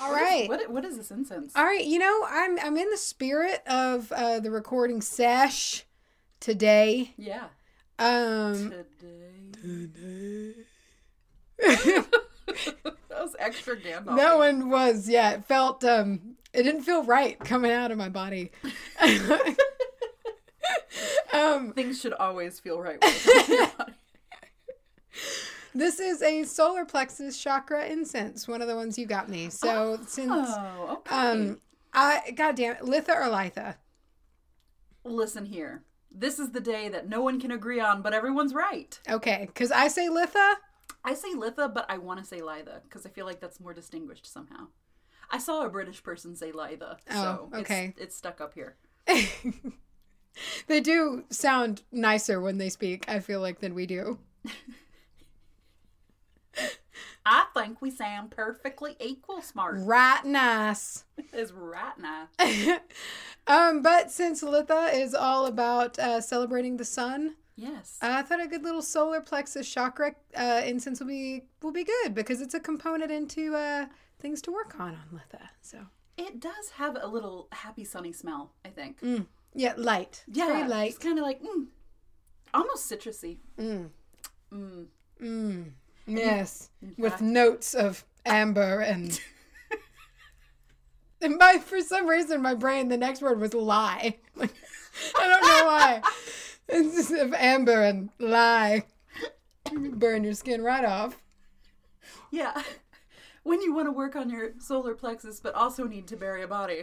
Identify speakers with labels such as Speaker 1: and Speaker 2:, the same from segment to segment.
Speaker 1: right.
Speaker 2: What what is this incense?
Speaker 1: All right, you know, I'm I'm in the spirit of uh, the recording sesh today.
Speaker 2: yeah.
Speaker 1: Um
Speaker 2: Today. That was extra Gandalf.
Speaker 1: That one was, yeah, it felt um it didn't feel right coming out of my body. um
Speaker 2: Things should always feel right. when it's on your
Speaker 1: this is a solar plexus chakra incense, one of the ones you got me. So since
Speaker 2: body. oh, okay.
Speaker 1: um I goddamn it, Litha or Litha?
Speaker 2: Listen here. This is the day that no one can agree on, but everyone's right.
Speaker 1: Okay, cuz I say Litha.
Speaker 2: I say Litha, but I want to say Litha because I feel like that's more distinguished somehow. I saw a British person say Litha, so
Speaker 1: Oh, okay.
Speaker 2: it's, it's stuck up here.
Speaker 1: They do sound nicer when they speak, I feel like than we do.
Speaker 2: I think we sound perfectly equal smart.
Speaker 1: Right nice.
Speaker 2: Is right now.
Speaker 1: Um, but since Litha is all about uh, celebrating the sun,
Speaker 2: Yes.
Speaker 1: I thought a good little solar plexus chakra uh, incense will be will be good because it's a component into uh, things to work on on Litha. So
Speaker 2: It does have a little happy sunny smell, I think.
Speaker 1: Mm. yeah, light. It's
Speaker 2: yeah,
Speaker 1: very light.
Speaker 2: it's kind of like mm, almost citrusy.
Speaker 1: Mm.
Speaker 2: Mm.
Speaker 1: Mm. Yes, with
Speaker 2: fact-
Speaker 1: notes of amber and. And my, for some reason, my brain, the next word was lie. Like, I don't know why. It's just of amber and lie. Burn your skin right off.
Speaker 2: Yeah. When you want to work on your solar plexus, but also need to bury a body.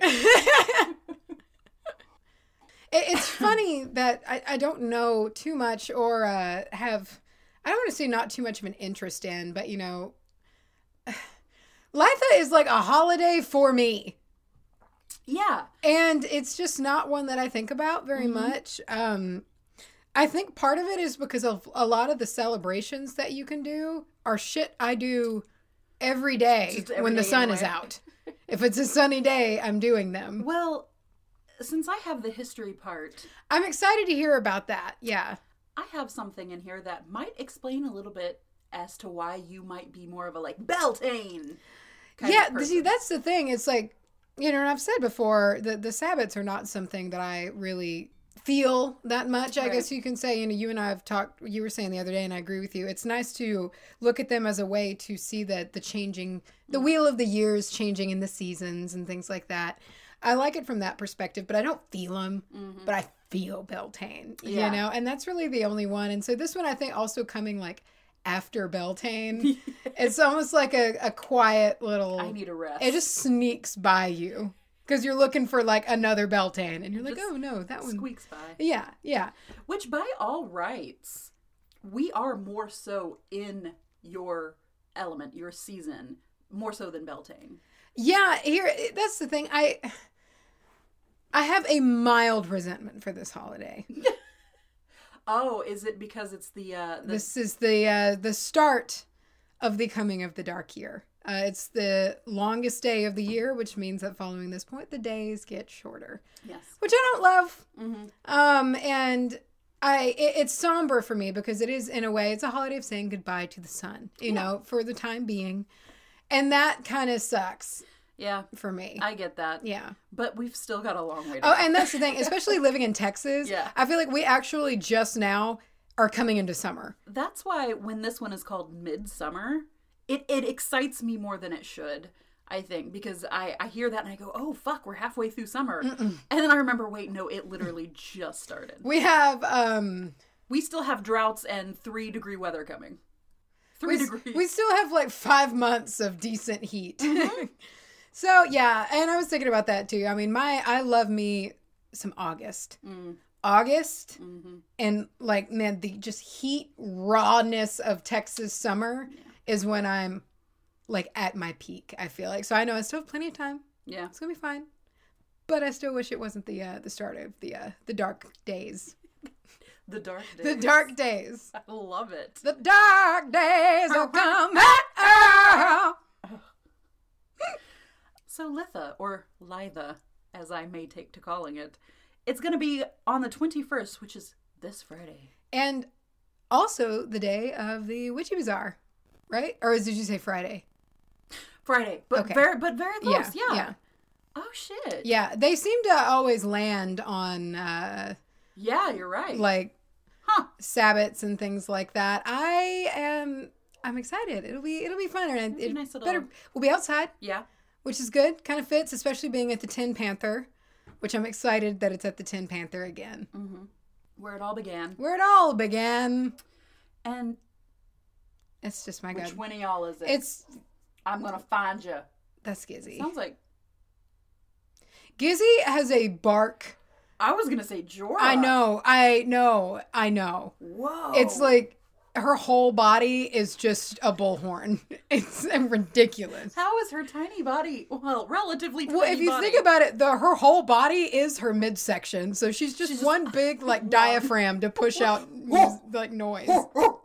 Speaker 1: It, it's funny that I, I don't know too much or uh, have, I don't want to say not too much of an interest in, but you know, Litha is like a holiday for me.
Speaker 2: yeah.
Speaker 1: And it's just not one that I think about very
Speaker 2: Mm-hmm.
Speaker 1: much. Um, I think part of it is because of a lot of the celebrations that you can do are shit I do every day
Speaker 2: Just every
Speaker 1: when the
Speaker 2: day
Speaker 1: sun
Speaker 2: anyway.
Speaker 1: is out. if it's a sunny day, I'm doing them.
Speaker 2: Well, since I have the history part,
Speaker 1: I'm excited to hear about that. Yeah.
Speaker 2: I have something in here that might explain a little bit as to why you might be more of a like Beltane. Kind
Speaker 1: yeah
Speaker 2: of person.
Speaker 1: see that's the thing it's like you know and i've said before that the sabbats are not something that i really feel that much i
Speaker 2: Right.
Speaker 1: guess you can say you know you and i have talked you were saying the other day and i agree with you it's nice to look at them as a way to see that the changing the
Speaker 2: Mm.
Speaker 1: wheel of the years changing in the seasons and things like that i like it from that perspective but i don't feel them
Speaker 2: Mhm.
Speaker 1: but i feel beltane
Speaker 2: Yeah.
Speaker 1: you know and that's really the only one and so this one i think also coming like after beltane it's almost like a, a quiet little
Speaker 2: I need a rest.
Speaker 1: it just sneaks by you because you're looking for like another Beltane, and you're like,
Speaker 2: Just
Speaker 1: oh no, that one.
Speaker 2: squeaks by.
Speaker 1: Yeah, yeah,
Speaker 2: Which, by all rights, we are more so in your element, your season, more so than Beltane.
Speaker 1: yeah. Here, that's the thing. I I have a mild resentment for this holiday.
Speaker 2: Oh, is it because it's the uh, the
Speaker 1: This is the uh, the start of the coming of the dark year. Uh, it's the longest day of the year, which means that following this point, the days get shorter,
Speaker 2: yes?
Speaker 1: which I don't love.
Speaker 2: Mm-hmm.
Speaker 1: Um, and I it, it's somber for me because it is in a way it's a holiday of saying goodbye to the sun, you know, for the time being, and that kind of sucks
Speaker 2: Yeah,
Speaker 1: for me.
Speaker 2: I get that.
Speaker 1: yeah.
Speaker 2: But we've still got a long way to
Speaker 1: Oh,
Speaker 2: go.
Speaker 1: and that's the thing, especially living in Texas.
Speaker 2: Yeah.
Speaker 1: I feel like we actually just now are coming into summer.
Speaker 2: That's why when this one is called Midsummer, it, it excites me more than it should, I think, because I, I hear that and I go, oh, fuck, we're halfway through summer. And then I remember, wait, no, it literally just started.
Speaker 1: We have um
Speaker 2: We still have droughts and three degree weather coming. Three
Speaker 1: we, s-
Speaker 2: degrees.
Speaker 1: we still have like five months of decent heat.
Speaker 2: Mm-hmm.
Speaker 1: so yeah, and I was thinking about that too. I mean, my I love me some August.
Speaker 2: Mm,
Speaker 1: August.
Speaker 2: hmm
Speaker 1: and like man the just heat rawness of texas summer is when i'm like at my peak i feel like so i know i still have plenty of time
Speaker 2: Yeah.
Speaker 1: it's gonna be fine but i still wish it wasn't the uh the start of the uh the dark days
Speaker 2: The dark days.
Speaker 1: the dark days
Speaker 2: I love it.
Speaker 1: the dark days will come Ah, back.
Speaker 2: So Litha, or Litha, as I may take to calling it, it's going to be on the 21st, which is this Friday.
Speaker 1: and also the day of the witchy bazaar right or is- did you say friday
Speaker 2: Friday, but
Speaker 1: Okay.
Speaker 2: very but very
Speaker 1: Yeah,
Speaker 2: close. Yeah.
Speaker 1: yeah.
Speaker 2: Oh shit.
Speaker 1: Yeah, they seem to always land on uh,
Speaker 2: Yeah, you're right.
Speaker 1: like
Speaker 2: Huh.
Speaker 1: sabbats and things like that. I am I'm excited. It'll be it'll be fun and
Speaker 2: be
Speaker 1: it
Speaker 2: nice little-
Speaker 1: better we'll be outside,
Speaker 2: yeah.
Speaker 1: which is good. Kind of fits, especially being at the Tin Panther, which I'm excited that it's at the Tin Panther again.
Speaker 2: hmm Where it all began.
Speaker 1: Where it all began.
Speaker 2: And
Speaker 1: It's just my
Speaker 2: which
Speaker 1: god.
Speaker 2: one of y'all is it?
Speaker 1: It's
Speaker 2: I'm gonna find you.
Speaker 1: that's Gizzy.
Speaker 2: Sounds like
Speaker 1: Gizzy has a bark.
Speaker 2: I was gonna say Jorah.
Speaker 1: I know. I know. I know.
Speaker 2: Whoa.
Speaker 1: It's like her whole body is just a bullhorn. It's ridiculous.
Speaker 2: how is her tiny body? Well, relatively tiny.
Speaker 1: Well, if you
Speaker 2: body.
Speaker 1: think about it, the her whole body is her midsection, so she's just one big like diaphragm to push out mus- like noise.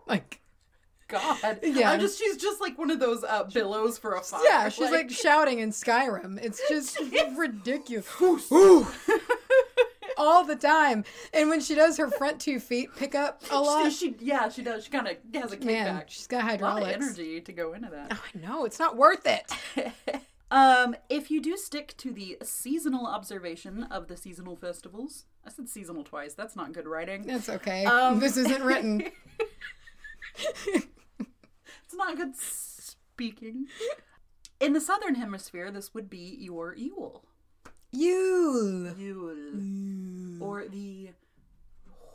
Speaker 1: Like
Speaker 2: Oh, God,
Speaker 1: Yeah.
Speaker 2: I'm just she's just like one of those uh, billows for a fire.
Speaker 1: yeah, she's like shouting in Skyrim. It's just ridiculous. All the time. And when she does her front two feet pick up a
Speaker 2: she,
Speaker 1: lot,
Speaker 2: she- yeah, she does. She kind of has a kickback.
Speaker 1: man, Ah. she's got
Speaker 2: a lot of
Speaker 1: hydraulics.
Speaker 2: energy to go into that.
Speaker 1: I know, it's not worth it.
Speaker 2: Um, if you do stick to the seasonal observation of the seasonal festivals, I said seasonal twice. That's not good writing.
Speaker 1: That's okay.
Speaker 2: Um,
Speaker 1: this isn't written.
Speaker 2: It's not good speaking. In the southern hemisphere, this would be your Yule,
Speaker 1: You.
Speaker 2: Yule, or the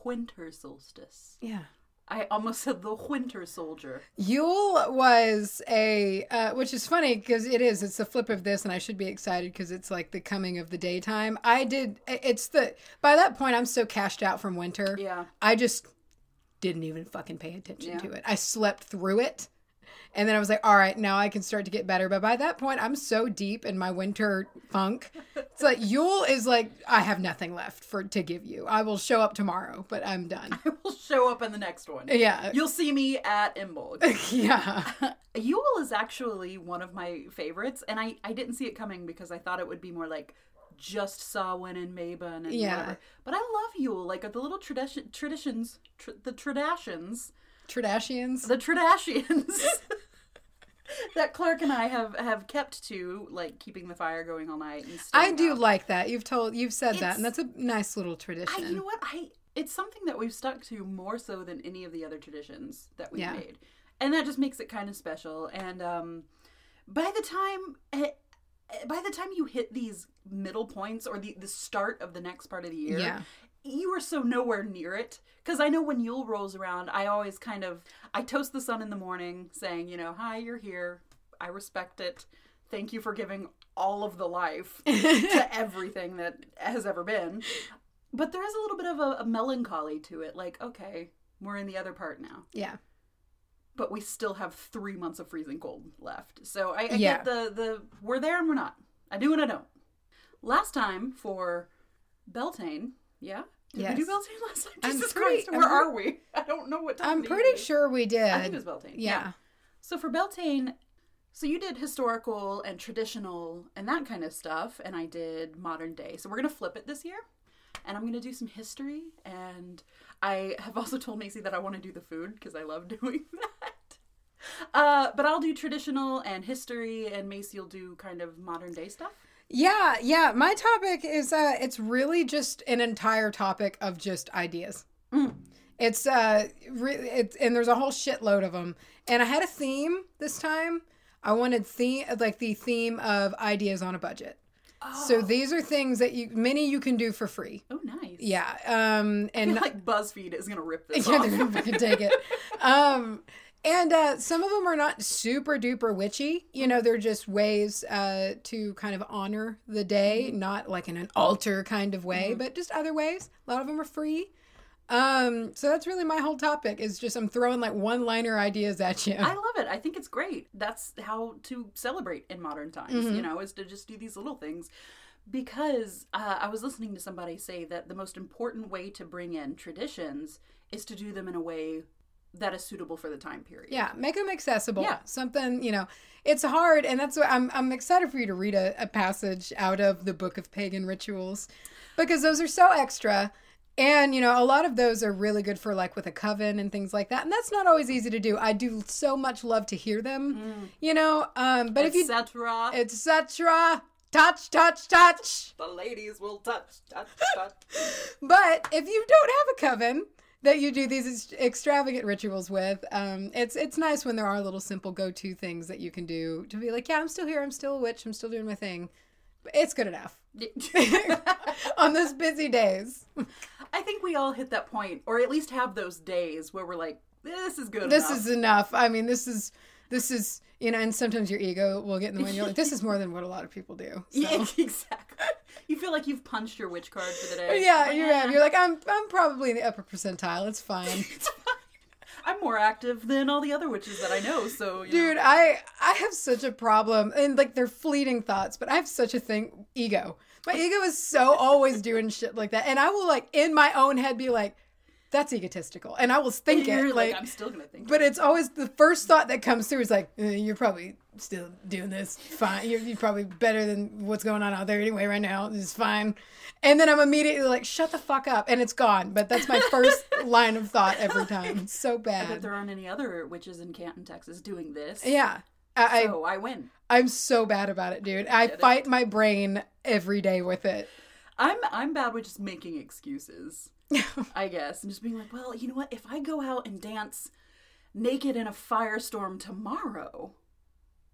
Speaker 2: winter solstice.
Speaker 1: Yeah.
Speaker 2: I almost said the winter soldier.
Speaker 1: Yule was a, uh, which is funny because it is. It's the flip of this, and I should be excited because it's like the coming of the daytime. I did. It's the by that point I'm so cashed out from winter.
Speaker 2: Yeah.
Speaker 1: I just didn't even fucking pay attention
Speaker 2: Yeah.
Speaker 1: to it. I slept through it, and then I was like, all right, now I can start to get better. But by that point, I'm so deep in my winter funk. It's like Yule is like I have nothing left for to give you. I will show up tomorrow, but I'm done.
Speaker 2: I will show up in the next one.
Speaker 1: Yeah.
Speaker 2: You'll see me at Imbolg.
Speaker 1: yeah.
Speaker 2: Yule is actually one of my favorites, and I, I didn't see it coming because I thought it would be more like just Samhain and Mabon and
Speaker 1: Yeah.
Speaker 2: whatever. But I love Yule, like the little tradition traditions, tr- the traditions,
Speaker 1: Tradashians.
Speaker 2: the traditions that Clark and I have have kept to, like keeping the fire going all night. And
Speaker 1: I
Speaker 2: staying
Speaker 1: do
Speaker 2: up.
Speaker 1: like that. You've told you've said that,
Speaker 2: It's-
Speaker 1: and that's a nice little
Speaker 2: I,
Speaker 1: tradition.
Speaker 2: you know what? I it's something that we've stuck to more so than any of the other traditions that we've
Speaker 1: Yeah.
Speaker 2: made, and that just makes it kind of special. And um, by the time eh, eh, by the time you hit these middle points or the the start of the next part of the year,
Speaker 1: Yeah.
Speaker 2: you are so nowhere near it. Because I know when Yule rolls around, I always kind of I toast the sun in the morning, saying, you know, hi, you're here. I respect it. Thank you for giving all of the life to everything that has ever been. But there is a little bit of a, a melancholy to it. Like, okay, we're in the other part now,
Speaker 1: yeah,
Speaker 2: but we still have three months of freezing cold left. So I, I
Speaker 1: Yeah.
Speaker 2: get the the we're there and we're not. I do and I don't. Last time for Beltane, yeah. Did we
Speaker 1: Yes.
Speaker 2: do Beltane last time?
Speaker 1: I'm
Speaker 2: Jesus
Speaker 1: pretty-
Speaker 2: Christ,
Speaker 1: I'm
Speaker 2: where
Speaker 1: pretty-
Speaker 2: are we? I don't know what time.
Speaker 1: I'm
Speaker 2: it
Speaker 1: pretty
Speaker 2: is.
Speaker 1: sure we did.
Speaker 2: I think it was Beltane.
Speaker 1: yeah.
Speaker 2: So for Beltane, so you did historical and traditional and that kind of stuff, and I did modern day. So we're gonna flip it this year, and I'm gonna do some history. And I have also told Macy that I want to do the food because I love doing that. Uh, but I'll do traditional and history, and Macy will do kind of modern day stuff.
Speaker 1: yeah, yeah. My topic is uh, it's really just an entire topic of just ideas. It's uh, re- it's and there's a whole shitload of them. And I had a theme this time. I wanted theme like the theme of ideas on a budget. So these are things that you many you can do for free.
Speaker 2: Oh, nice.
Speaker 1: Yeah. Um, and
Speaker 2: Like BuzzFeed is gonna rip this
Speaker 1: Yeah,
Speaker 2: off.
Speaker 1: they're gonna fucking take it. Um, and uh, some of them are not super duper witchy. You know, they're just ways uh, to kind of honor the day, not like in an altar kind of way, but just other ways. A lot of them are free. Um, so that's really my whole topic is just I'm throwing like one liner ideas at you.
Speaker 2: I love it. I think it's great. That's how to celebrate in modern times, you
Speaker 1: Mm-hmm.
Speaker 2: know, is to just do these little things. Because uh, I was listening to somebody say that the most important way to bring in traditions is to do them in a way that is suitable for the time period.
Speaker 1: Yeah, make them accessible.
Speaker 2: Yeah.
Speaker 1: Something, you know, it's hard. And that's what I'm, I'm excited for you to read a, a passage out of the Book of Pagan Rituals because those are so extra. And, you know, a lot of those are really good for like with a coven and things like that. And that's not always easy to do. I do so much love to hear them, you know. Um, but if you,
Speaker 2: etc.
Speaker 1: etc., touch, touch, touch.
Speaker 2: The ladies will touch, touch, touch.
Speaker 1: But if you don't have a coven that you do these ex- extravagant rituals with, um, it's it's nice when there are little simple go to things that you can do to be like, yeah, I'm still here. I'm still a witch. I'm still doing my thing. It's good enough on those busy days.
Speaker 2: I think we all hit that point, or at least have those days where we're like, "This is good."
Speaker 1: this
Speaker 2: enough.
Speaker 1: is enough. I mean, this is this is you know, and sometimes your ego will get in the way. And you're like, this is more than what a lot of people do. So.
Speaker 2: yeah, exactly. You feel like you've punched your witch card for the day.
Speaker 1: Yeah, you're right. You're like, I'm I'm probably in the upper percentile. It's fine,
Speaker 2: I'm more active than all the other witches that I know, so you
Speaker 1: dude.
Speaker 2: Know.
Speaker 1: I I have such a problem, and like they're fleeting thoughts, but I have such a thing ego. My ego is so always doing shit like that, and I will like in my own head be like, that's egotistical, and I will think
Speaker 2: You're
Speaker 1: it
Speaker 2: like,
Speaker 1: like
Speaker 2: I'm still gonna think.
Speaker 1: But it's always the first thought that comes through is like, eh, you're probably still doing this fine. You're, you're probably better than what's going on out there anyway right now. It's fine. And then I'm immediately like, shut the fuck up. And it's gone. But that's my first line of thought every time. So
Speaker 2: that
Speaker 1: bad.
Speaker 2: there aren't any other witches in Canton, Texas, doing this.
Speaker 1: Yeah. I,
Speaker 2: so I win.
Speaker 1: I, I'm so bad about it, dude. I
Speaker 2: Get it.
Speaker 1: fight my brain every day with it.
Speaker 2: I'm I'm bad with just making excuses. I guess. And just being like, well, you know what? If I go out and dance naked in a firestorm tomorrow,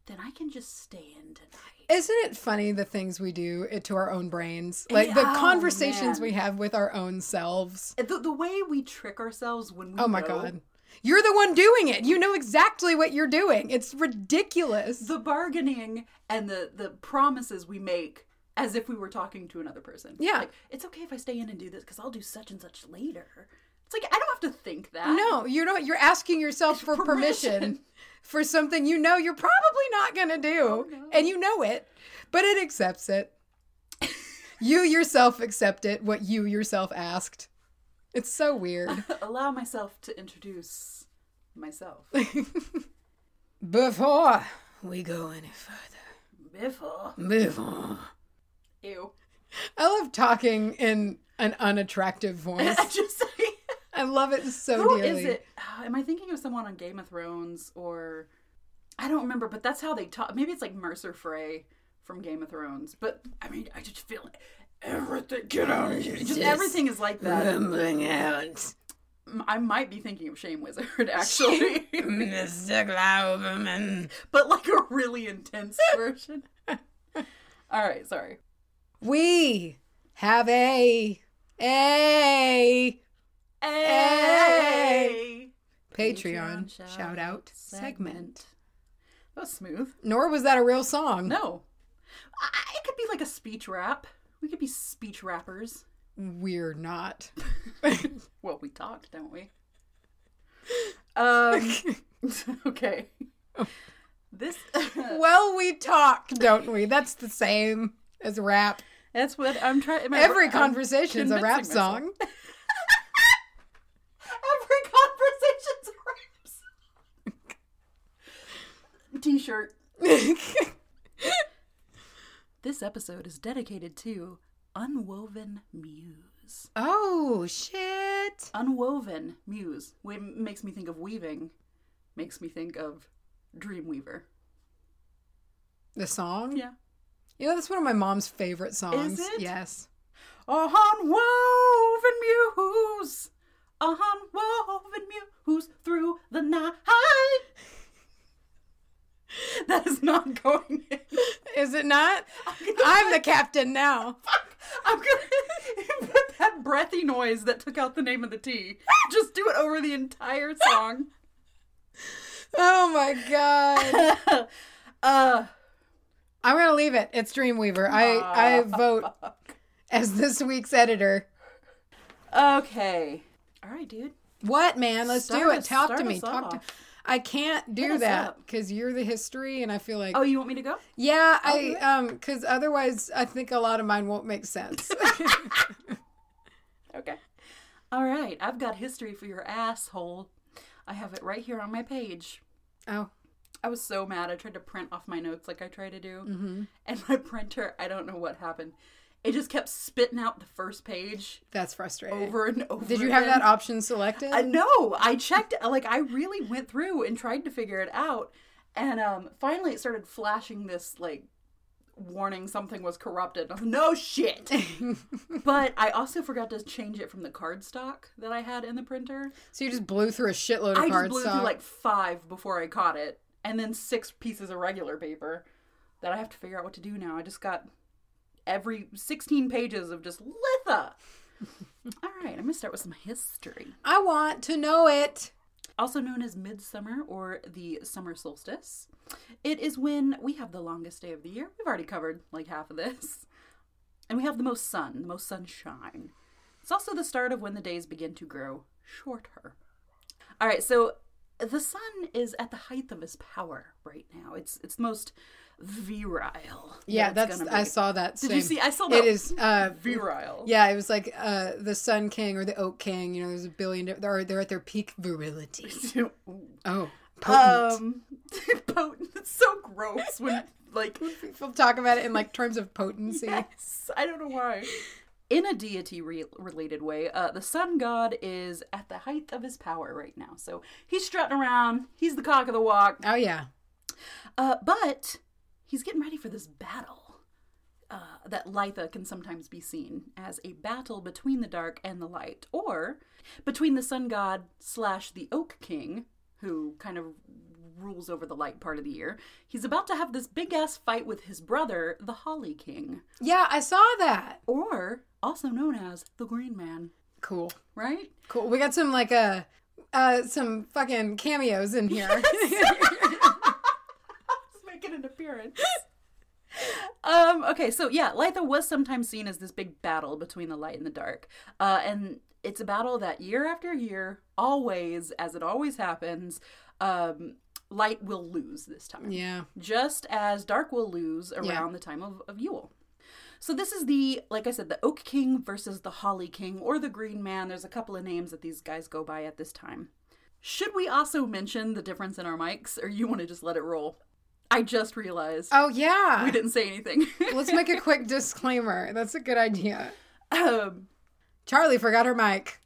Speaker 2: then I can just stay in tonight.
Speaker 1: Isn't it funny the things we do to our own brains? Like the
Speaker 2: Yeah. Oh,
Speaker 1: conversations
Speaker 2: man.
Speaker 1: we have with our own selves.
Speaker 2: The, the way we trick ourselves when we
Speaker 1: Oh my
Speaker 2: know-
Speaker 1: god. You're the one doing it. You know exactly what you're doing. It's ridiculous.
Speaker 2: the bargaining and the the promises we make as if we were talking to another person.
Speaker 1: Yeah.
Speaker 2: like it's okay if I stay in and do this because I'll do such and such later. It's like I don't have to think that.
Speaker 1: No, you don't you're asking yourself for permission,
Speaker 2: Permission.
Speaker 1: for something you know you're probably not going to do
Speaker 2: Oh, no.
Speaker 1: and you know it, but it accepts it. you yourself accept it what you yourself asked. It's so weird.
Speaker 2: allow myself to introduce myself
Speaker 1: Before we go any further.
Speaker 2: before.
Speaker 1: Move on.
Speaker 2: Ew.
Speaker 1: I love talking in an unattractive voice.
Speaker 2: I just
Speaker 1: I love it so
Speaker 2: who
Speaker 1: dearly.
Speaker 2: is it? Ah, Am I thinking of someone on Game of Thrones or I don't remember, but that's how they talk. Maybe it's like Mercer Frey from Game of Thrones. But I mean, I just feel everything. Get out of here! Just everything is like that.
Speaker 1: Rumbling out.
Speaker 2: M- I might be thinking of Shame Wizard actually,
Speaker 1: Mr. Glauberman.
Speaker 2: but like a really intense version. All right, sorry.
Speaker 1: We have a a Hey! Patreon, shout out segment.
Speaker 2: That was smooth.
Speaker 1: Nor was that a real song.
Speaker 2: No, I- it could be like a speech rap. We could be speech rappers.
Speaker 1: We're not.
Speaker 2: Well, we talked, don't we? Um. okay.
Speaker 1: Oh.
Speaker 2: This.
Speaker 1: well, we talk, don't we? That's the same as rap.
Speaker 2: that's what I'm trying. Um,
Speaker 1: Every conversation's a rap
Speaker 2: convincing myself.
Speaker 1: song.
Speaker 2: Every conversation's a rap song. T-shirt. This episode is dedicated to Unwoven Muse.
Speaker 1: oh shit!
Speaker 2: Unwoven Muse Wa- makes me think of weaving, makes me think of Dreamweaver.
Speaker 1: The song.
Speaker 2: Yeah.
Speaker 1: You know that's one of my mom's favorite songs.
Speaker 2: it?
Speaker 1: Yes.
Speaker 2: A Unwoven Muse. A Unwoven Muse through the night. That is not going in.
Speaker 1: Is it not? I'm the captain now.
Speaker 2: I'm gonna put that breathy noise that took out the name of the T. Just do it over the entire song.
Speaker 1: Oh my god.
Speaker 2: Uh,
Speaker 1: I'm gonna leave it. It's Dreamweaver. I I vote as this week's editor.
Speaker 2: okay. All right, dude.
Speaker 1: What man? Let's do
Speaker 2: Start
Speaker 1: it.
Speaker 2: us-
Speaker 1: Talk to
Speaker 2: start
Speaker 1: me.
Speaker 2: us
Speaker 1: Talk to.
Speaker 2: off.
Speaker 1: I can't
Speaker 2: Hit
Speaker 1: do
Speaker 2: us
Speaker 1: that
Speaker 2: up.
Speaker 1: because you're the history, and I feel like
Speaker 2: Oh, you want me to go?
Speaker 1: yeah, I um because otherwise I think a lot of mine won't make sense.
Speaker 2: Okay. All right. I've got history for your asshole. I have it right here on my page.
Speaker 1: oh,
Speaker 2: I was so
Speaker 1: Mm-hmm.
Speaker 2: mad. I tried to print off my notes like I try to do. And my printer, I don't know what happened. It just kept spitting out the first page
Speaker 1: That's frustrating.
Speaker 2: over and over.
Speaker 1: Did you have
Speaker 2: again.
Speaker 1: that option selected?
Speaker 2: I know. I checked. Like I really went through and tried to figure it out, and um, finally it started flashing this like warning something was corrupted. I was, No shit. but I also forgot to change it from the cardstock that I had in the printer.
Speaker 1: so you just blew through a shitload of
Speaker 2: I just
Speaker 1: cardstock.
Speaker 2: blew through like five before I caught it, and then six pieces of regular paper that I have to figure out what to do now. I just got every 16 pages of just litha. All right, I'm gonna start with some history
Speaker 1: I want to know it.
Speaker 2: also known as midsummer or the summer solstice. It is when we have the longest day of the year. We've already covered like half of this. And we have the most sun, the most sunshine. It's also the start of when the days begin to grow shorter. All right, so the sun is at the height of his power right now. It's it's the most virile. that
Speaker 1: Yeah,
Speaker 2: it's
Speaker 1: that's.
Speaker 2: gonna
Speaker 1: I
Speaker 2: be.
Speaker 1: saw that.
Speaker 2: Did
Speaker 1: same.
Speaker 2: you see? I saw that.
Speaker 1: It is. Uh,
Speaker 2: virile.
Speaker 1: yeah, it was like uh, the Sun King or the Oak King. You know, there's a billion. di- They're they're at their peak virility. Oh, potent.
Speaker 2: Um, potent. It's so gross when like
Speaker 1: People talk about it in like terms of potency.
Speaker 2: Yes, I don't know why. In a deity re- related way, uh, the sun god is at the height of his power right now. So he's strutting around, he's the cock of the walk,
Speaker 1: Oh yeah,
Speaker 2: uh, but he's getting ready for this battle. Uh, that Litha can sometimes be seen as a battle between the dark and the light, or between the sun god slash the oak king, who kind of rules over the light part of the year. He's about to have this big ass fight with his brother, the holly king
Speaker 1: yeah, I saw that.
Speaker 2: or also known as the Green Man,
Speaker 1: Cool,
Speaker 2: right?
Speaker 1: cool. We got some like uh, uh, some fucking cameos in here.
Speaker 2: Just making an appearance. um. Okay. So yeah, Litha was sometimes seen as this big battle between the light and the dark, uh, and it's a battle that year after year, always, as it always happens, um, light will lose this time.
Speaker 1: yeah,
Speaker 2: just as dark will lose around the time of, of yule so this is the like i said the oak king versus the holly king or the green man there's a couple of names that these guys go by at this time should we also mention the difference in our mics or you want to just let it roll i just realized
Speaker 1: oh yeah.
Speaker 2: we didn't say anything
Speaker 1: Let's make a quick disclaimer. That's a good idea.
Speaker 2: um,
Speaker 1: Charlie forgot her mic.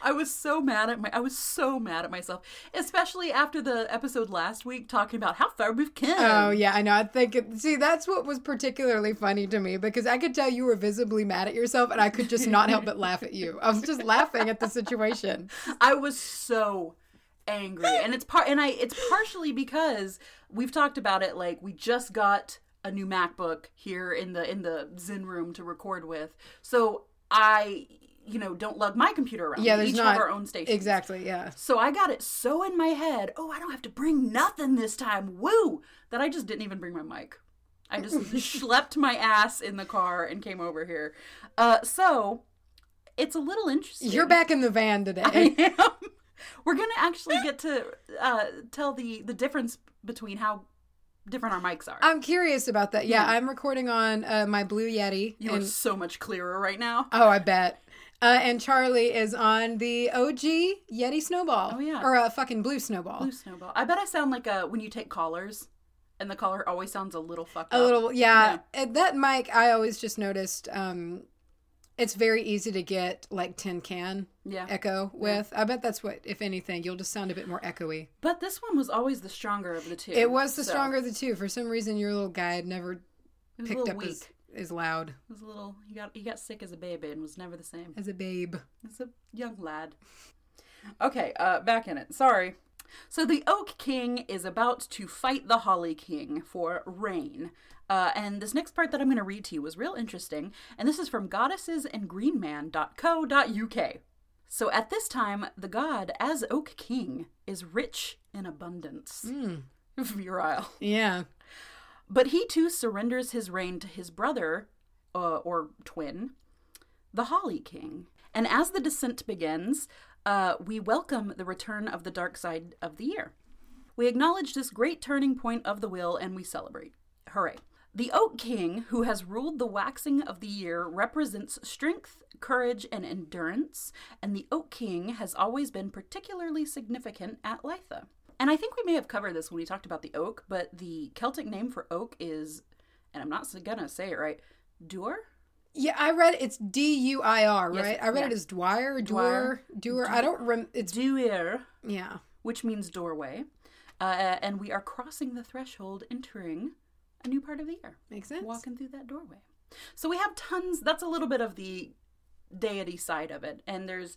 Speaker 2: I was so mad at my I was so mad at myself, especially after the episode last week talking about how far we've come.
Speaker 1: Oh yeah, I know. I think it, see that's what was particularly funny to me because I could tell you were visibly mad at yourself, and I could just not help but laugh at you. I was just laughing at the situation.
Speaker 2: I was so angry, and it's part and I it's partially because we've talked about it. Like we just got a new MacBook here in the in the Zen room to record with, so I you know don't lug my computer around.
Speaker 1: Yeah,
Speaker 2: We
Speaker 1: there's
Speaker 2: each
Speaker 1: not-
Speaker 2: have our own station.
Speaker 1: Exactly. Yeah.
Speaker 2: So I got it so in my head. Oh, I don't have to bring nothing this time. Woo! That I just didn't even bring my mic. I just schlepped my ass in the car and came over here. Uh, so it's a little interesting.
Speaker 1: You're back in the van today.
Speaker 2: I am. We're gonna actually get to uh, tell the the difference between how different our mics are.
Speaker 1: I'm curious about that. Yeah, I'm recording on uh, my Blue Yeti.
Speaker 2: you are
Speaker 1: and-
Speaker 2: so much clearer right now.
Speaker 1: oh, I bet. Uh, and Charlie is on the OG Yeti Snowball.
Speaker 2: Oh, yeah.
Speaker 1: Or a fucking blue snowball.
Speaker 2: Blue snowball. I bet I sound like a when you take callers, and the caller always sounds a little fucked
Speaker 1: a
Speaker 2: up.
Speaker 1: little yeah, And that mic i always just noticed um it's very easy to get like tin can
Speaker 2: Yeah.
Speaker 1: echo with i bet that's what if anything you'll just sound a bit more echoey
Speaker 2: But this one was always the stronger of the two.
Speaker 1: it was the
Speaker 2: so
Speaker 1: stronger of the two for some reason your little guide never
Speaker 2: It was a
Speaker 1: picked
Speaker 2: little
Speaker 1: up
Speaker 2: weak.
Speaker 1: as as loud
Speaker 2: It was a little. He got he got sick as a baby and was never the same.
Speaker 1: as a babe
Speaker 2: It's a young lad. Okay, uh, back in it. Sorry. So the Oak King is about to fight the Holly King for rain. Uh, and this next part that I'm going to read to you was real interesting. And this is from goddessesandgreenman.co.uk. So at this time, the god, as Oak King, is rich in abundance. Virile.
Speaker 1: Mm. yeah
Speaker 2: But he too surrenders his reign to his brother, uh, or twin, the Holly King. And as the descent begins, uh, we welcome the return of the dark side of the year. We acknowledge this great turning point of the will and we celebrate. Hooray. The Oak King, who has ruled the waxing of the year, represents strength, courage, and endurance, and the Oak King has always been particularly significant at Litha. And I think we may have covered this when we talked about the oak, but the Celtic name for oak is and I'm not s- gonna say it right. Duer?
Speaker 1: Yeah, I read it's D U I R,
Speaker 2: Yes,
Speaker 1: right? I read
Speaker 2: yeah.
Speaker 1: it as Dwyer, Dwyer,
Speaker 2: Dwyer.
Speaker 1: Dwyer. I don't rem. It's
Speaker 2: Duer,
Speaker 1: yeah.
Speaker 2: which means doorway. Uh, and we are crossing the threshold, entering a new part of the year.
Speaker 1: Makes sense.
Speaker 2: walking through that doorway. So we have tons. That's a little bit of the deity side of it. And there's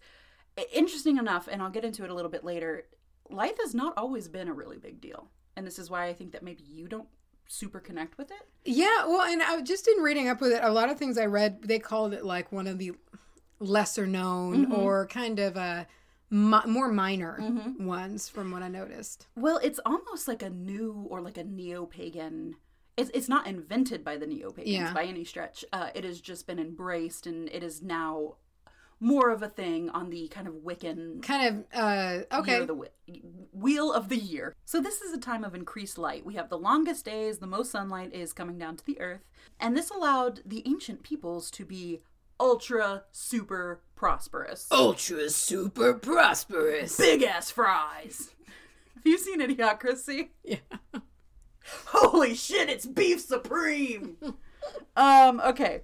Speaker 2: interesting enough, and I'll get into it a little bit later. Life has not always been a really big deal, and this is why I think that maybe you don't super connect with it.
Speaker 1: Yeah, well, and I just in reading up with it, a lot of things I read, they called it like one of the lesser known
Speaker 2: Mhm.
Speaker 1: or kind of a mi- more minor
Speaker 2: Mhm.
Speaker 1: ones, from what I noticed.
Speaker 2: Well, it's almost like a new or like a neo pagan. It's, it's not invented by the neo pagans
Speaker 1: Yeah.
Speaker 2: by any stretch. Uh, it has just been embraced, and it is now more of a thing on the kind of Wiccan
Speaker 1: Kind of uh
Speaker 2: Year
Speaker 1: okay.
Speaker 2: of the Whe- wheel of the year. So this is a time of increased light. We have the longest days, the most sunlight is coming down to the earth, and this allowed the ancient peoples to be ultra super prosperous.
Speaker 1: Ultra super prosperous.
Speaker 2: Big ass fries. have you seen Idiocracy?
Speaker 1: Yeah.
Speaker 2: Holy shit, it's beef supreme. um okay.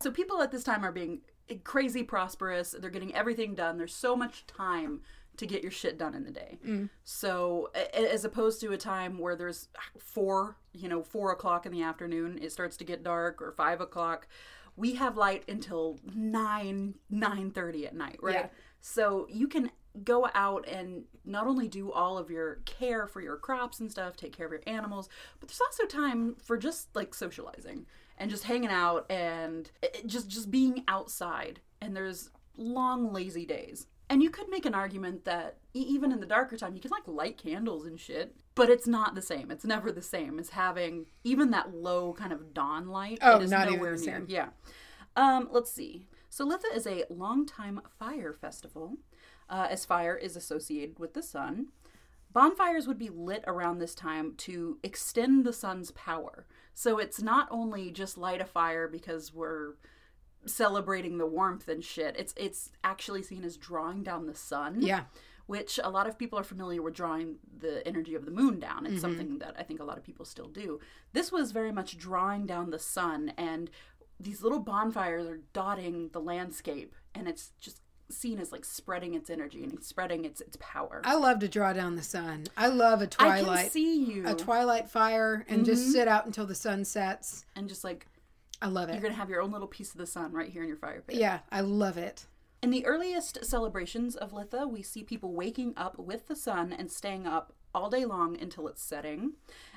Speaker 2: So people at this time are being crazy prosperous. They're getting everything done. There's so much time to get your shit done in the day. So a- a- as opposed to a time where there's four, you know, four o'clock in the afternoon, it starts to get dark, or five o'clock. We have light until nine nine thirty at night, right?
Speaker 1: Yeah.
Speaker 2: So you can go out and not only do all of your care for your crops and stuff, take care of your animals, but there's also time for just like socializing and just hanging out and it- it- just just being outside. And there's long lazy days. And you could make an argument that e- even in the darker time, you can like light candles and shit, but it's not the same. It's never the same as having even that low kind of dawn light.
Speaker 1: Oh,
Speaker 2: it is
Speaker 1: not even
Speaker 2: nowhere
Speaker 1: the
Speaker 2: near.
Speaker 1: same.
Speaker 2: Yeah. Um, let's see. So Litha is a longtime fire festival, uh, as fire is associated with the sun. Bonfires would be lit around this time to extend the sun's power. So it's not only just light a fire because we're celebrating the warmth and shit. It's it's actually seen as drawing down the sun
Speaker 1: Yeah.
Speaker 2: which a lot of people are familiar with drawing the energy of the moon down.
Speaker 1: Mm-hmm.
Speaker 2: It's something that I think a lot of people still do. This was very much drawing down the sun, and these little bonfires are dotting the landscape, and it's just seen as like spreading its energy and spreading its its power.
Speaker 1: I love to draw down the sun. I love a
Speaker 2: I
Speaker 1: twilight.
Speaker 2: can see you, Mm-hmm.
Speaker 1: a twilight fire and just sit out until the sun sets.
Speaker 2: and just like
Speaker 1: I love
Speaker 2: you're
Speaker 1: it.
Speaker 2: gonna have your own little piece of the sun right here in your fire pit.
Speaker 1: Yeah, I love it.
Speaker 2: In the earliest celebrations of Litha, we see people waking up with the sun and staying up all day long until it's setting,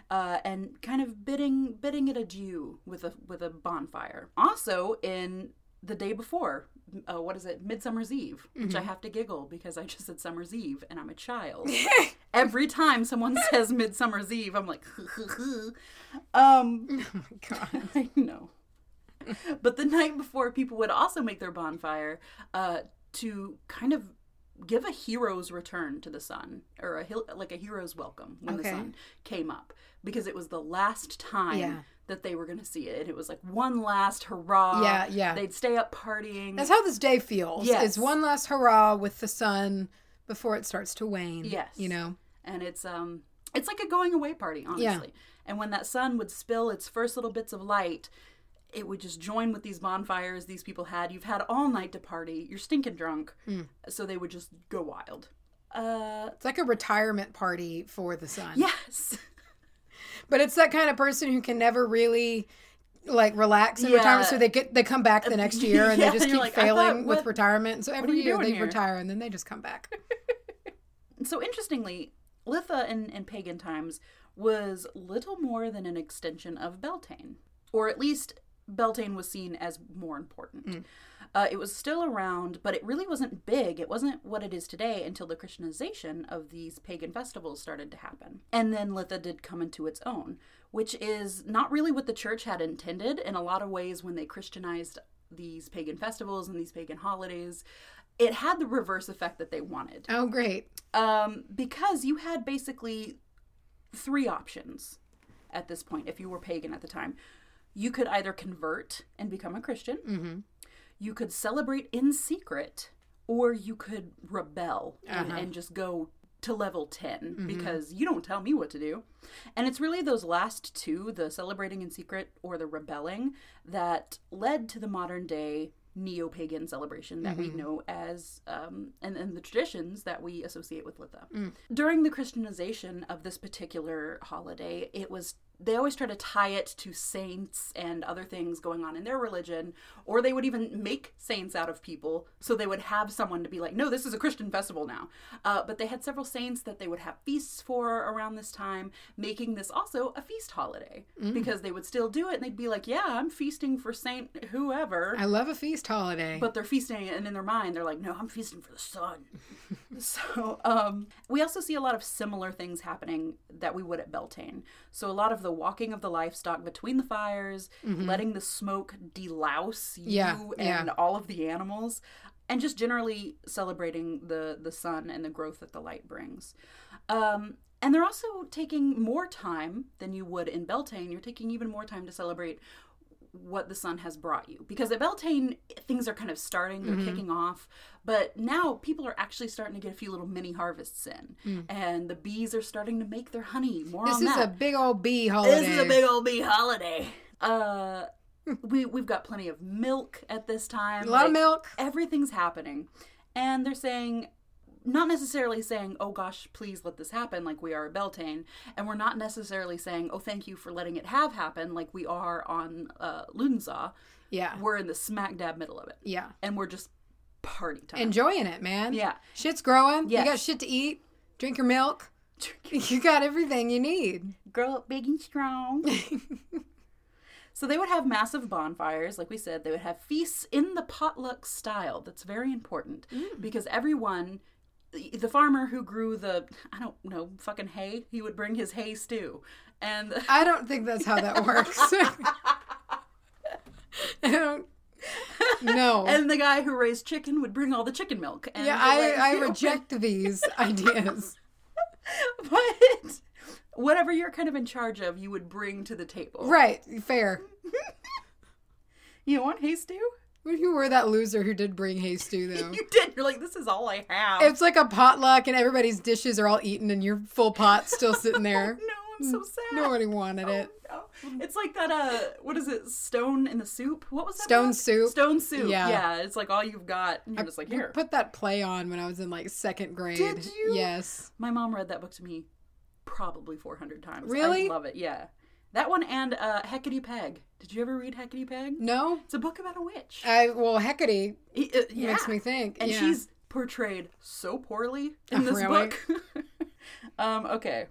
Speaker 2: uh, and kind of bidding bidding it adieu with a with a bonfire. Also, in the day before, uh, what is it, Midsummer's Eve, which I have to giggle because I just said Summer's Eve and I'm a child. Every time someone says Midsummer's Eve, I'm like, um,
Speaker 1: Oh my god.
Speaker 2: I know. But the night before, people would also make their bonfire uh, to kind of give a hero's return to the sun, or a hil- like a hero's welcome when
Speaker 1: Okay.
Speaker 2: the sun came up, because it was the last time
Speaker 1: Yeah.
Speaker 2: that they were going to see it. It was like one last hurrah.
Speaker 1: Yeah, yeah.
Speaker 2: They'd stay up partying.
Speaker 1: That's how this day feels.
Speaker 2: Yes.
Speaker 1: It's one last hurrah with the sun before it starts to wane.
Speaker 2: Yes.
Speaker 1: You know?
Speaker 2: and it's um it's like a going away party honestly
Speaker 1: Yeah.
Speaker 2: and when that sun would spill its first little bits of light it would just join with these bonfires these people had you've had all night to party you're stinking drunk so they would just go wild uh
Speaker 1: It's like a retirement party for the sun.
Speaker 2: yes
Speaker 1: But it's that kind of person who can never really like relax in
Speaker 2: Yeah.
Speaker 1: retirement so they get they come back the next year and
Speaker 2: Yeah,
Speaker 1: they just
Speaker 2: you're
Speaker 1: keep
Speaker 2: like, I
Speaker 1: failing
Speaker 2: thought,
Speaker 1: with
Speaker 2: what-
Speaker 1: retirement. So every
Speaker 2: you
Speaker 1: year
Speaker 2: doing
Speaker 1: they
Speaker 2: here?
Speaker 1: retire and then they just come back.
Speaker 2: so interestingly litha in, in pagan times was little more than an extension of beltane or at least beltane was seen as more important Uh, it was still around, but it really wasn't big. It wasn't what it is today until the Christianization of these pagan festivals started to happen. And then Litha did come into its own, which is not really what the church had intended in a lot of ways when they Christianized these pagan festivals and these pagan holidays. It had the reverse effect that they wanted
Speaker 1: oh great.
Speaker 2: um, because you had basically three options at this point if you were pagan at the time you could either convert and become a christian you could celebrate in secret or you could rebel and,
Speaker 1: Uh-huh.
Speaker 2: and just go to level 10 because you don't tell me what to do. And it's really those last two, the celebrating in secret or the rebelling, that led to the modern day neo pagan celebration that we know as, um, and, and the traditions that we associate with Litha. During the Christianization of this particular holiday, it was they always try to tie it to saints and other things going on in their religion, or they would even make saints out of people. So they would have someone to be like, no, this is a Christian festival now. Uh, but they had several saints that they would have feasts for around this time, making this also a feast holiday because they would still do it and they'd be like, yeah, I'm feasting for Saint whoever.
Speaker 1: I love a feast holiday.
Speaker 2: but they're feasting and in their mind they're like no i'm feasting for the sun so um, we also see a lot of similar things happening that we would at beltane so a lot of the walking of the livestock between the fires
Speaker 1: Mm-hmm.
Speaker 2: letting the smoke delouse you
Speaker 1: Yeah,
Speaker 2: and
Speaker 1: yeah.
Speaker 2: all of the animals and just generally celebrating the the sun and the growth that the light brings um, and they're also taking more time than you would in beltane you're taking even more time to celebrate what the sun has brought you. Because at Beltane, things are kind of starting,
Speaker 1: Mm-hmm.
Speaker 2: they're kicking off, but now people are actually starting to get a few little mini harvests in, and the bees are starting to make their honey. More
Speaker 1: Mm. this
Speaker 2: on
Speaker 1: is
Speaker 2: that.
Speaker 1: a big old bee holiday.
Speaker 2: This is a big old bee holiday. Uh, we we've got plenty of milk at this
Speaker 1: A
Speaker 2: time.
Speaker 1: lot of
Speaker 2: Like,
Speaker 1: milk.
Speaker 2: Everything's happening, and they're saying. Not necessarily saying, oh gosh, please let this happen, like we are at Beltane. And we're not necessarily saying, oh, thank you for letting it have happen, like we are on uh, Lunza.
Speaker 1: Yeah.
Speaker 2: We're in the smack dab middle of it.
Speaker 1: Yeah.
Speaker 2: And we're just party time.
Speaker 1: Enjoying it, man.
Speaker 2: Yeah.
Speaker 1: Shit's growing.
Speaker 2: Yes.
Speaker 1: You got shit to eat. Drink your milk. You got everything you need.
Speaker 2: Grow up big and strong. so they would have massive bonfires, like we said. They would have feasts in the potluck style. That's very important
Speaker 1: Mm.
Speaker 2: because everyone, the farmer who grew the, I don't know, fucking hay, he would bring his hay stew. And
Speaker 1: I don't think that's how that works. I don't. No.
Speaker 2: and the guy who raised chicken would bring all the chicken milk. And
Speaker 1: Oh. yeah,
Speaker 2: like-
Speaker 1: I, I reject these ideas.
Speaker 2: But whatever you're kind of in charge of, you would bring to the table.
Speaker 1: Right. Fair.
Speaker 2: You want hay stew?
Speaker 1: What if you were that loser who did bring hay stew, though?
Speaker 2: You did. You're like, this is all I have.
Speaker 1: It's like a potluck and everybody's dishes are all eaten and your full pot's still sitting there.
Speaker 2: no, I'm
Speaker 1: Mm.
Speaker 2: so sad.
Speaker 1: Nobody wanted it.
Speaker 2: No. It's like that. Uh, what is it? Stone in the soup. What was that?
Speaker 1: Stone
Speaker 2: book?
Speaker 1: soup.
Speaker 2: Stone soup. Yeah.
Speaker 1: Yeah.
Speaker 2: It's like all you've got. And you're just like here.
Speaker 1: Put that play on when I was in like second grade.
Speaker 2: Did you?
Speaker 1: Yes.
Speaker 2: My mom read that book to me probably 400 times.
Speaker 1: Really?
Speaker 2: I love it. Yeah. That one and uh, Hecate Peg. Did you ever read Hecate Peg?
Speaker 1: No?
Speaker 2: It's a book about a witch.
Speaker 1: I well Hecate
Speaker 2: He- uh, yeah.
Speaker 1: makes me think.
Speaker 2: and
Speaker 1: Uh, yeah. Oh,
Speaker 2: she's portrayed so poorly in this
Speaker 1: Really?
Speaker 2: book. um, okay.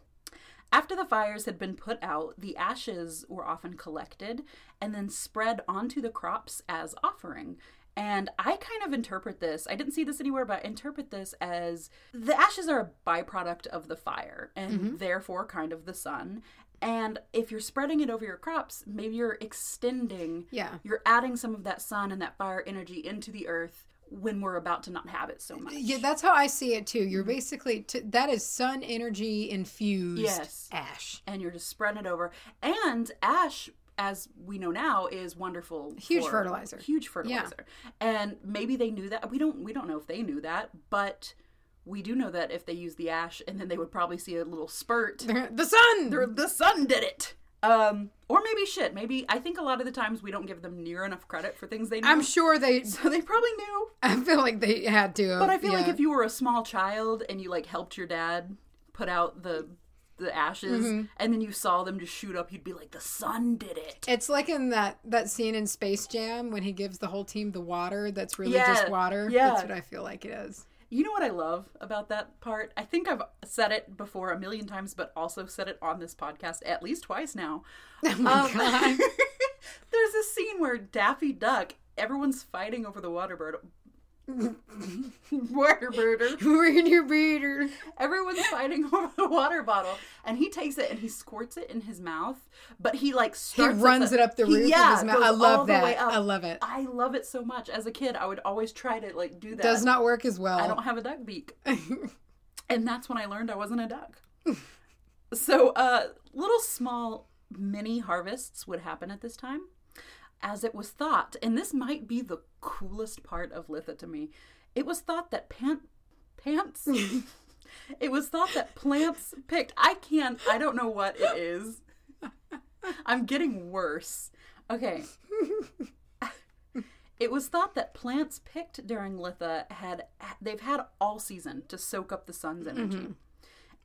Speaker 2: After the fires had been put out, the ashes were often collected and then spread onto the crops as offering. And I kind of interpret this, I didn't see this anywhere, but I interpret this as the ashes are a byproduct of the fire and
Speaker 1: Mm-hmm.
Speaker 2: therefore kind of the sun. And if you're spreading it over your crops, maybe you're extending
Speaker 1: Yeah.
Speaker 2: you're adding some of that sun and that fire energy into the earth when we're about to not have it so much. Mm.
Speaker 1: Yeah, that's how I see it too. You're basically t- that is sun energy infused
Speaker 2: Yes.
Speaker 1: ash.
Speaker 2: And you're just spreading it over. And ash, as we know now, is wonderful.
Speaker 1: Huge
Speaker 2: for-
Speaker 1: fertilizer.
Speaker 2: Huge fertilizer. And maybe they knew that. We don't we don't know if they knew that, but we do know that if they use the ash and then they would probably see a little spurt.
Speaker 1: The sun.
Speaker 2: the sun did it. Um, or maybe shit. Maybe I think a lot of the times we don't give them near enough credit for things they knew.
Speaker 1: I'm sure they.
Speaker 2: so they probably knew.
Speaker 1: I feel like they had to.
Speaker 2: But I feel like if you were a small child and you like helped your dad put out the the ashes
Speaker 1: Mm-hmm.
Speaker 2: and then you saw them just shoot up, you'd be like, The sun did it.
Speaker 1: It's like in that that scene in Space Jam when he gives the whole team the water that's really
Speaker 2: Yeah,
Speaker 1: just water.
Speaker 2: yeah.
Speaker 1: That's what I feel like it is.
Speaker 2: You know what I love about that part? I think I've said it before a million times, but also said it on this podcast at least twice now.
Speaker 1: Oh my
Speaker 2: Um,
Speaker 1: god.
Speaker 2: there's this scene where Daffy Duck, everyone's fighting over the water bird. water birder.
Speaker 1: We're in your breeder.
Speaker 2: Everyone's fighting over the water bottle, and he takes it and he squirts it in his mouth. But he like
Speaker 1: He
Speaker 2: starts at
Speaker 1: runs it up the
Speaker 2: he-
Speaker 1: roof
Speaker 2: yeah,
Speaker 1: of his mouth.
Speaker 2: goes
Speaker 1: I
Speaker 2: all
Speaker 1: love
Speaker 2: the way
Speaker 1: that.
Speaker 2: up.
Speaker 1: I love it.
Speaker 2: I love it so much. As a kid, I would always try to like do that.
Speaker 1: Does not work as well.
Speaker 2: I don't have a duck beak, and that's when I learned I wasn't a duck. so, uh, little small mini harvests would happen at this time, as it was thought, and this might be the coolest part of Litha to me. It was thought that pant pants. It was thought that plants picked. I can't. I don't know what it is. I'm getting worse. Okay. It was thought that plants picked during Litha had they've had all season to soak up the sun's energy.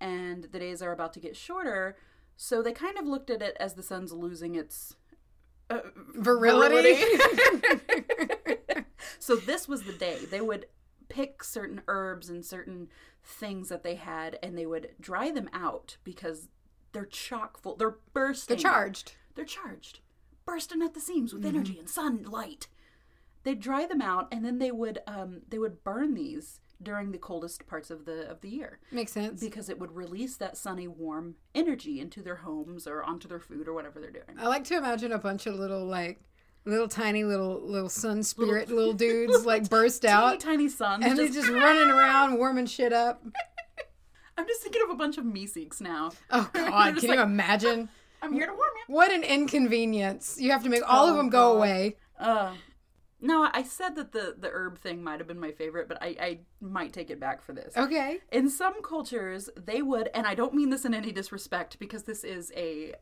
Speaker 2: And the days are about to get shorter, so they kind of looked at it as the sun's losing its
Speaker 1: Virility.
Speaker 2: so this was the day they would pick certain herbs and certain things that they had and they would dry them out because they're chock full they're bursting
Speaker 1: They're charged.
Speaker 2: they're charged bursting at the seams with energy and sunlight they'd dry them out and then they would um, they would burn these during the coldest parts of the of the year
Speaker 1: Makes sense.
Speaker 2: because it would release that sunny warm energy into their homes or onto their food or whatever they're doing
Speaker 1: I like to imagine a bunch of little like little tiny little little sun spirit little dudes like burst
Speaker 2: tiny
Speaker 1: out
Speaker 2: tiny suns
Speaker 1: and they're
Speaker 2: just
Speaker 1: just running around warming shit up.
Speaker 2: I'm just thinking of a bunch of meeseeks now.
Speaker 1: Oh
Speaker 2: They're
Speaker 1: god,
Speaker 2: just
Speaker 1: can you imagine?
Speaker 2: I'm here to warm you.
Speaker 1: What an inconvenience. You have to make all of
Speaker 2: Oh,
Speaker 1: them go
Speaker 2: God.
Speaker 1: away.
Speaker 2: Uh, no, I said that the, the herb thing might have been my favorite, but I, I might take it back for this.
Speaker 1: Okay.
Speaker 2: In some cultures, they would, and I don't mean this in any disrespect because this is a,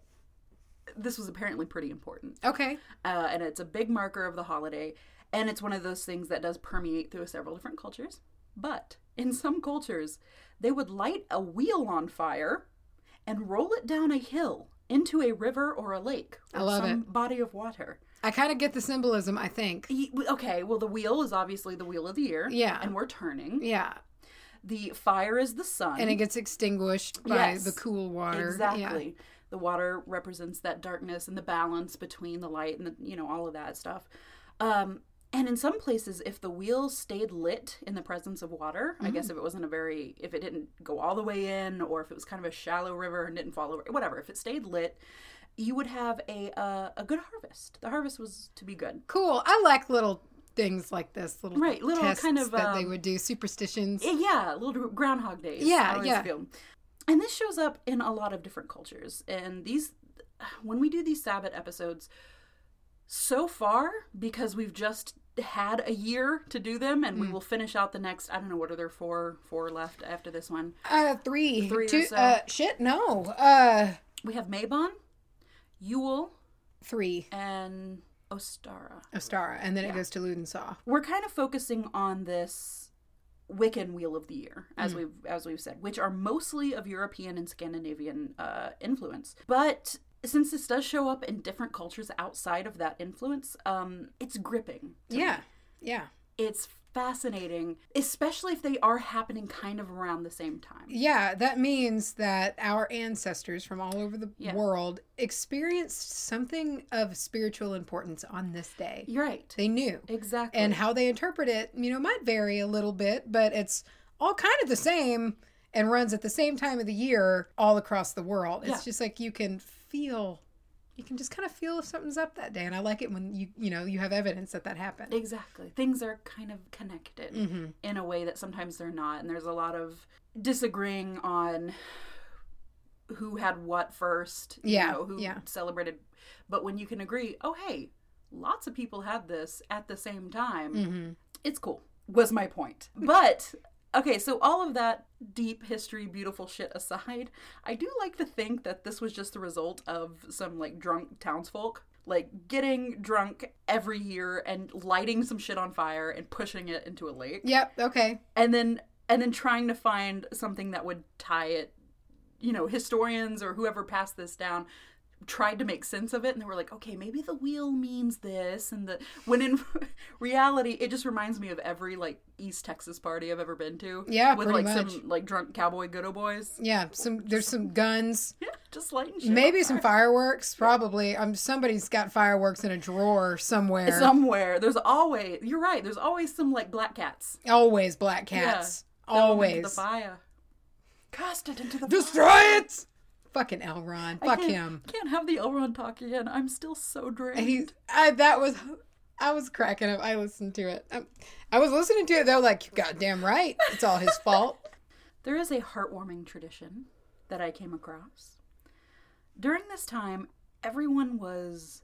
Speaker 2: this was apparently pretty important.
Speaker 1: Okay.
Speaker 2: Uh, and it's a big marker of the holiday, and it's one of those things that does permeate through several different cultures. But in some cultures, they would light a wheel on fire and roll it down a hill into a river or a lake or
Speaker 1: I love
Speaker 2: some body of water.
Speaker 1: I kind of get the symbolism, I think.
Speaker 2: He- okay, well, the wheel is obviously the wheel of the year.
Speaker 1: Yeah.
Speaker 2: And we're turning.
Speaker 1: Yeah.
Speaker 2: The fire is the sun.
Speaker 1: And it gets extinguished by
Speaker 2: um, Yes.
Speaker 1: the cool water.
Speaker 2: Exactly. The water represents that darkness and the balance between the light and the, you know all of that stuff. Um, and in some places, if the wheel stayed lit in the presence of water, I guess if it wasn't a very, if it didn't go all the way in, or if it was kind of a shallow river and didn't fall over, whatever, if it stayed lit, you would have a uh, a good harvest. The harvest was to be good.
Speaker 1: Cool. I like little things like this. Little
Speaker 2: Right, little
Speaker 1: tests
Speaker 2: kind of,
Speaker 1: that they
Speaker 2: um,
Speaker 1: would do superstitions.
Speaker 2: Eh, Yeah, little Groundhog Days.
Speaker 1: Yeah,
Speaker 2: I always
Speaker 1: yeah.
Speaker 2: feel. And this shows up in a lot of different cultures. And these, when we do these Sabbath episodes, so far because we've just had a year to do them, and
Speaker 1: Mm.
Speaker 2: we will finish out the next. I don't know what are there four four left after this one.
Speaker 1: Uh, three.
Speaker 2: Three or
Speaker 1: Two,
Speaker 2: so.
Speaker 1: Uh, shit, no. Uh,
Speaker 2: We have Maybon, Yule,
Speaker 1: three.
Speaker 2: and Ostara.
Speaker 1: Ostara, and then it goes to Ludensaw.
Speaker 2: we're kind of focusing on this Wiccan wheel of the year, as
Speaker 1: Hmm.
Speaker 2: we've as we've said, which are mostly of European and Scandinavian uh, influence. But since this does show up in different cultures outside of that influence, um, it's gripping. to me.
Speaker 1: Yeah, yeah,
Speaker 2: it's fascinating, especially if they are happening kind of around the same time.
Speaker 1: yeah. That means that our ancestors from all over the
Speaker 2: Yeah.
Speaker 1: world experienced something of spiritual importance on this day.
Speaker 2: You're right,
Speaker 1: They knew,
Speaker 2: exactly.
Speaker 1: and how they interpret it, you know, might vary a little bit, but it's all kind of the same and runs at the same time of the year all across the world. It's
Speaker 2: Yeah.
Speaker 1: just like you can feel. You can just kind of feel if something's up that day, and I like it when you you know you have evidence that that happened. Mm-hmm,
Speaker 2: Exactly. Things are kind of connected in a way that sometimes they're not. And there's a lot of disagreeing on who had what first, you
Speaker 1: Yeah,
Speaker 2: know, who
Speaker 1: yeah.
Speaker 2: celebrated. But when you can agree, oh, hey, lots of people had this at the same time,
Speaker 1: Mm. mm-hmm.
Speaker 2: it's cool, was my point. But. Okay, so all of that deep history, beautiful shit aside, I do like to think that this was just the result of some like drunk townsfolk, like getting drunk every year and lighting some shit on fire and pushing it into a lake,
Speaker 1: Yep. Okay.
Speaker 2: and then and then trying to find something that would tie it. You know, historians or whoever passed this down tried to make sense of it, and they were like, okay, maybe the wheel means this, and the when in reality, it just reminds me of every like East Texas party I've ever been to.
Speaker 1: Yeah,
Speaker 2: with
Speaker 1: pretty
Speaker 2: like
Speaker 1: much.
Speaker 2: some like drunk cowboy good boys.
Speaker 1: Yeah, some there's some guns,
Speaker 2: Yeah, just lighting shit.
Speaker 1: maybe
Speaker 2: on
Speaker 1: some
Speaker 2: fire.
Speaker 1: fireworks. Probably, um, somebody's got fireworks in a drawer somewhere.
Speaker 2: somewhere. There's always you're right. There's always some like black cats.
Speaker 1: Always black
Speaker 2: Yeah.
Speaker 1: cats.
Speaker 2: Throw 'em into the
Speaker 1: Always
Speaker 2: fire. Cast it into the
Speaker 1: destroy
Speaker 2: fire.
Speaker 1: it. Fucking Elron. Fuck
Speaker 2: can't,
Speaker 1: him.
Speaker 2: Can't have the Elrond talk again. I'm still so drained.
Speaker 1: He's. I that was. I was cracking up. I listened to it. Um, I was listening to it though, like you goddamn right. It's all his fault.
Speaker 2: There is a heartwarming tradition that I came across. During this time, everyone was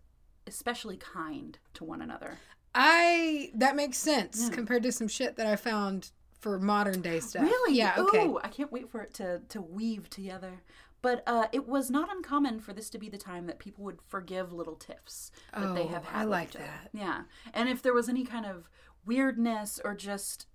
Speaker 2: especially kind to one another. Hmm.
Speaker 1: I that makes sense compared to some shit that I found for modern day stuff.
Speaker 2: Really?
Speaker 1: Yeah. Okay.
Speaker 2: Ooh, I can't wait for it to to weave together. But uh, it was not uncommon for this to be the time that people would forgive little tiffs that they
Speaker 1: Oh,
Speaker 2: have
Speaker 1: I
Speaker 2: had. with
Speaker 1: like
Speaker 2: each other.
Speaker 1: that.
Speaker 2: Yeah, and if there was any kind of weirdness or just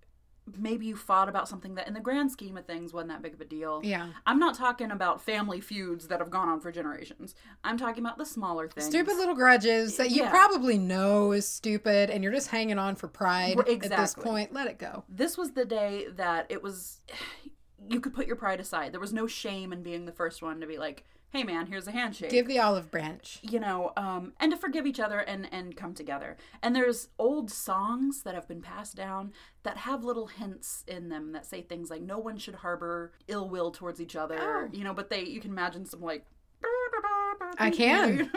Speaker 2: maybe you fought about something that, in the grand scheme of things, wasn't that big of a deal.
Speaker 1: Yeah.
Speaker 2: I'm not talking about family feuds that have gone on for generations. I'm talking about the smaller things.
Speaker 1: Stupid little grudges that you
Speaker 2: Yeah.
Speaker 1: probably know is stupid, and you're just hanging on for pride
Speaker 2: Well,
Speaker 1: at this
Speaker 2: exactly.
Speaker 1: point. Let it go.
Speaker 2: this was the day that it was you could put your pride aside there was no shame in being the first one to be like hey man here's a handshake
Speaker 1: Give the olive branch.
Speaker 2: you know um, and to forgive each other and and come together and there's old songs that have been passed down that have little hints in them that say things like no one should harbor ill will towards each other
Speaker 1: Oh.
Speaker 2: you know but they you can imagine some like
Speaker 1: I can.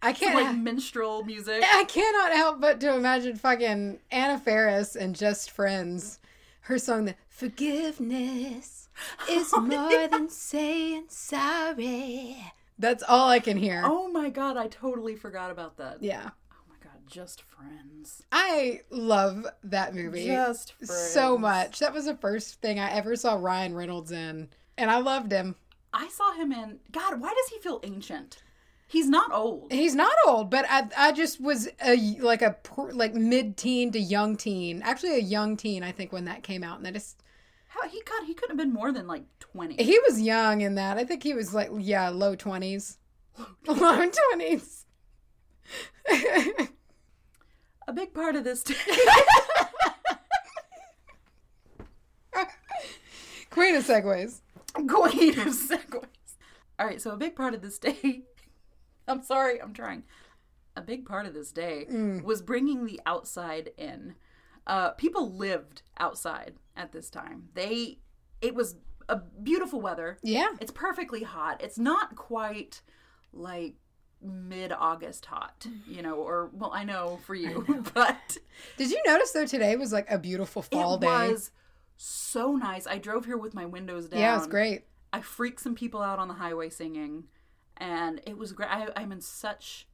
Speaker 1: I can't.
Speaker 2: like minstrel music
Speaker 1: I cannot help but to imagine fucking Anna Faris and Just Friends. Her song, that Forgiveness is
Speaker 2: Oh,
Speaker 1: more than saying sorry. That's all I can hear.
Speaker 2: oh my god i totally forgot about that
Speaker 1: Yeah.
Speaker 2: oh my god just friends
Speaker 1: I love that movie
Speaker 2: Just
Speaker 1: so
Speaker 2: friends.
Speaker 1: much. That was the first thing I ever saw Ryan Reynolds in, and I loved him.
Speaker 2: I saw him in God. Why does he feel ancient? He's not old.
Speaker 1: He's not old, but I I just was a like a pr- like mid teen to young teen, actually a young teen I think when that came out, and I just
Speaker 2: How he God? He couldn't have been more than like twenty.
Speaker 1: Eh, He was young in that. I think he was like, yeah, low 20s. Low 20s.
Speaker 2: A big part of this.
Speaker 1: Queen of segues.
Speaker 2: Queen of segues. All right, so a big part of this day. I'm sorry, I'm trying. A big part of this day
Speaker 1: Mm.
Speaker 2: was bringing the outside in. Uh, people lived outside at this time. They, it was a beautiful weather.
Speaker 1: Yeah.
Speaker 2: It's perfectly hot. It's not quite like mid August hot, you know, or well, I know for you, but
Speaker 1: Did you notice though today was like a beautiful fall
Speaker 2: it
Speaker 1: day?
Speaker 2: was so nice. I drove here with my windows down.
Speaker 1: yeah, it was great.
Speaker 2: I freaked some people out on the highway singing, and it was great. I, I'm in such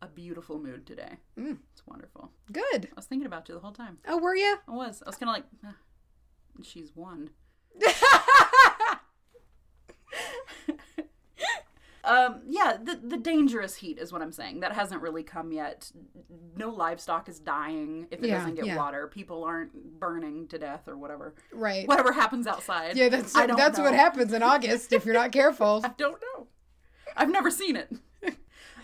Speaker 2: a beautiful mood today.
Speaker 1: Mm.
Speaker 2: It's wonderful.
Speaker 1: Good.
Speaker 2: I was thinking about you the whole time.
Speaker 1: Oh, were you?
Speaker 2: I was. I was kind of like, "Ah, she's one. um, yeah, the the dangerous heat is what I'm saying. That hasn't really come yet. No livestock is dying if it
Speaker 1: Yeah,
Speaker 2: doesn't get
Speaker 1: yeah.
Speaker 2: water. People aren't burning to death or whatever.
Speaker 1: Right.
Speaker 2: Whatever happens outside.
Speaker 1: Yeah, that's
Speaker 2: I don't
Speaker 1: that's what
Speaker 2: know.
Speaker 1: happens in August if you're not careful.
Speaker 2: I don't know. I've never seen it.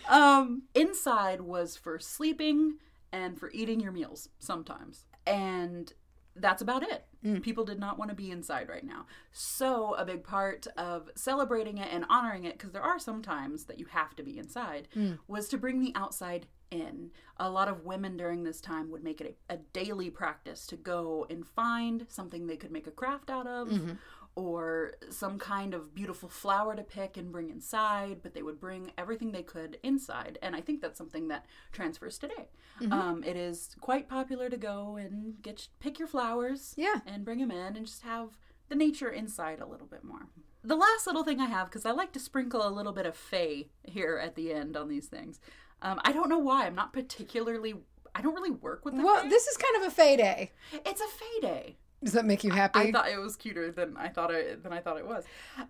Speaker 2: um, inside was for sleeping and for eating your meals sometimes. And that's about it. People did not want to be inside right now. So, a big part of celebrating it and honoring it, because there are some times that you have to be inside, was to bring the outside in. A lot of women during this time would make it a, a daily practice to go and find something they could make a craft out of
Speaker 1: Mm-hmm.
Speaker 2: or some kind of beautiful flower to pick and bring inside, but they would bring everything they could inside. And I think that's something that transfers today.
Speaker 1: Mm-hmm.
Speaker 2: Um, it is quite popular to go and get pick your flowers
Speaker 1: Yeah.
Speaker 2: and bring them in and just have the nature inside a little bit more. The last little thing I have, because I like to sprinkle a little bit of fey here at the end on these things. Um, I don't know why. I'm not particularly. I don't really work with the
Speaker 1: Well,
Speaker 2: fey.
Speaker 1: this is kind of a fey day.
Speaker 2: It's a fey day.
Speaker 1: Does that make you
Speaker 2: I
Speaker 1: happy?
Speaker 2: thought it was cuter than I thought it than I thought it was.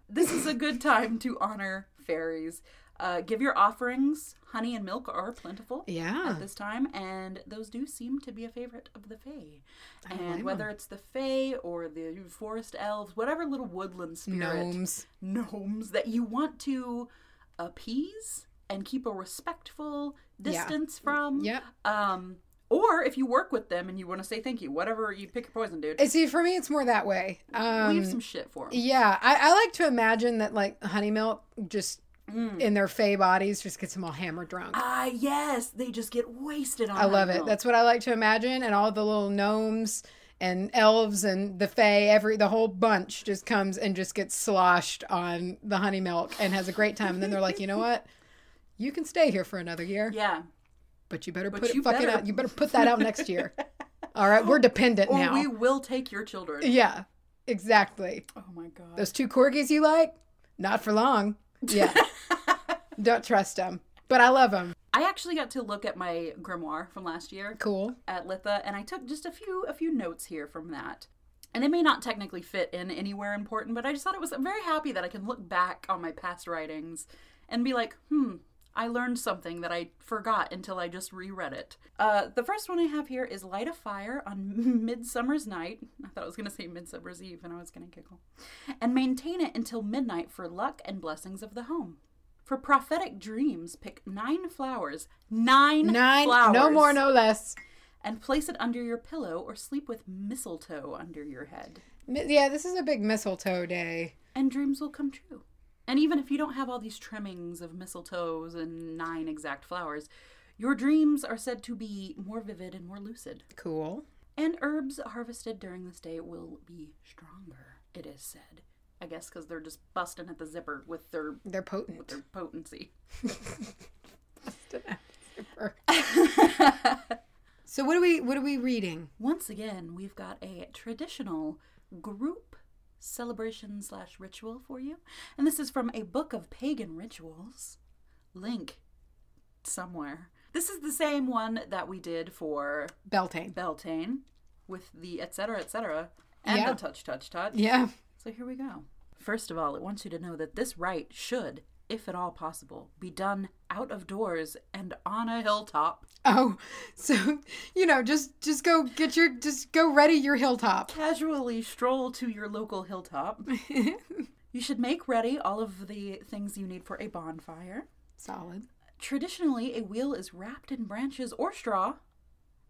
Speaker 2: This is a good time to honor fairies. Uh, give your offerings. Honey and milk are plentiful
Speaker 1: yeah.
Speaker 2: at this time, and those do seem to be a favorite of the Fae.
Speaker 1: blame 'em.
Speaker 2: And whether it's the Fae or the forest elves, whatever little woodland spirit
Speaker 1: Gnomes.
Speaker 2: gnomes that you want to appease and keep a respectful distance from.
Speaker 1: Yep.
Speaker 2: Um, or if you work with them and you want to say thank you, whatever you pick your poison, dude.
Speaker 1: And See, for me, it's more that way. Um,
Speaker 2: Leave some shit for them.
Speaker 1: Yeah, I, I like to imagine that like honey milk just in their fey bodies just gets them all hammered drunk.
Speaker 2: Mm. Ah, yes, they just get wasted on.
Speaker 1: I love
Speaker 2: honey
Speaker 1: it.
Speaker 2: milk.
Speaker 1: That's what I like to imagine, and all the little gnomes and elves and the fae, every the whole bunch just comes and just gets sloshed on the honey milk and has a great time. And then they're like, you know what? You can stay here for another year,
Speaker 2: yeah.
Speaker 1: but you better
Speaker 2: But
Speaker 1: put
Speaker 2: you
Speaker 1: it fucking
Speaker 2: better-
Speaker 1: out. You better put that out next year. All right, we're dependent
Speaker 2: Or
Speaker 1: now.
Speaker 2: we will take your children.
Speaker 1: Yeah, exactly.
Speaker 2: Oh my god.
Speaker 1: Those two corgis you like, not for long. Yeah. Don't trust them, but I love them.
Speaker 2: I actually got to look at my grimoire from last year
Speaker 1: Cool.
Speaker 2: at Litha, and I took just a few a few notes here from that. and they may not technically fit in anywhere important, but I just thought it was I'm very happy that I can look back on my past writings and be like, hmm, I learned something that I forgot until I just reread it. Uh, the first one I have here is Light a Fire on Midsummer's Night. I thought I was going to say Midsummer's Eve and I was going to giggle. And maintain it until midnight for luck and blessings of the home. For prophetic dreams, pick nine flowers. Nine,
Speaker 1: Nine,
Speaker 2: flowers
Speaker 1: no more, no less.
Speaker 2: and place it under your pillow or sleep with mistletoe under your head.
Speaker 1: Mi- Yeah, this is a big mistletoe day.
Speaker 2: And dreams will come true. And even if you don't have all these trimmings of mistletoes and nine exact flowers, your dreams are said to be more vivid and more lucid.
Speaker 1: Cool.
Speaker 2: And herbs harvested during this day will be stronger, it is said. I guess because they're just busting at the zipper with their,
Speaker 1: They're potent.
Speaker 2: their potency.
Speaker 1: so what are we what are we reading?
Speaker 2: Once again, we've got a traditional group celebration slash ritual for you. And this is from a book of pagan rituals. Link somewhere. This is the same one that we did for
Speaker 1: Beltane.
Speaker 2: Beltane with the etc. etc. and
Speaker 1: Yeah.
Speaker 2: the touch touch touch.
Speaker 1: Yeah.
Speaker 2: So here we go. First of all, it wants you to know that this rite should, if at all possible, be done out of doors and on a hilltop.
Speaker 1: Oh, so you know, just just go get your just go ready your hilltop.
Speaker 2: casually stroll to your local hilltop. you should make ready all of the things you need for a bonfire.
Speaker 1: Solid.
Speaker 2: Traditionally, a wheel is wrapped in branches or straw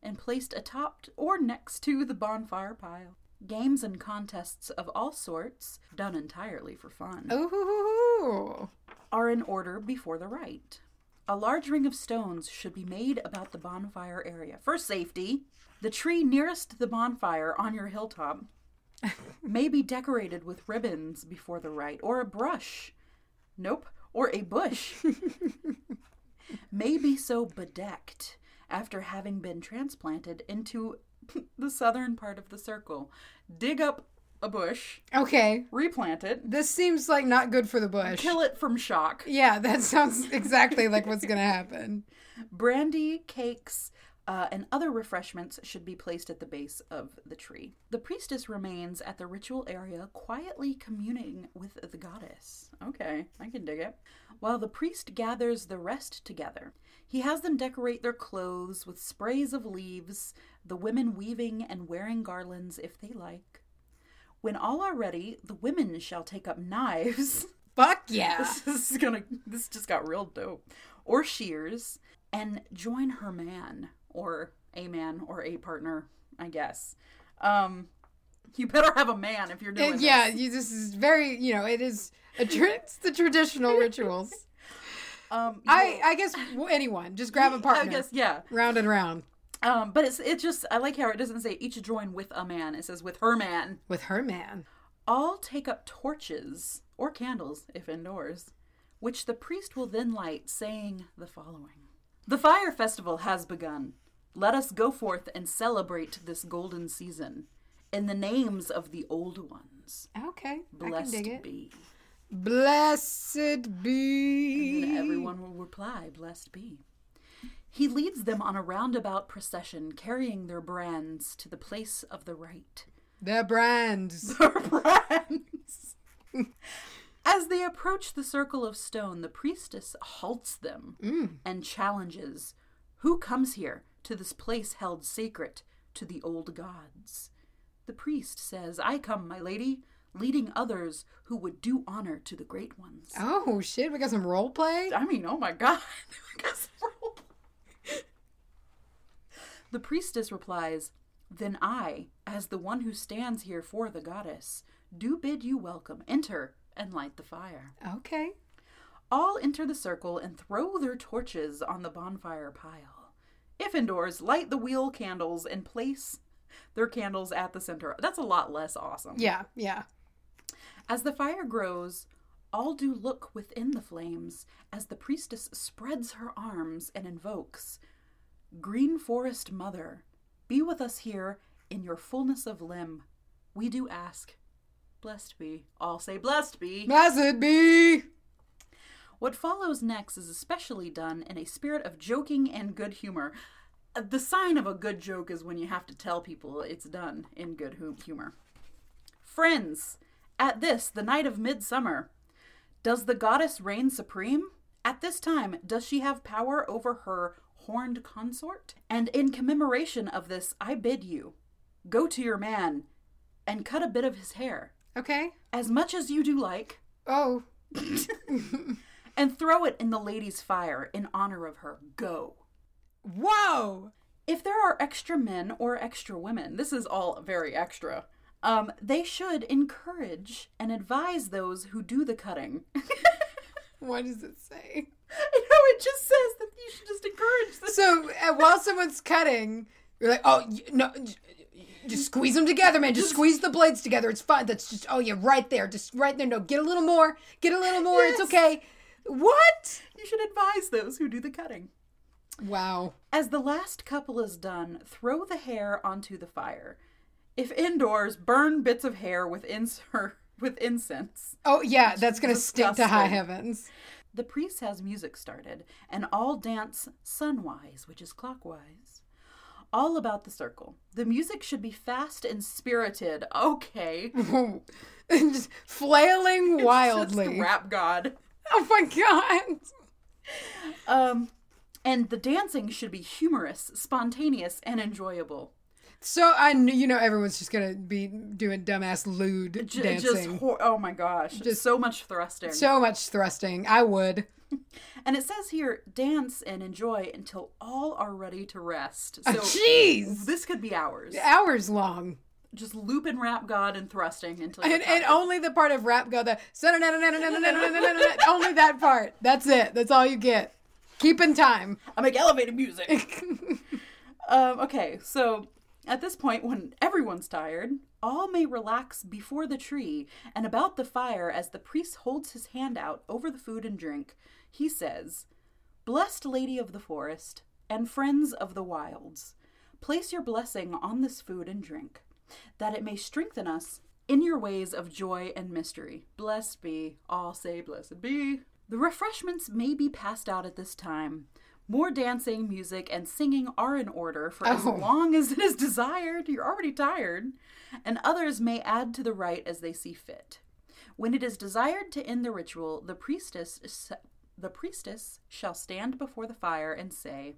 Speaker 2: and placed atop or next to the bonfire pile. Games and contests of all sorts, done entirely for fun,
Speaker 1: Ooh.
Speaker 2: are in order before the rite. A large ring of stones should be made about the bonfire area for safety. The tree nearest the bonfire on your hilltop may be decorated with ribbons before the rite, or a brush. Nope, or a bush. may be so bedecked after having been transplanted into the southern part of the circle. Dig up a bush,
Speaker 1: Okay.
Speaker 2: replant it,
Speaker 1: This seems like not good for the bush.
Speaker 2: kill it from shock.
Speaker 1: Yeah, that sounds exactly like what's going to happen.
Speaker 2: Brandy, cakes, uh, and other refreshments should be placed at the base of the tree. The priestess remains at the ritual area, quietly communing with the goddess. Okay, I can dig it. While the priest gathers the rest together, he has them decorate their clothes with sprays of leaves, the women weaving and wearing garlands if they like. When all are ready, the women shall take up knives.
Speaker 1: Fuck yeah.
Speaker 2: this is gonna this just got real dope or shears and join her man or a man or a partner i guess um you better have a man if you're doing
Speaker 1: Uh,
Speaker 2: this.
Speaker 1: yeah, you, this is very, you know, it is a tr- it's the traditional rituals.
Speaker 2: um
Speaker 1: I I guess w- anyone, just grab a partner.
Speaker 2: i guess yeah
Speaker 1: Round and round
Speaker 2: um but it's it's just i like how it doesn't say each join with a man it says with her man
Speaker 1: with her man.
Speaker 2: all take up torches or candles if indoors which the priest will then light saying the following The fire festival has begun. Let us go forth and celebrate this golden season in the names of the old ones.
Speaker 1: Okay. I can
Speaker 2: Blessed
Speaker 1: dig it.
Speaker 2: be.
Speaker 1: Blessed be.
Speaker 2: And everyone will reply, Blessed be. He leads them on a roundabout procession, carrying their brands to the place of the rite.
Speaker 1: The brands.
Speaker 2: their brands. As they approach the circle of stone, the priestess halts them and challenges Who comes here to this place held sacred to the old gods? The priest says, I come, my lady, leading others who would do honor to the great ones.
Speaker 1: Oh shit, we got some role play.
Speaker 2: I mean, oh my god. I guess we're- the priestess replies, Then I, as the one who stands here for the goddess, do bid you welcome, enter, and light the fire.
Speaker 1: Okay.
Speaker 2: All enter the circle and throw their torches on the bonfire pile. If indoors, light the wheel candles and place their candles at the center. That's a lot less awesome.
Speaker 1: Yeah, yeah.
Speaker 2: As the fire grows, all do look within the flames as the priestess spreads her arms and invokes Green Forest Mother, be with us here in your fullness of limb. We do ask. Blessed be. All say, Blessed be.
Speaker 1: Blessed be.
Speaker 2: What follows next is especially done in a spirit of joking and good humor. Uh, The sign of a good joke is when you have to tell people it's done in good hu- humor. Friends, at this, the night of midsummer, does the goddess reign supreme? At this time, does she have power over her horned consort? And in commemoration of this, I bid you go to your man and cut a bit of his hair,
Speaker 1: Okay.
Speaker 2: as much as you do like,
Speaker 1: Oh,
Speaker 2: and throw it in the lady's fire in honor of her. Go.
Speaker 1: whoa.
Speaker 2: If there are extra men or extra women, this is all very extra. Um, they should encourage and advise those who do the cutting. you know,
Speaker 1: What does it say?
Speaker 2: it just says that you should just encourage this.
Speaker 1: So uh, while someone's cutting, you're like, oh y- no, j- j- just squeeze them together, man. Just squeeze the blades together. It's fine. That's just oh yeah, right there, just right there. No, get a little more, get a little more. It's
Speaker 2: Yes.
Speaker 1: okay. What?
Speaker 2: You should advise those who do the cutting.
Speaker 1: Wow.
Speaker 2: As the last couple is done, throw the hair onto the fire. If indoors, burn bits of hair with, ins- with incense.
Speaker 1: Oh yeah, that's gonna stink to high
Speaker 2: disgusting.
Speaker 1: heavens.
Speaker 2: The priest has music started, and all dance sunwise, which is clockwise, all about the circle. The music should be fast and spirited. Okay.
Speaker 1: just flailing
Speaker 2: Just
Speaker 1: wildly.
Speaker 2: rap god.
Speaker 1: Oh my god.
Speaker 2: Um, and the dancing should be humorous, spontaneous, and enjoyable.
Speaker 1: So I knew, you know, everyone's just gonna be doing dumbass lewd
Speaker 2: J- Just
Speaker 1: dancing.
Speaker 2: hor- oh my gosh, just so much thrusting.
Speaker 1: so much thrusting. I would.
Speaker 2: and it says here, dance and enjoy until all are ready to rest. So
Speaker 1: Jeez,
Speaker 2: this could be hours.
Speaker 1: hours long.
Speaker 2: Just loop and rap god and thrusting until you're
Speaker 1: And, and
Speaker 2: tired.
Speaker 1: only the part of rap go the only that part. That's it. That's all you get. Keep in time.
Speaker 2: I make elevated music. um, okay, so at this point, when everyone's tired, all may relax before the tree and about the fire as the priest holds his hand out over the food and drink. He says, Blessed Lady of the Forest and friends of the wilds, place your blessing on this food and drink, that it may strengthen us in your ways of joy and mystery. Blessed be, all say blessed be. The refreshments may be passed out at this time. More dancing, music, and singing are in order for as
Speaker 1: Oh.
Speaker 2: long as it is desired. You're already tired. And others may add to the rite as they see fit. When it is desired to end the ritual, the priestess s- the priestess shall stand before the fire and say,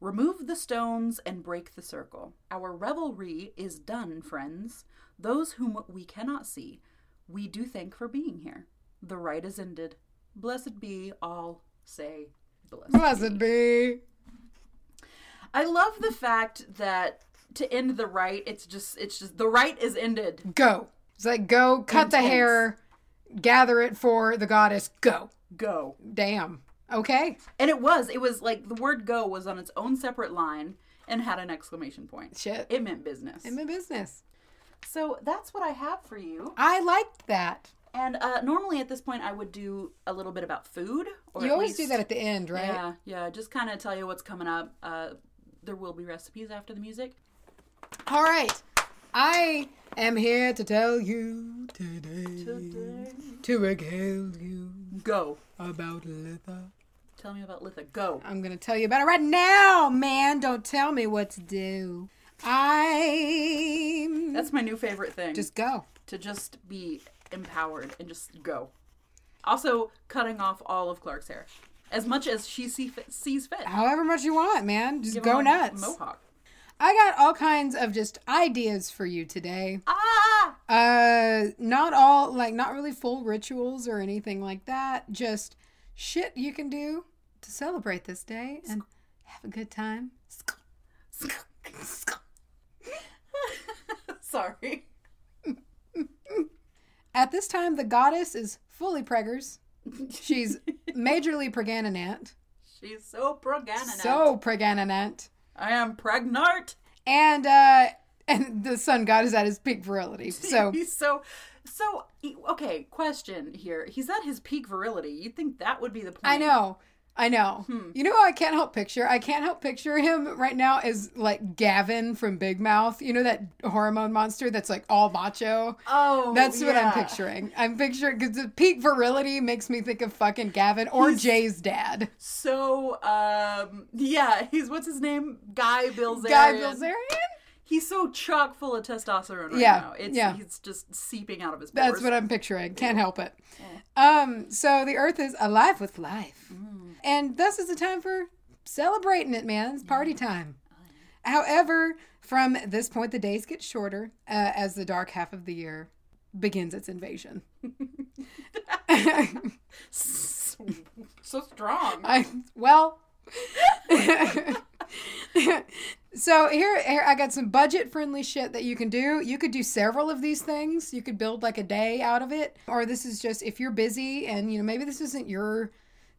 Speaker 2: "Remove the stones and break the circle. Our revelry is done, friends. Those whom we cannot see, we do thank for being here. The rite is ended. Blessed be all. Say, blessed."
Speaker 1: Blessed be.
Speaker 2: I love the fact that to end the rite, it's just it's just the rite is ended.
Speaker 1: Go. It's like go, cut the
Speaker 2: Intense.
Speaker 1: hair, gather it for the goddess. Go.
Speaker 2: Go.
Speaker 1: Damn. Okay.
Speaker 2: And it was. It was like the word go was on its own separate line and had an exclamation point.
Speaker 1: Shit.
Speaker 2: It meant business.
Speaker 1: I'm in business.
Speaker 2: so that's what I have for you.
Speaker 1: I liked that.
Speaker 2: And uh, normally at this point, I would do a little bit about food. Or
Speaker 1: You
Speaker 2: at
Speaker 1: always do
Speaker 2: least-
Speaker 1: that at the end, right?
Speaker 2: Yeah, yeah. Just kind of tell you what's coming up. Uh, there will be recipes after the music.
Speaker 1: All right. I am here to tell you today, to regale you
Speaker 2: Go.
Speaker 1: about Litha.
Speaker 2: Tell me about Litha. Go.
Speaker 1: I'm going to tell you about it right now, man. Don't tell me what to do. I
Speaker 2: That's my new favorite thing.
Speaker 1: just go.
Speaker 2: to just be empowered and just go. Also, cutting off all of Clark's hair, as much as she see fit, sees fit.
Speaker 1: However much you want, man. Just
Speaker 2: Give
Speaker 1: go
Speaker 2: him a
Speaker 1: nuts.
Speaker 2: Mohawk.
Speaker 1: I got all kinds of just ideas for you today.
Speaker 2: Ah!
Speaker 1: Uh, not all like not really full rituals or anything like that. Just shit you can do to celebrate this day and have a good time.
Speaker 2: Sorry.
Speaker 1: At this time, the goddess is fully preggers. She's majorly pregnant,
Speaker 2: She's so pregnant.
Speaker 1: so pregnant,
Speaker 2: I am pregnant.
Speaker 1: and uh, and the sun god is at his peak virility. So
Speaker 2: he's so so e, okay, question here. He's at his peak virility. You'd think that would be the point.
Speaker 1: I know. I know.
Speaker 2: Hmm.
Speaker 1: You know who I can't help picture? I can't help picture him right now as like Gavin from Big Mouth. You know that hormone monster that's like all macho?
Speaker 2: Oh
Speaker 1: That's what I'm
Speaker 2: yeah.
Speaker 1: picturing. I'm picturing because the peak virility makes me think of fucking Gavin or Jay's dad.
Speaker 2: So um yeah, he's what's his name? Guy Bilzerian.
Speaker 1: Guy Bilzerian?
Speaker 2: He's so chock full of testosterone right
Speaker 1: Yeah,
Speaker 2: now. It's,
Speaker 1: yeah.
Speaker 2: It's just seeping out of his pores.
Speaker 1: That's what I'm picturing. Can't help it. Um, so the earth is alive with life. And this is the time for celebrating it, man. It's party time. However, from this point, the days get shorter uh, as the dark half of the year begins its invasion.
Speaker 2: so, so strong.
Speaker 1: I well. so here, here I got some budget friendly shit that you can do. You could do several of these things. You could build like a day out of it. Or this is just if you're busy and you know maybe this isn't your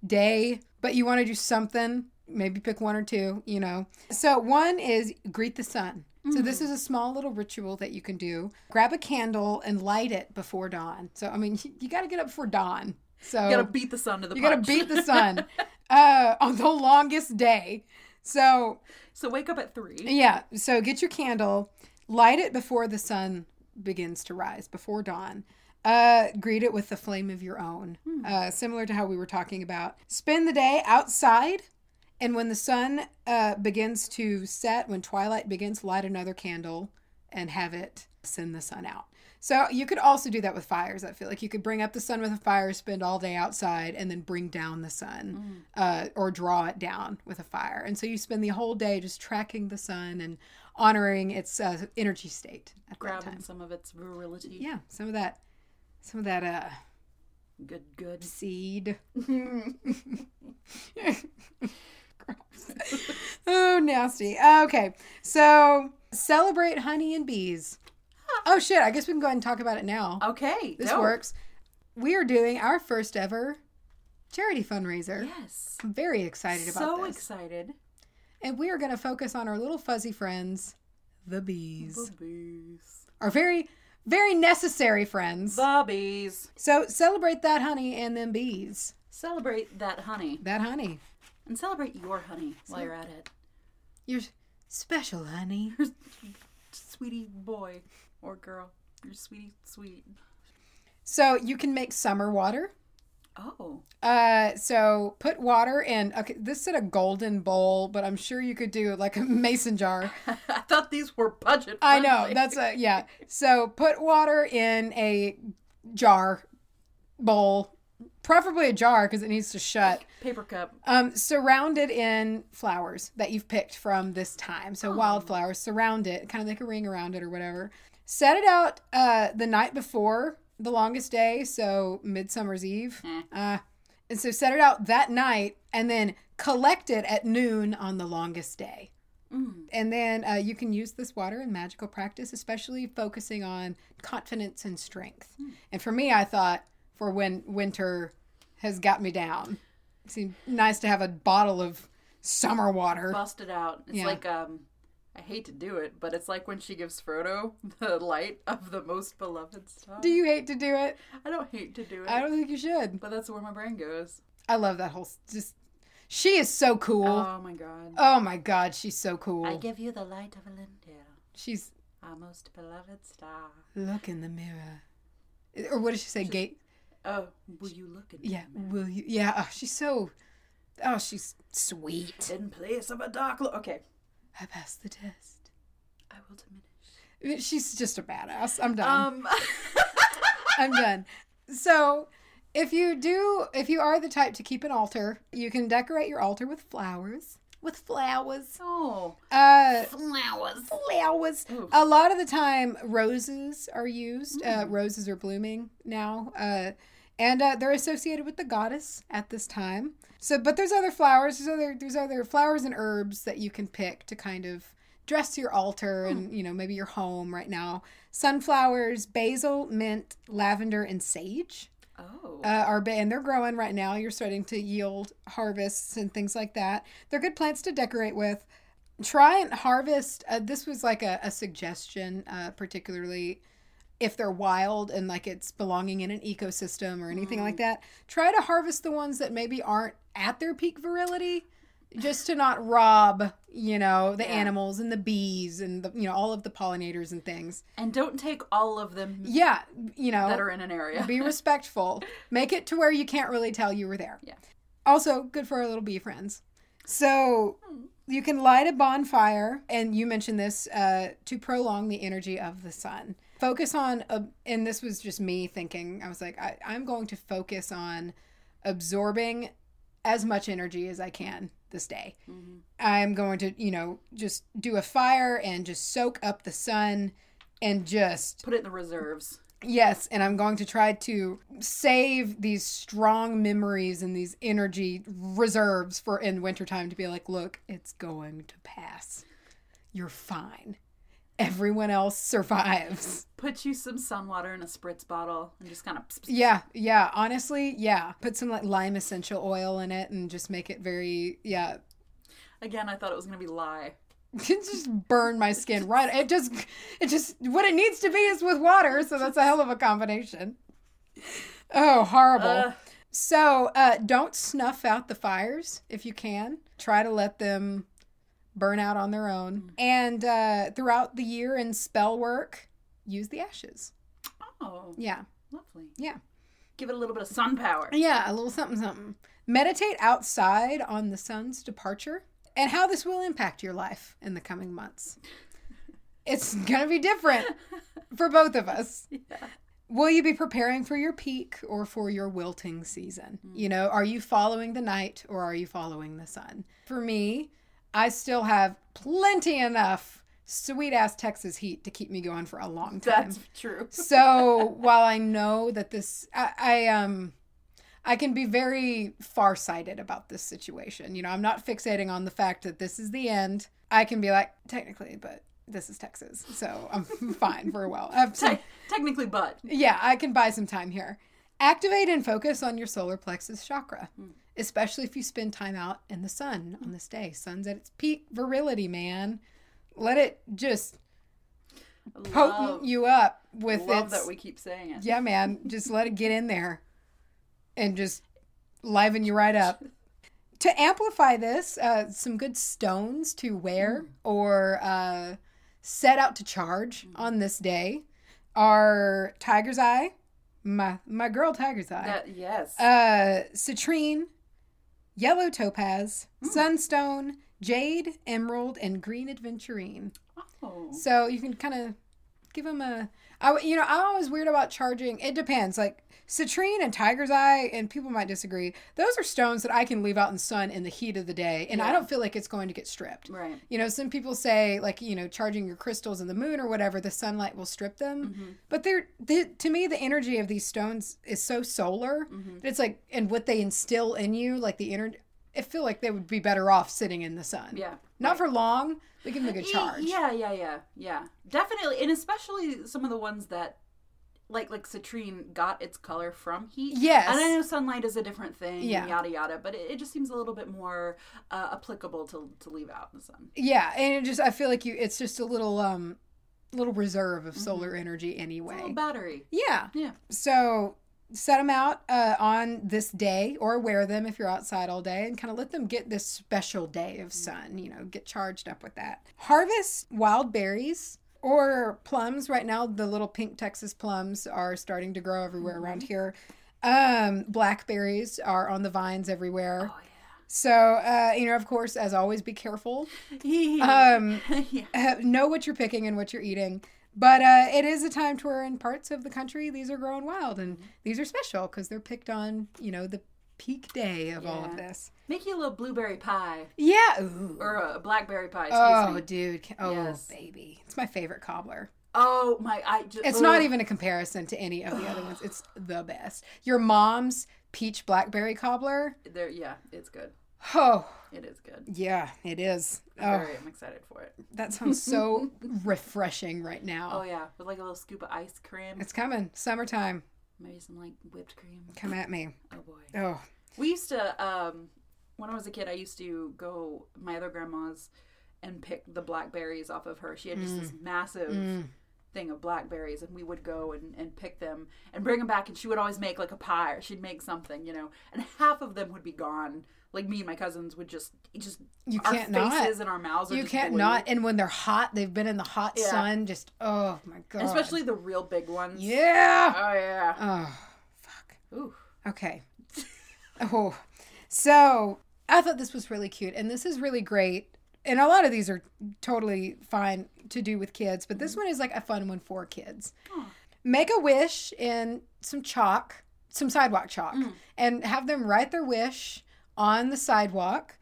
Speaker 1: day, but you want to do something, maybe pick one or two, you know. So one is greet the sun. So
Speaker 2: Mm.
Speaker 1: this is a small little ritual that you can do. Grab a candle and light it before dawn. So I mean, you, got to get up before dawn. So
Speaker 2: you gotta beat the sun to the
Speaker 1: you gotta
Speaker 2: punch.
Speaker 1: beat the sun uh, on the longest day. So
Speaker 2: so wake up at three.
Speaker 1: yeah, so get your candle, light it before the sun begins to rise, before dawn. Uh, greet it with the flame of your own, uh, similar to how we were talking about. Spend the day outside, and when the sun uh, begins to set, when twilight begins, light another candle and have it send the sun out. So you could also do that with fires. I feel like you could bring up the sun with a fire, spend all day outside, and then bring down the sun uh, or draw it down with a fire. And so you spend the whole day just tracking the sun and honoring its uh, energy state at that
Speaker 2: Grabbing
Speaker 1: time.
Speaker 2: some of its virility.
Speaker 1: Yeah, some of that, some of that uh,
Speaker 2: Good, good.
Speaker 1: seed. Gross. oh, nasty. Okay, so celebrate honey and bees. Oh shit! I guess we can go ahead and talk about it
Speaker 2: Oh,
Speaker 1: now.
Speaker 2: Okay.
Speaker 1: This
Speaker 2: go.
Speaker 1: works. We are doing our first ever charity fundraiser.
Speaker 2: Yes.
Speaker 1: I'm very excited about
Speaker 2: So
Speaker 1: this.
Speaker 2: excited.
Speaker 1: and we are going to focus on our little fuzzy friends, the bees.
Speaker 2: The bees.
Speaker 1: Our very, very necessary friends.
Speaker 2: The bees.
Speaker 1: so celebrate that honey and them bees.
Speaker 2: Celebrate that honey.
Speaker 1: That honey.
Speaker 2: And celebrate your honey while you're at it.
Speaker 1: You're special, honey.
Speaker 2: Sweetie boy or girl. You're sweetie sweet.
Speaker 1: So you can make summer water.
Speaker 2: Oh.
Speaker 1: Uh, so put water in. Okay, this said a golden bowl, but I'm sure you could do like a mason jar.
Speaker 2: I thought these were budget.
Speaker 1: I know
Speaker 2: friendly.
Speaker 1: that's a yeah. So put water in a jar, bowl, preferably a jar because it needs to shut.
Speaker 2: paper cup.
Speaker 1: Um, surrounded in flowers that you've picked from this time. So wildflowers, surround it, kind of like a ring around it or whatever. Set it out uh, the night before the longest day, so Midsummer's Eve.
Speaker 2: Eh.
Speaker 1: Uh, and so set it out that night and then collect it at noon on the longest day.
Speaker 2: Mm.
Speaker 1: And then uh, you can use this water in magical practice, especially focusing on confidence and strength. And for me, I thought for when winter has got me down, it seemed nice to have a bottle of summer water.
Speaker 2: Bust it out. It's
Speaker 1: Yeah.
Speaker 2: like um. I hate to do it, but it's like when she gives Frodo the light of the most beloved star.
Speaker 1: Do you hate to do it?
Speaker 2: I don't hate to do it,
Speaker 1: I don't think you should.
Speaker 2: but that's where my brain goes.
Speaker 1: I love that whole s- just. She is so cool.
Speaker 2: Oh my god.
Speaker 1: oh my god, she's so cool.
Speaker 2: I give you the light of Olympia,
Speaker 1: she's
Speaker 2: our most beloved star.
Speaker 1: look in the mirror, Eh, or what did she say? Gate.
Speaker 2: Oh, will you look at
Speaker 1: Yeah. Will you? Yeah. Oh, she's so. Oh, she's sweet.
Speaker 2: In place of a dark lo- Okay,
Speaker 1: I passed the test. Eh,
Speaker 2: I will diminish.
Speaker 1: She's just a badass. I'm done.
Speaker 2: Um,
Speaker 1: I'm done. So, if you do, if you are the type to keep an altar, you can decorate your altar with flowers. With flowers.
Speaker 2: oh,
Speaker 1: Uh,
Speaker 2: flowers.
Speaker 1: flowers.
Speaker 2: Ooh.
Speaker 1: A lot of the time, roses are used. Uh, roses are blooming now, uh, and uh, they're associated with the goddess at this time. So, but there's other flowers. There's other there's other flowers and herbs that you can pick to kind of dress your altar and you know maybe your home right now. Sunflowers, basil, mint, lavender, and sage
Speaker 2: Oh,
Speaker 1: uh, are ba- and they're growing right now. You're starting to yield harvests and things like that. They're good plants to decorate with. Try and harvest. Uh, this was like a, a suggestion, uh, particularly if they're wild and like it's belonging in an ecosystem or anything
Speaker 2: Mm.
Speaker 1: like that. Try to harvest the ones that maybe aren't at their peak virility. Just to not rob, you know, the
Speaker 2: Yeah.
Speaker 1: animals and the bees and the, you know all of the pollinators and things.
Speaker 2: and don't take all of them
Speaker 1: Yeah, you know,
Speaker 2: that are in an area.
Speaker 1: be respectful. Make it to where you can't really tell you were there.
Speaker 2: Yeah.
Speaker 1: Also, good for our little bee friends. So, You can light a bonfire, and you mentioned this uh, to prolong the energy of the sun. Focus on, ab- and this was just me thinking, I was like, I, I'm going to focus on absorbing as much energy as I can this day.
Speaker 2: Mhm.
Speaker 1: I'm going to, you know, just do a fire and just soak up the sun and just
Speaker 2: Put it in the reserves.
Speaker 1: Yes, and I'm going to try to save these strong memories and these energy reserves for in wintertime to be like, look, it's going to pass. You're fine. Everyone else survives.
Speaker 2: Put you some sun water in a spritz bottle and just kind of.
Speaker 1: Yeah, yeah. Honestly, yeah. Put some like lime essential oil in it and just make it very yeah.
Speaker 2: Again, I thought it was going to be lie.
Speaker 1: just burn my skin right. It just it just what it needs to be is with water, so that's a hell of a combination. Oh, horrible.
Speaker 2: Ugh.
Speaker 1: So uh, don't snuff out the fires if you can. Try to let them burn out on their own. And uh, throughout the year in spell work, use the ashes.
Speaker 2: oh,
Speaker 1: Yeah.
Speaker 2: lovely.
Speaker 1: Yeah.
Speaker 2: Give it a little bit of sun power.
Speaker 1: Yeah, a little something something. Meditate outside on the sun's departure and how this will impact your life in the coming months. It's going to be different for both of us. Will you be preparing for your peak or for your wilting season? You know, are you following the night or are you following the sun? For me, I still have plenty enough sweet ass Texas heat to keep me going for a long time
Speaker 2: That's true.
Speaker 1: so while I know that this, I, I um, I can be very farsighted about this situation. You know, I'm not fixating on the fact that this is the end. I can be like, technically, but this is Texas, so I'm fine for a while. I have some,
Speaker 2: Te- technically, but
Speaker 1: yeah, I can buy some time here. Activate and focus on your solar plexus chakra, especially if you spend time out in the sun on this day. Sun's at its peak virility, man. Let it just
Speaker 2: I
Speaker 1: potent
Speaker 2: love,
Speaker 1: you up with
Speaker 2: love
Speaker 1: its
Speaker 2: that we keep saying it.
Speaker 1: yeah, man. Just let it get in there and just liven you right up. To amplify this, uh, some good stones to wear or uh, set out to charge on this day are Tiger's Eye, my, my girl Tiger's Eye,
Speaker 2: That- yes.
Speaker 1: uh, Citrine, Yellow Topaz, Sunstone, Jade, Emerald, and Green Adventurine.
Speaker 2: oh.
Speaker 1: So you can kind of give them a. I w you know, I'm always weird about charging. It depends. Like citrine and tiger's eye, and people might disagree. Those are stones that I can leave out in sun in the heat of the day, and I
Speaker 2: Yeah.
Speaker 1: don't feel like it's going to get stripped.
Speaker 2: Right.
Speaker 1: You know, some people say like you know, charging your crystals in the moon or whatever, the sunlight will strip
Speaker 2: Mm.
Speaker 1: them.
Speaker 2: Mm-hmm.
Speaker 1: But they're, they to me, the energy of these stones is so solar
Speaker 2: Mm-hmm.
Speaker 1: that it's like, and what they instill in you, like the energy. I feel like they would be better off sitting in the sun.
Speaker 2: Yeah.
Speaker 1: Not for long. We give them a good
Speaker 2: Y-
Speaker 1: charge.
Speaker 2: Yeah, yeah, yeah, yeah. Definitely, and especially some of the ones that, like like citrine, got its color from heat.
Speaker 1: Yes.
Speaker 2: and I know sunlight is a different thing.
Speaker 1: Yeah.
Speaker 2: and yada yada. But it, it just seems a little bit more uh, applicable to to leave out in the sun.
Speaker 1: Yeah, and it just I feel like you it's just a little um little reserve of solar energy
Speaker 2: Mm-hmm. It's
Speaker 1: anyway.
Speaker 2: a little battery.
Speaker 1: yeah.
Speaker 2: Yeah.
Speaker 1: So set them out uh, on this day or wear them if you're outside all day and kind of let them get this special day
Speaker 2: Mm-hmm.
Speaker 1: of sun, you know, get charged up with that. Harvest wild berries or plums right now the little pink Texas plums are starting to grow everywhere around
Speaker 2: Mm-hmm.
Speaker 1: here. Um blackberries are on the vines everywhere.
Speaker 2: Oh
Speaker 1: So, uh you know, of course, as always be careful.
Speaker 2: yeah.
Speaker 1: Um
Speaker 2: yeah.
Speaker 1: uh, know what you're picking and what you're eating. But uh, it is a time to where in parts of the country these are growing wild and these are special because they're picked on, you know, the peak day of all of
Speaker 2: Yeah.
Speaker 1: this.
Speaker 2: Make you a little blueberry pie
Speaker 1: Yeah. Ooh.
Speaker 2: or a blackberry pie. Excuse
Speaker 1: oh,
Speaker 2: me.
Speaker 1: dude. Ca- Oh,
Speaker 2: Yes.
Speaker 1: baby. It's my favorite cobbler.
Speaker 2: Oh my! I just
Speaker 1: It's not even a comparison to any of the other ones. It's the best. Your mom's peach blackberry cobbler.
Speaker 2: there. Yeah, it's good.
Speaker 1: Oh,
Speaker 2: It is good.
Speaker 1: yeah, it is.
Speaker 2: I'm
Speaker 1: Oh,
Speaker 2: very- I'm excited for it.
Speaker 1: that sounds so refreshing right
Speaker 2: Oh
Speaker 1: now.
Speaker 2: yeah, with like a little scoop of ice cream.
Speaker 1: It's coming. Summertime.
Speaker 2: Maybe some like whipped cream.
Speaker 1: Come at me.
Speaker 2: Oh boy.
Speaker 1: Oh,
Speaker 2: We used to um when I was a kid I used to go my other grandma's and pick the blackberries off of her. She had just this
Speaker 1: Mm.
Speaker 2: massive thing of blackberries and we would go and, and pick them and bring them back and she would always make like a pie or she'd make something, you know. And half of them would be gone. Like me and my cousins would just just
Speaker 1: You
Speaker 2: our
Speaker 1: can't not.
Speaker 2: faces and our mouths are
Speaker 1: You
Speaker 2: just
Speaker 1: can't
Speaker 2: blue.
Speaker 1: not. And when they're hot, they've been in the hot
Speaker 2: Yeah.
Speaker 1: sun. Just oh my god.
Speaker 2: especially the real big ones.
Speaker 1: yeah.
Speaker 2: Oh yeah.
Speaker 1: Oh fuck.
Speaker 2: Ooh.
Speaker 1: Okay. oh, so I thought this was really cute, and this is really great and a lot of these are totally fine to do with kids, but this one is like a fun one for kids.
Speaker 2: Oh.
Speaker 1: Make a wish in some chalk, some sidewalk chalk,
Speaker 2: Mm.
Speaker 1: and have them write their wish on the sidewalk,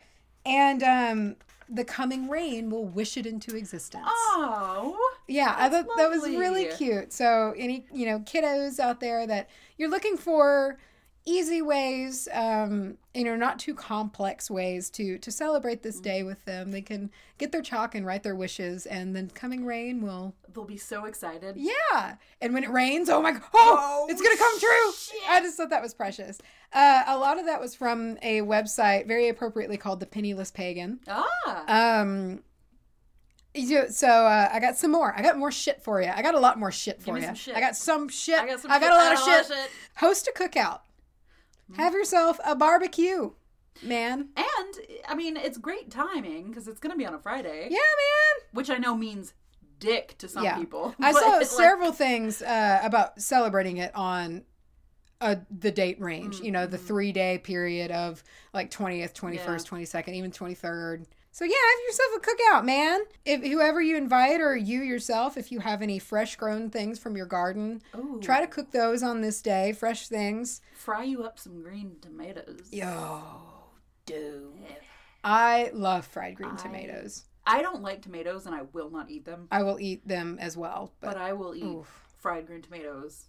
Speaker 1: and um, the coming rain will wish it into existence.
Speaker 2: Oh.
Speaker 1: Yeah, I
Speaker 2: That's
Speaker 1: thought that was really
Speaker 2: lovely.
Speaker 1: cute. So, any you know kiddos out there that you're looking for easy ways, um, you know, not too complex ways to to celebrate
Speaker 2: Mm-hmm.
Speaker 1: this day with them, they can get their chalk and write their wishes, and then coming rain will.
Speaker 2: They'll be so excited.
Speaker 1: Yeah, and when it rains, oh my god, oh,
Speaker 2: Oh,
Speaker 1: it's gonna come true.
Speaker 2: shit.
Speaker 1: I just thought that was precious. Uh, a lot of that was from a website very appropriately called the Penniless Pagan.
Speaker 2: Ah.
Speaker 1: Um, you, so uh, I got some more. I got more shit for you. I got a lot more shit for
Speaker 2: me
Speaker 1: you.
Speaker 2: some shit.
Speaker 1: I got some shit.
Speaker 2: I got some.
Speaker 1: a lot
Speaker 2: I
Speaker 1: of
Speaker 2: got
Speaker 1: shit. Host a cookout.
Speaker 2: Mm-hmm.
Speaker 1: Have yourself a barbecue, man.
Speaker 2: And I mean, it's great timing because it's going to be on a Friday,
Speaker 1: Yeah, man.
Speaker 2: which I know means dick to some
Speaker 1: Yeah.
Speaker 2: people.
Speaker 1: I
Speaker 2: but,
Speaker 1: saw
Speaker 2: like,
Speaker 1: several things uh, about celebrating it on uh, the date range. You know, the
Speaker 2: Mm-hmm.
Speaker 1: three day period of like twentieth, twenty first, twenty second, even twenty third. So yeah, have yourself a cookout, man. If whoever you invite or you yourself, if you have any fresh grown things from your garden,
Speaker 2: ooh,
Speaker 1: Try to cook those on this day, fresh things.
Speaker 2: fry you up some green tomatoes.
Speaker 1: Yo,
Speaker 2: do.
Speaker 1: I love fried green
Speaker 2: I-
Speaker 1: tomatoes.
Speaker 2: I don't like tomatoes, and I will not eat them.
Speaker 1: I will eat them as well,
Speaker 2: But
Speaker 1: but,
Speaker 2: I will eat
Speaker 1: oof.
Speaker 2: fried green tomatoes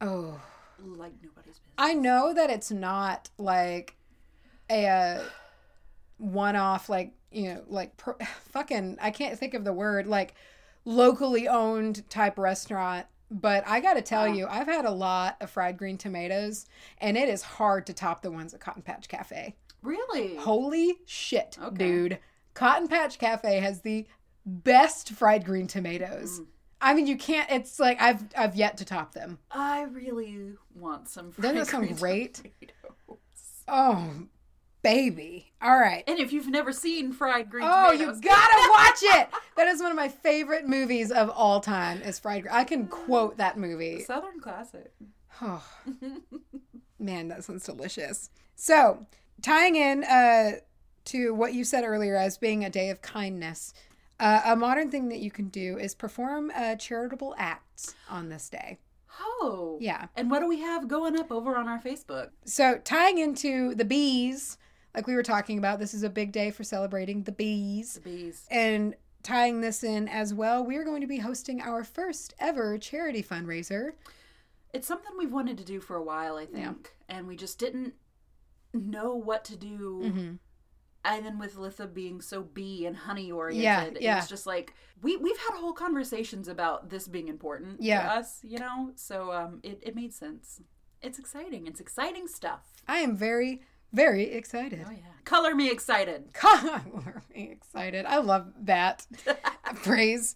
Speaker 1: oh,
Speaker 2: like nobody's business.
Speaker 1: I know that it's not like a uh, one-off, like you know, like per, fucking. I can't think of the word like locally owned type restaurant. But I gotta tell
Speaker 2: Wow.
Speaker 1: you, I've had a lot of fried green tomatoes, and it is hard to top the ones at Cotton Patch Cafe.
Speaker 2: Really?
Speaker 1: Holy shit,
Speaker 2: Okay.
Speaker 1: dude. Cotton Patch Cafe has the best fried green
Speaker 2: Mm.
Speaker 1: tomatoes. I mean, you can't it's like I've I've yet to top them.
Speaker 2: I really want some. Fried
Speaker 1: Doesn't that sound
Speaker 2: green
Speaker 1: great?
Speaker 2: tomatoes.
Speaker 1: Oh, baby. All right.
Speaker 2: And if you've never seen fried green
Speaker 1: Oh, you
Speaker 2: tomatoes,
Speaker 1: gotta watch it. That is one of my favorite movies of all time. Is fried. Gr- I can quote that movie.
Speaker 2: Southern classic.
Speaker 1: Oh, man, that sounds delicious. So, tying in uh, to what you said earlier as being a day of kindness, uh, a modern thing that you can do is perform uh, charitable acts on this day.
Speaker 2: Oh.
Speaker 1: Yeah.
Speaker 2: And what do we have going up over on our Facebook?
Speaker 1: So, tying into the bees, like we were talking about, this is a big day for celebrating the bees.
Speaker 2: The bees.
Speaker 1: And tying this in as well, we are going to be hosting our first ever charity fundraiser.
Speaker 2: It's something we've wanted to do for a while, I
Speaker 1: Yeah.
Speaker 2: think. And we just didn't know what to do.
Speaker 1: Mm-hmm.
Speaker 2: And then with Litha being so bee and honey oriented,
Speaker 1: yeah.
Speaker 2: it's just like we we've had whole conversations about this being important to
Speaker 1: Yeah.
Speaker 2: us, you know? So um it, it made sense. It's exciting. It's exciting stuff.
Speaker 1: I am very, very excited.
Speaker 2: Oh yeah. Color me excited.
Speaker 1: Color me excited. I love that phrase.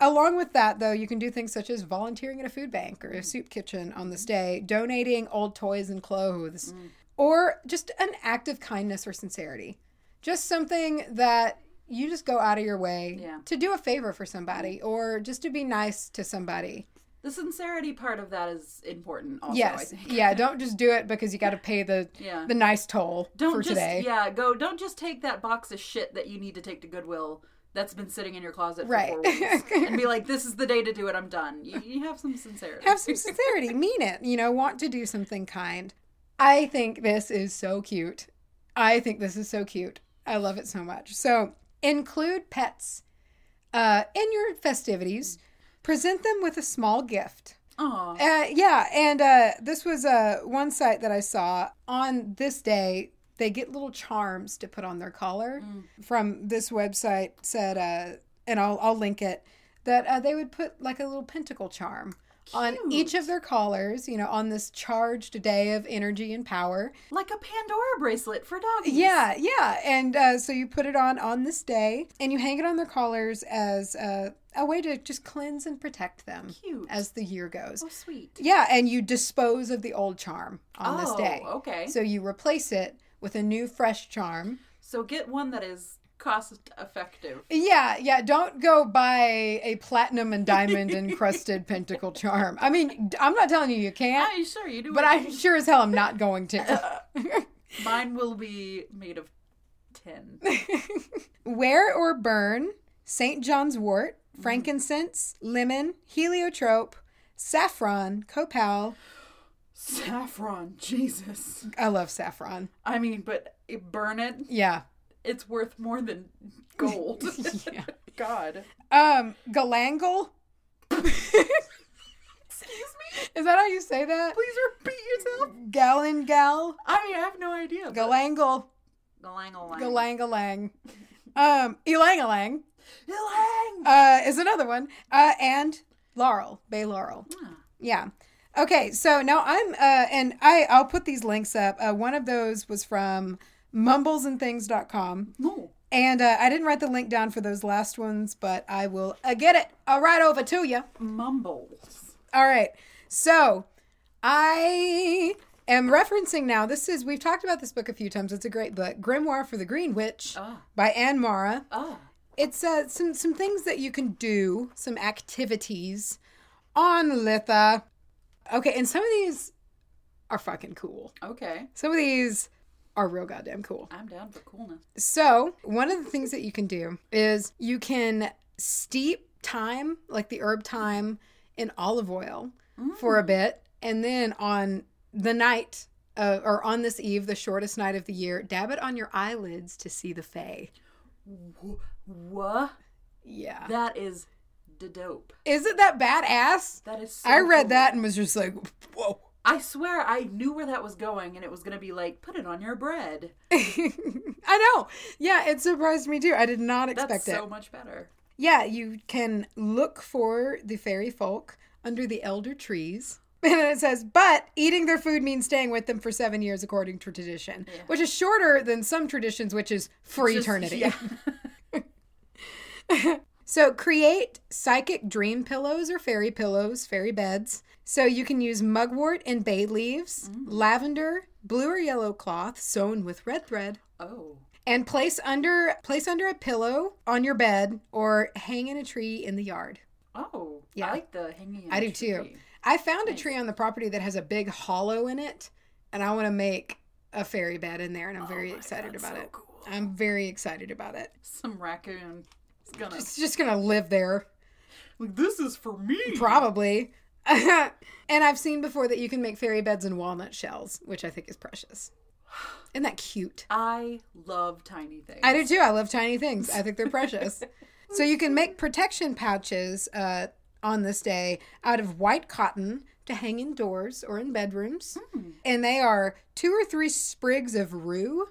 Speaker 1: Along with that, though, you can do things such as volunteering at a food bank or
Speaker 2: Mm.
Speaker 1: a soup kitchen on this day, donating old toys and clothes,
Speaker 2: Mm.
Speaker 1: or just an act of kindness or sincerity. Just something that you just go out of your way
Speaker 2: Yeah. Mm.
Speaker 1: to do a favor for somebody or just to be nice to somebody.
Speaker 2: The sincerity part of that is important also, I
Speaker 1: yes.
Speaker 2: think.
Speaker 1: Yeah. Don't just do it because you got to pay the
Speaker 2: Yeah.
Speaker 1: the nice toll
Speaker 2: don't
Speaker 1: for
Speaker 2: just
Speaker 1: today.
Speaker 2: yeah go don't just take that box of shit that you need to take to goodwill that's been sitting in your closet
Speaker 1: Right.
Speaker 2: for four weeks and be like this is the day to do it i'm done you, you have some sincerity
Speaker 1: have some sincerity, mean it, you know, want to do something kind. I think this is so cute. I think this is so cute. I love it so much. So include pets uh, in your festivities. Present them with a small gift.
Speaker 2: Aw.
Speaker 1: Uh, yeah, and uh, this was uh, one site that I saw on this day. They get little charms to put on their collar. From this website said, uh, and I'll I'll link it that uh, they would put like a little pentacle charm on each of their collars. You know, on this charged day of energy and power.
Speaker 2: like a pandora bracelet for doggies
Speaker 1: Yeah, yeah. And uh, so you put it on on this day and you hang it on their collars as uh, a way to just cleanse and protect them
Speaker 2: Cute.
Speaker 1: as the year goes.
Speaker 2: so sweet
Speaker 1: Yeah, and you dispose of the old charm on this
Speaker 2: Oh,
Speaker 1: day.
Speaker 2: okay so,
Speaker 1: So you replace it with a new fresh charm.
Speaker 2: get one that is cost effective
Speaker 1: Yeah, yeah, don't go buy a platinum and diamond encrusted pentacle charm. I mean, d- I'm not telling you you can't,
Speaker 2: i sure you do
Speaker 1: but I'm sure as hell I'm not going to.
Speaker 2: mine will be made of 10.
Speaker 1: Wear or burn St. John's wort, frankincense, lemon, heliotrope, saffron, copal.
Speaker 2: Saffron, Jesus.
Speaker 1: I love saffron.
Speaker 2: I mean, but it- burn it,
Speaker 1: Yeah.
Speaker 2: it's worth more than gold.
Speaker 1: yeah.
Speaker 2: God.
Speaker 1: Um, galangal.
Speaker 2: Excuse me?
Speaker 1: Is that how you say that?
Speaker 2: Please repeat yourself.
Speaker 1: Gallon gal.
Speaker 2: I mean, I have no idea. but-
Speaker 1: Galangal.
Speaker 2: Galangalang.
Speaker 1: Galangalang. Um, elangalang.
Speaker 2: Galang!
Speaker 1: uh, is another one, uh, and Laurel, Bay Laurel.
Speaker 2: Ah.
Speaker 1: Yeah. Okay, so now I'm, uh, and I, I'll put these links up. Uh, one of those was from mumblesandthings.com.
Speaker 2: No.
Speaker 1: And uh, I didn't write the link down for those last ones, but I will uh, get it uh, right over to you.
Speaker 2: Mumbles.
Speaker 1: All right. So I am referencing now. This is, we've talked about this book a few times. It's a great book Grimoire for the Green Witch
Speaker 2: Ah.
Speaker 1: by Anne Mara
Speaker 2: Ah.
Speaker 1: it's uh, some some things that you can do, some activities on Litha. Okay, and some of these are fucking cool.
Speaker 2: Okay.
Speaker 1: Some of these are real goddamn cool.
Speaker 2: I'm down for coolness.
Speaker 1: So, one of the things that you can do is you can steep thyme, like the herb thyme, in olive oil for a bit. And then on the night, uh, or on this eve, the shortest night of the year, dab it on your eyelids to see the Fae.
Speaker 2: Wh- What?
Speaker 1: Yeah.
Speaker 2: That is the dope.
Speaker 1: Isn't that badass?
Speaker 2: That is so
Speaker 1: I read
Speaker 2: cool.
Speaker 1: that and was just like, whoa.
Speaker 2: I swear I knew where that was going and it was going to be like, put it on your bread.
Speaker 1: I know. Yeah, it surprised me too. I did not expect
Speaker 2: That's
Speaker 1: it.
Speaker 2: so much better.
Speaker 1: Yeah, you can look for the fairy folk under the elder trees. And it says, but eating their food means staying with them for seven years according to tradition, which is shorter than some traditions, which is for
Speaker 2: Just-
Speaker 1: eternity.
Speaker 2: yeah.
Speaker 1: So create psychic dream pillows or fairy pillows, fairy beds. So you can use mugwort and bay leaves,
Speaker 2: Mm.
Speaker 1: lavender, blue or yellow cloth sewn with red thread.
Speaker 2: Oh.
Speaker 1: and place under place under a pillow on your bed or hang in a tree in the yard.
Speaker 2: Oh.
Speaker 1: Yeah.
Speaker 2: I like the hanging.
Speaker 1: I do too. I found a
Speaker 2: Nice.
Speaker 1: tree on the property that has a big hollow in it, and I want to make a fairy bed in there, and
Speaker 2: Oh
Speaker 1: I'm very excited about it.
Speaker 2: Cool.
Speaker 1: I'm very excited about it.
Speaker 2: Some raccoon is gonna
Speaker 1: It's just gonna live there,
Speaker 2: like this is for me.
Speaker 1: probably. and I've seen before that you can make fairy beds in walnut shells, which I think is precious. Isn't that cute?
Speaker 2: I love tiny things.
Speaker 1: I do too. I love tiny things. I think they're precious. so you can make protection pouches uh, on this day out of white cotton to hang indoors or in bedrooms.
Speaker 2: Hmm.
Speaker 1: And they are two or three sprigs of rue,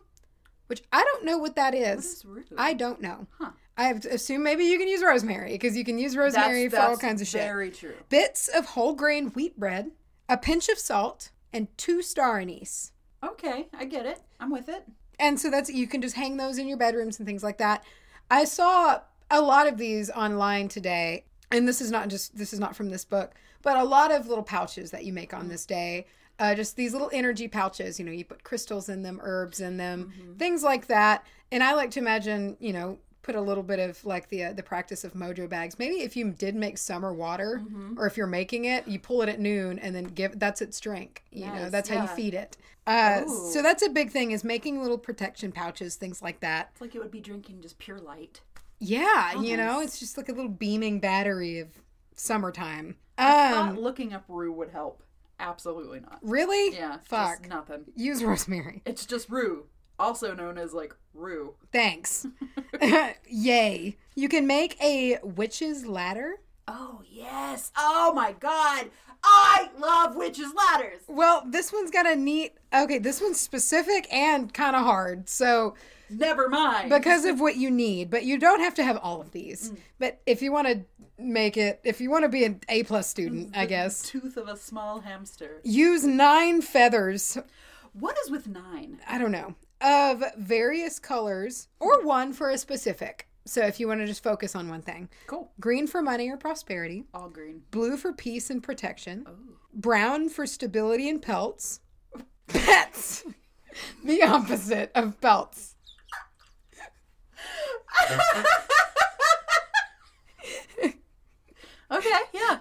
Speaker 1: which I don't know what that
Speaker 2: What
Speaker 1: is.
Speaker 2: is rude?
Speaker 1: I don't know.
Speaker 2: Huh.
Speaker 1: I assume maybe you can use rosemary because you can use
Speaker 2: That's-
Speaker 1: rosemary for all
Speaker 2: that's
Speaker 1: kinds of shit.
Speaker 2: Very true.
Speaker 1: Bits of whole grain wheat bread, a pinch of salt, and two star anise.
Speaker 2: Okay, I get it. I'm with it.
Speaker 1: And so that's you can just hang those in your bedrooms and things like that. I saw a lot of these online today, and this is not just this is not from this book, but a lot of little pouches that you make on this day. Uh, just these little energy pouches, you know, you put crystals in them, herbs in them, things like that. And I like to imagine, you know, put a little bit of like the uh, the practice of mojo bags. Maybe if you did make summer water, or if you're making it, you pull it at noon and then give that's its drink. You know,
Speaker 2: Nice,
Speaker 1: that's how you
Speaker 2: yeah.
Speaker 1: feed it. Uh,
Speaker 2: Ooh.
Speaker 1: so that's a big thing is making little protection pouches, things like that.
Speaker 2: It's like it would be drinking just pure light.
Speaker 1: Yeah,
Speaker 2: Oh,
Speaker 1: you know,
Speaker 2: nice.
Speaker 1: it's just like a little beaming battery of summertime.
Speaker 2: Not
Speaker 1: Um,
Speaker 2: looking up rue would help. Absolutely not.
Speaker 1: really?
Speaker 2: Yeah.
Speaker 1: Fuck.
Speaker 2: Just nothing.
Speaker 1: Use rosemary.
Speaker 2: It's just rue, also known as like rue.
Speaker 1: Thanks. Yay. You can make a witch's ladder.
Speaker 2: Oh yes. Oh my god. I love witches ladders.
Speaker 1: Well, this one's got a neat. Okay, this one's specific and kind of hard. So,
Speaker 2: Never mind.
Speaker 1: because of what you need, but you don't have to have all of these.
Speaker 2: Mm.
Speaker 1: But if you want to make it, if you want to be an A plus student, I guess,
Speaker 2: Tooth of a small hamster.
Speaker 1: Use nine feathers,
Speaker 2: What is with nine?
Speaker 1: I don't know, of various colors or one for a specific. So if you want to just focus on one thing
Speaker 2: Cool.
Speaker 1: green for money or prosperity,
Speaker 2: All green.
Speaker 1: blue for peace and protection,
Speaker 2: Oh.
Speaker 1: brown for stability and pelts. Pets! the opposite of pelts.
Speaker 2: Okay. Yeah.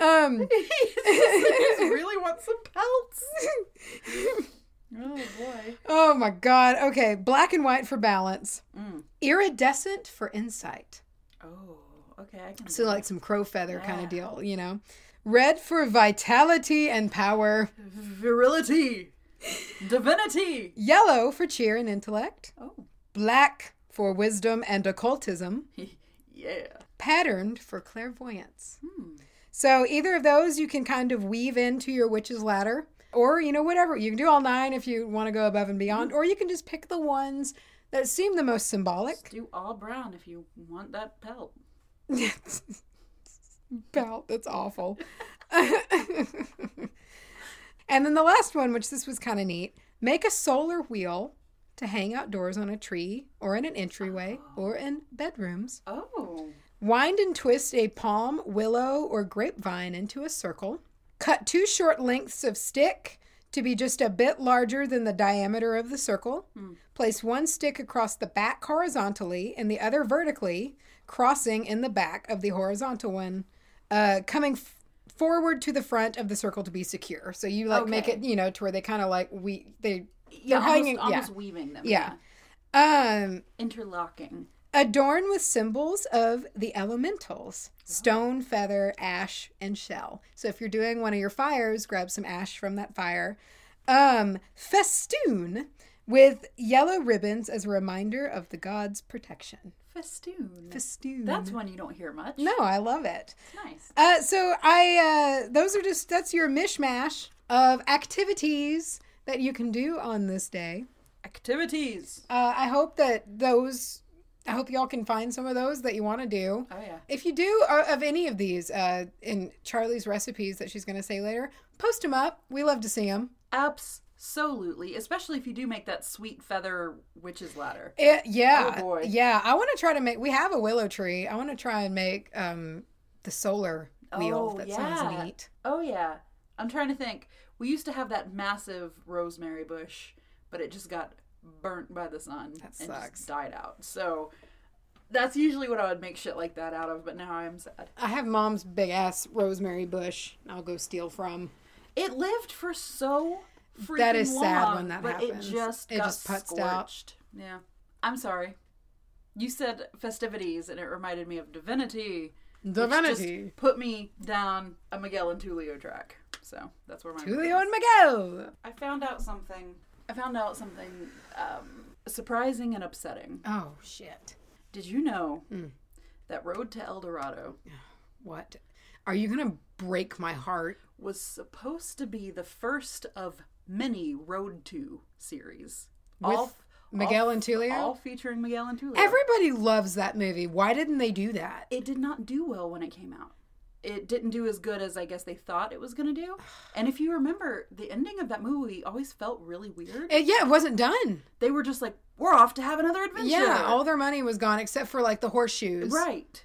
Speaker 1: Um,
Speaker 2: really want some pelts. oh boy.
Speaker 1: oh my my god. Okay, black and white for balance,
Speaker 2: Mm.
Speaker 1: iridescent for insight.
Speaker 2: Oh, okay. I can
Speaker 1: So
Speaker 2: do
Speaker 1: like some crow feather kind
Speaker 2: Yeah.
Speaker 1: of deal, you know. Red for vitality and power.
Speaker 2: that. virility, divinity.
Speaker 1: Yellow for cheer and intellect.
Speaker 2: Oh,
Speaker 1: Black for wisdom and occultism.
Speaker 2: yeah.
Speaker 1: Patterned for clairvoyance.
Speaker 2: Hmm.
Speaker 1: So either of those you can kind of weave into your witch's ladder, or you know whatever you can do all nine if you want to go above and beyond, or you can just pick the ones that seem the most symbolic.
Speaker 2: Do all brown if you want that pelt.
Speaker 1: Belt, that's awful. and then the last one, which this was kind of neat, make a solar wheel to hang outdoors on a tree or in an entryway or in bedrooms.
Speaker 2: Oh,
Speaker 1: Wind and twist a palm, willow, or grapevine into a circle. Cut two short lengths of stick to be just a bit larger than the diameter of the circle. Place one stick across the back horizontally and the other vertically, crossing in the back of the horizontal one, uh, coming f- forward to the front of the circle to be secure. So you like make
Speaker 2: Okay.
Speaker 1: it, you know, to where they kind of like we they They're
Speaker 2: yeah. Almost,
Speaker 1: hanging- yeah.
Speaker 2: almost weaving them.
Speaker 1: Yeah. um
Speaker 2: Interlocking.
Speaker 1: Adorn with symbols of the elementals stone, feather, ash, and shell. So if you're doing one of your fires, grab some ash from that fire. Um, festoon with yellow ribbons as a reminder of the god's protection.
Speaker 2: Festoon.
Speaker 1: Festoon.
Speaker 2: That's one you don't hear much.
Speaker 1: no, I love it.
Speaker 2: Nice.
Speaker 1: Uh, so I, uh, those are just that's your mishmash of activities that you can do on this day.
Speaker 2: Activities.
Speaker 1: Uh, I hope that those, I hope y'all can find some of those that you want to do.
Speaker 2: Oh yeah.
Speaker 1: If you do uh, of any of these uh, in Charlie's recipes that she's going to say later, post them up. We love to see them.
Speaker 2: Absolutely. Especially if you do make that sweet feather witch's ladder.
Speaker 1: Eh, yeah,
Speaker 2: Oh, boy.
Speaker 1: yeah. I want to try to make. We have a willow tree. I want to try and make um, the solar wheel.
Speaker 2: Oh,
Speaker 1: that
Speaker 2: yeah.
Speaker 1: sounds neat.
Speaker 2: Oh yeah. I'm trying to think. We used to have that massive rosemary bush, but it just got burnt by the sun
Speaker 1: That
Speaker 2: and
Speaker 1: sucks.
Speaker 2: just died out. So that's usually what I would make shit like that out of, but now I'm sad.
Speaker 1: I have mom's big ass rosemary bush. I'll go steal from.
Speaker 2: It lived for so freaking
Speaker 1: That is sad when
Speaker 2: long,
Speaker 1: that
Speaker 2: but
Speaker 1: happens.
Speaker 2: It just
Speaker 1: It
Speaker 2: got
Speaker 1: just putzed out.
Speaker 2: scorched. Yeah. I'm sorry. You said festivities and it reminded me of divinity. which just
Speaker 1: Divinity.
Speaker 2: put me down a Miguel and Tulio track. So that's where my
Speaker 1: Julio and Miguel.
Speaker 2: I found out something. I found out something um, surprising and upsetting.
Speaker 1: Oh shit!
Speaker 2: Did you know
Speaker 1: Hmm.
Speaker 2: that Road to El Dorado
Speaker 1: What? Are you gonna break my heart?
Speaker 2: was supposed to be the first of many Road to series?
Speaker 1: With Miguel and Tulio?
Speaker 2: all featuring Miguel and Tulio.
Speaker 1: Everybody loves that movie. Why didn't they do that?
Speaker 2: it did not do well when it came out. It didn't do as good as I guess they thought it was going to do. And if you remember, the ending of that movie always felt really weird.
Speaker 1: It, Eh, yeah, it wasn't done.
Speaker 2: They were just like, "We're off to have another adventure."
Speaker 1: Yeah, all their money was gone except for like the horseshoes.
Speaker 2: Right.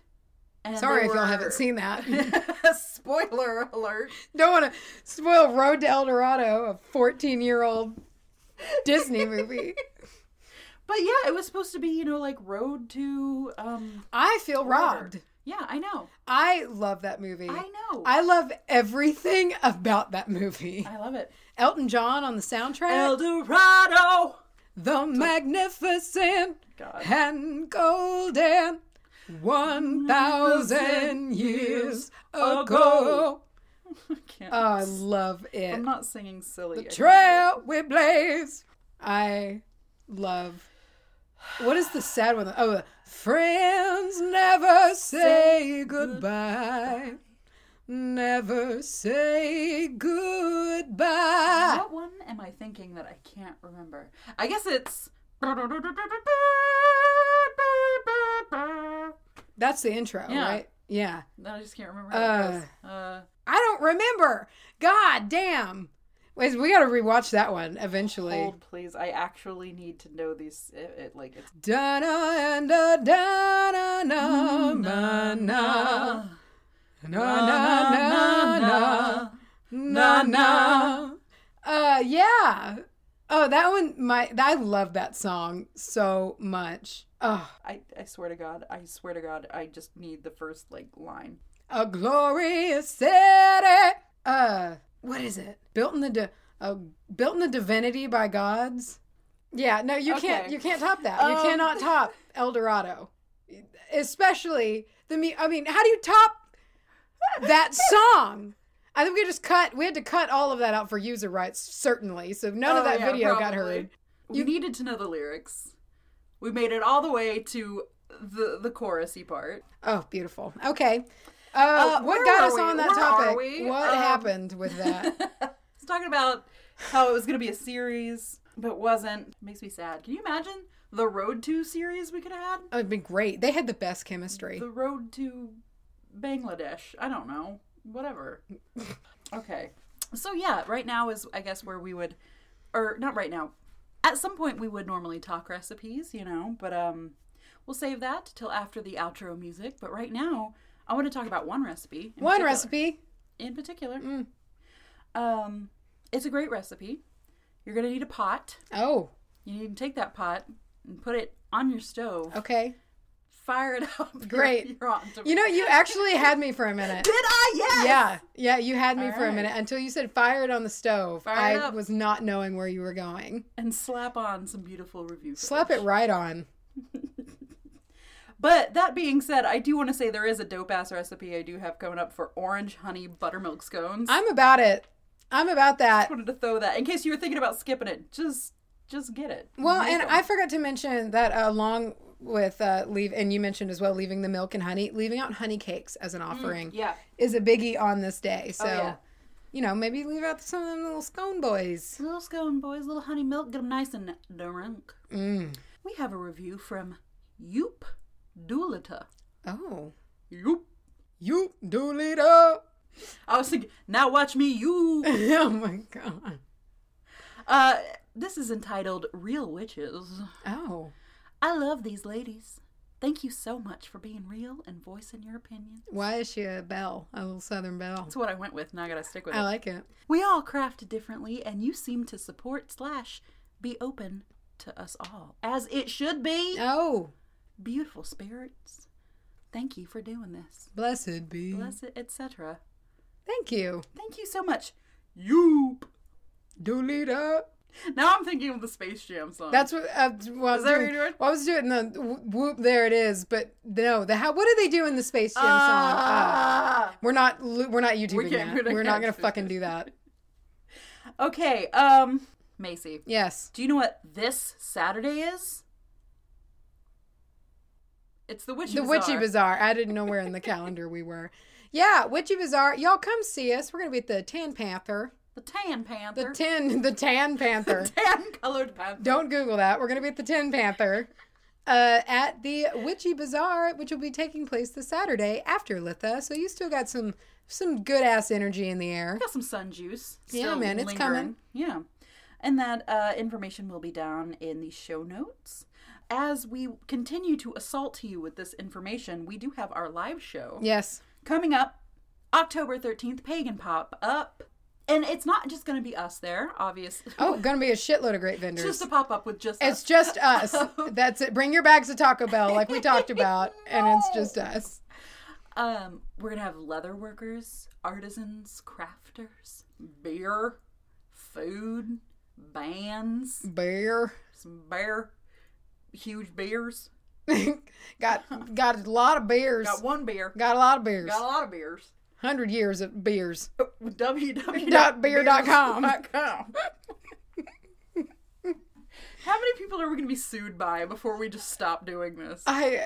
Speaker 2: And
Speaker 1: Sorry
Speaker 2: they
Speaker 1: if y'all
Speaker 2: were-
Speaker 1: haven't seen that.
Speaker 2: Spoiler alert.
Speaker 1: Don't want to spoil Road to El Dorado, a 14 year old Disney movie.
Speaker 2: But yeah, it was supposed to be, you know, like Road to um
Speaker 1: I feel robbed.
Speaker 2: Yeah, I know.
Speaker 1: I love that movie.
Speaker 2: I know.
Speaker 1: I love everything about that movie.
Speaker 2: I love it.
Speaker 1: Elton John on the soundtrack.
Speaker 2: El Dorado.
Speaker 1: the magnificent
Speaker 2: God.
Speaker 1: and golden 1,000 years ago.
Speaker 2: ago. I can't.
Speaker 1: Oh, I love it.
Speaker 2: I'm not singing silly. I can't
Speaker 1: trail we blaze. I love. What is the sad one? Oh, the friends never say goodbye. Never say
Speaker 2: do it.
Speaker 1: goodbye.
Speaker 2: What one am I thinking that I can't remember? I guess it's
Speaker 1: That's the intro,
Speaker 2: Yeah.
Speaker 1: right? Yeah.
Speaker 2: No, I just can't remember. how it goes. uh
Speaker 1: I don't remember. God damn. Wait, we gotta rewatch that one eventually.
Speaker 2: hold please. I actually need to know these it, it like it's
Speaker 1: Donna and da da na na na na na na na. na na. Uh, yeah. Oh, that one. My, I love that song so much. Oh,
Speaker 2: I, I swear to God, I swear to God, I just need the first like line.
Speaker 1: a glorious city. Uh, what is it? Built in the di- uh, built in the divinity by gods. Yeah, no, you can't.
Speaker 2: Okay.
Speaker 1: You can't top that.
Speaker 2: Um,
Speaker 1: you cannot top El Dorado, especially the me. I mean, how do you top that song? I think we just cut. We had to cut all of that out for user rights, certainly. So none
Speaker 2: Oh,
Speaker 1: of that
Speaker 2: yeah,
Speaker 1: video got
Speaker 2: probably.
Speaker 1: heard.
Speaker 2: You needed to know the lyrics. We made it all the way to the the chorusy part.
Speaker 1: Oh, beautiful. Okay. Uh,
Speaker 2: Uh,
Speaker 1: what
Speaker 2: where
Speaker 1: got
Speaker 2: were
Speaker 1: us
Speaker 2: we?
Speaker 1: on that
Speaker 2: Where are
Speaker 1: topic?
Speaker 2: we?
Speaker 1: What
Speaker 2: Um,
Speaker 1: happened with that?
Speaker 2: It's talking about how it was going to be a series, but wasn't. Makes me sad. Can you imagine the Road to series we could have had?
Speaker 1: Oh, It'd been great. They had the best chemistry.
Speaker 2: The Road to Bangladesh. I don't know. Whatever. Okay. So yeah, right now is I guess where we would, or not right now. At some point we would normally talk recipes, you know, but um, we'll save that till after the outro music. But right now, I want to talk about one recipe. in
Speaker 1: One
Speaker 2: particular
Speaker 1: recipe. Mm.
Speaker 2: in particular. Um, it's a great recipe. You're gonna need a pot.
Speaker 1: Oh,
Speaker 2: You need to take that pot and put it on your stove,
Speaker 1: okay.
Speaker 2: fire it up.
Speaker 1: Oh.
Speaker 2: You're-
Speaker 1: Great.
Speaker 2: You're on to
Speaker 1: You know, you actually had me for a minute.
Speaker 2: Did I? Yes.
Speaker 1: Yeah, yeah, you had me
Speaker 2: All
Speaker 1: for a
Speaker 2: right.
Speaker 1: minute until you said fire it on the stove.
Speaker 2: Fire
Speaker 1: I
Speaker 2: it up.
Speaker 1: was not knowing where you were going.
Speaker 2: And slap on some beautiful review.
Speaker 1: Slap it right on.
Speaker 2: But that being said, I do want to say there is a dope ass recipe I do have coming up for orange honey buttermilk scones. I
Speaker 1: I'm about it. I'm about that.
Speaker 2: wanted to throw that in case you were thinking about skipping it. Just, just get it.
Speaker 1: Well,
Speaker 2: Make
Speaker 1: and
Speaker 2: 'em.
Speaker 1: I forgot to mention that uh, along with uh, leave, and you mentioned as well leaving the milk and honey, leaving out honey cakes as an offering
Speaker 2: Mm, yeah. Oh,
Speaker 1: is a biggie on this day. So,
Speaker 2: yeah.
Speaker 1: you know, maybe leave out some of them little scone boys.
Speaker 2: Little scone, boys. Little honey milk. Get them nice and drunk.
Speaker 1: Mm.
Speaker 2: We have a review from Yoop Doolita.
Speaker 1: Oh,
Speaker 2: Yoop.
Speaker 1: you do it up.
Speaker 2: I was thinking, now watch me, you.
Speaker 1: oh my god.
Speaker 2: Uh, this is entitled Real Witches.
Speaker 1: Oh,
Speaker 2: I love these ladies. Thank you so much for being real and voicing your opinion.
Speaker 1: why is she a belle? A little southern belle.
Speaker 2: That's what I went with, and I gotta stick with
Speaker 1: I
Speaker 2: it.
Speaker 1: like it.
Speaker 2: We all craft differently, and you seem to support slash be open to us all, as it should be.
Speaker 1: Oh,
Speaker 2: Beautiful spirits. Thank you for doing this.
Speaker 1: blessed be.
Speaker 2: Blessed, etc.
Speaker 1: Thank you.
Speaker 2: Thank you so much. Yoop.
Speaker 1: Doolita.
Speaker 2: Now I'm thinking of the Space Jam song.
Speaker 1: That's what. Uh, well,
Speaker 2: Is that what
Speaker 1: doing-
Speaker 2: you're doing?
Speaker 1: well, I was doing the wh- whoop. There it is. But no, the how? What do they do in the Space Jam song? Uh,
Speaker 2: Ah.
Speaker 1: we're not. lu- We're not YouTubing
Speaker 2: We can't-
Speaker 1: that.
Speaker 2: we're not
Speaker 1: We're not gonna
Speaker 2: gonna-
Speaker 1: fucking do that.
Speaker 2: Okay, um, Macy,
Speaker 1: Yes.
Speaker 2: do you know what this Saturday is? It's the Witchy
Speaker 1: The
Speaker 2: Bazaar.
Speaker 1: Witchy Bazaar. I didn't know where in the calendar we were. Yeah, Witchy Bazaar. Y'all come see us. We're gonna be at the Tan Panther.
Speaker 2: The Tan
Speaker 1: The
Speaker 2: Panther.
Speaker 1: Tin. The Tan Panther.
Speaker 2: tan colored panther.
Speaker 1: Don't Google that. We're gonna be at the Tin Panther. Uh, at the Witchy Bazaar, which will be taking place this Saturday after Litha, so you still got some some good ass energy in the air.
Speaker 2: Got some sun juice.
Speaker 1: Yeah,
Speaker 2: still
Speaker 1: man, it's coming.
Speaker 2: Yeah. And that uh, information will be down in the show notes. As we continue to assault you with this information, we do have our live show.
Speaker 1: Yes,
Speaker 2: Coming up, October 13th, Pagan Pop Up. And it's not just going to be us there, obviously.
Speaker 1: Oh, gonna be a shitload of great
Speaker 2: It's
Speaker 1: vendors.
Speaker 2: just a pop up with just
Speaker 1: it's
Speaker 2: us.
Speaker 1: just us. That's it. Bring your bags of Taco Bell, like we talked about, and it's just us.
Speaker 2: Um, we're going to have leather workers, artisans, crafters, beer, food, bands,
Speaker 1: Bear
Speaker 2: some bear, huge beers.
Speaker 1: got got a lot of beers.
Speaker 2: Got
Speaker 1: Got,
Speaker 2: one beer.
Speaker 1: a lot of beers.
Speaker 2: Got a lot of beers.
Speaker 1: Hundred years of beers.
Speaker 2: www.beer.com. How many people are we going to be sued by before we just stop doing this?
Speaker 1: I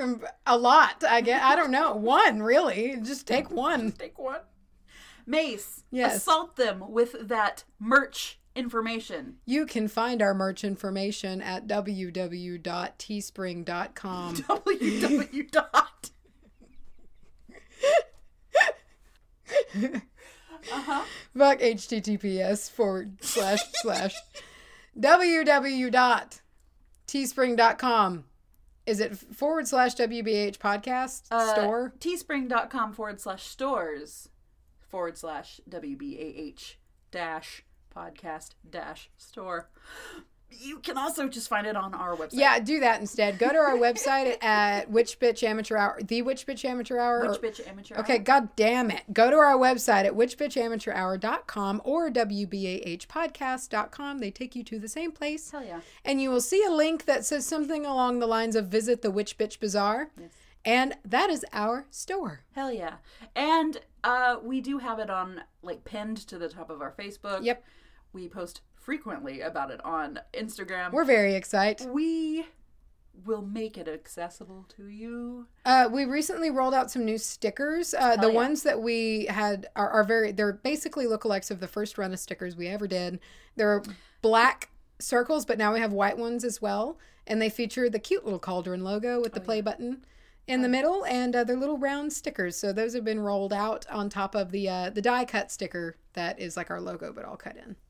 Speaker 1: um, a lot. I get. I don't know. One really. Just take one.
Speaker 2: Take one. Mace,
Speaker 1: Yes.
Speaker 2: assault them with that merch information.
Speaker 1: You can find our merch information at www.teespring.com.
Speaker 2: www dot.
Speaker 1: Fuck https forward slash slash www.teespring.com. Is it forward slash WBH podcast store?
Speaker 2: Uh, Teespring.com forward slash stores forward slash WBAH dash podcast dash store. you can also just find it on our website.
Speaker 1: Yeah, do that instead. Go to our website at Witch Bitch Amateur Hour, the Witch Bitch Amateur Hour. or-
Speaker 2: Witch Bitch Amateur.
Speaker 1: Okay, god damn it. Go to our website at witchbitchamateurhour.com or wbahpodcast.com. They take you to the same place.
Speaker 2: Hell yeah.
Speaker 1: And you will see a link that says something along the lines of visit the Witch Bitch Bazaar.
Speaker 2: Yes.
Speaker 1: And that is our store.
Speaker 2: Hell yeah. And uh, we do have it on, like, pinned to the top of our Facebook.
Speaker 1: Yep.
Speaker 2: We post frequently about it on Instagram.
Speaker 1: We're very excited.
Speaker 2: we will make it accessible to you.
Speaker 1: Uh, we recently rolled out some new stickers. Uh, the
Speaker 2: yeah.
Speaker 1: ones that we had are, are very, they're basically lookalikes of the first run of stickers we ever did. They're black circles, but now we have white ones as well. And they feature the cute little cauldron logo with the play button in the middle and uh, they're little round stickers. So those have been rolled out on top of the, uh, the die cut sticker that is like our logo, but all cut in.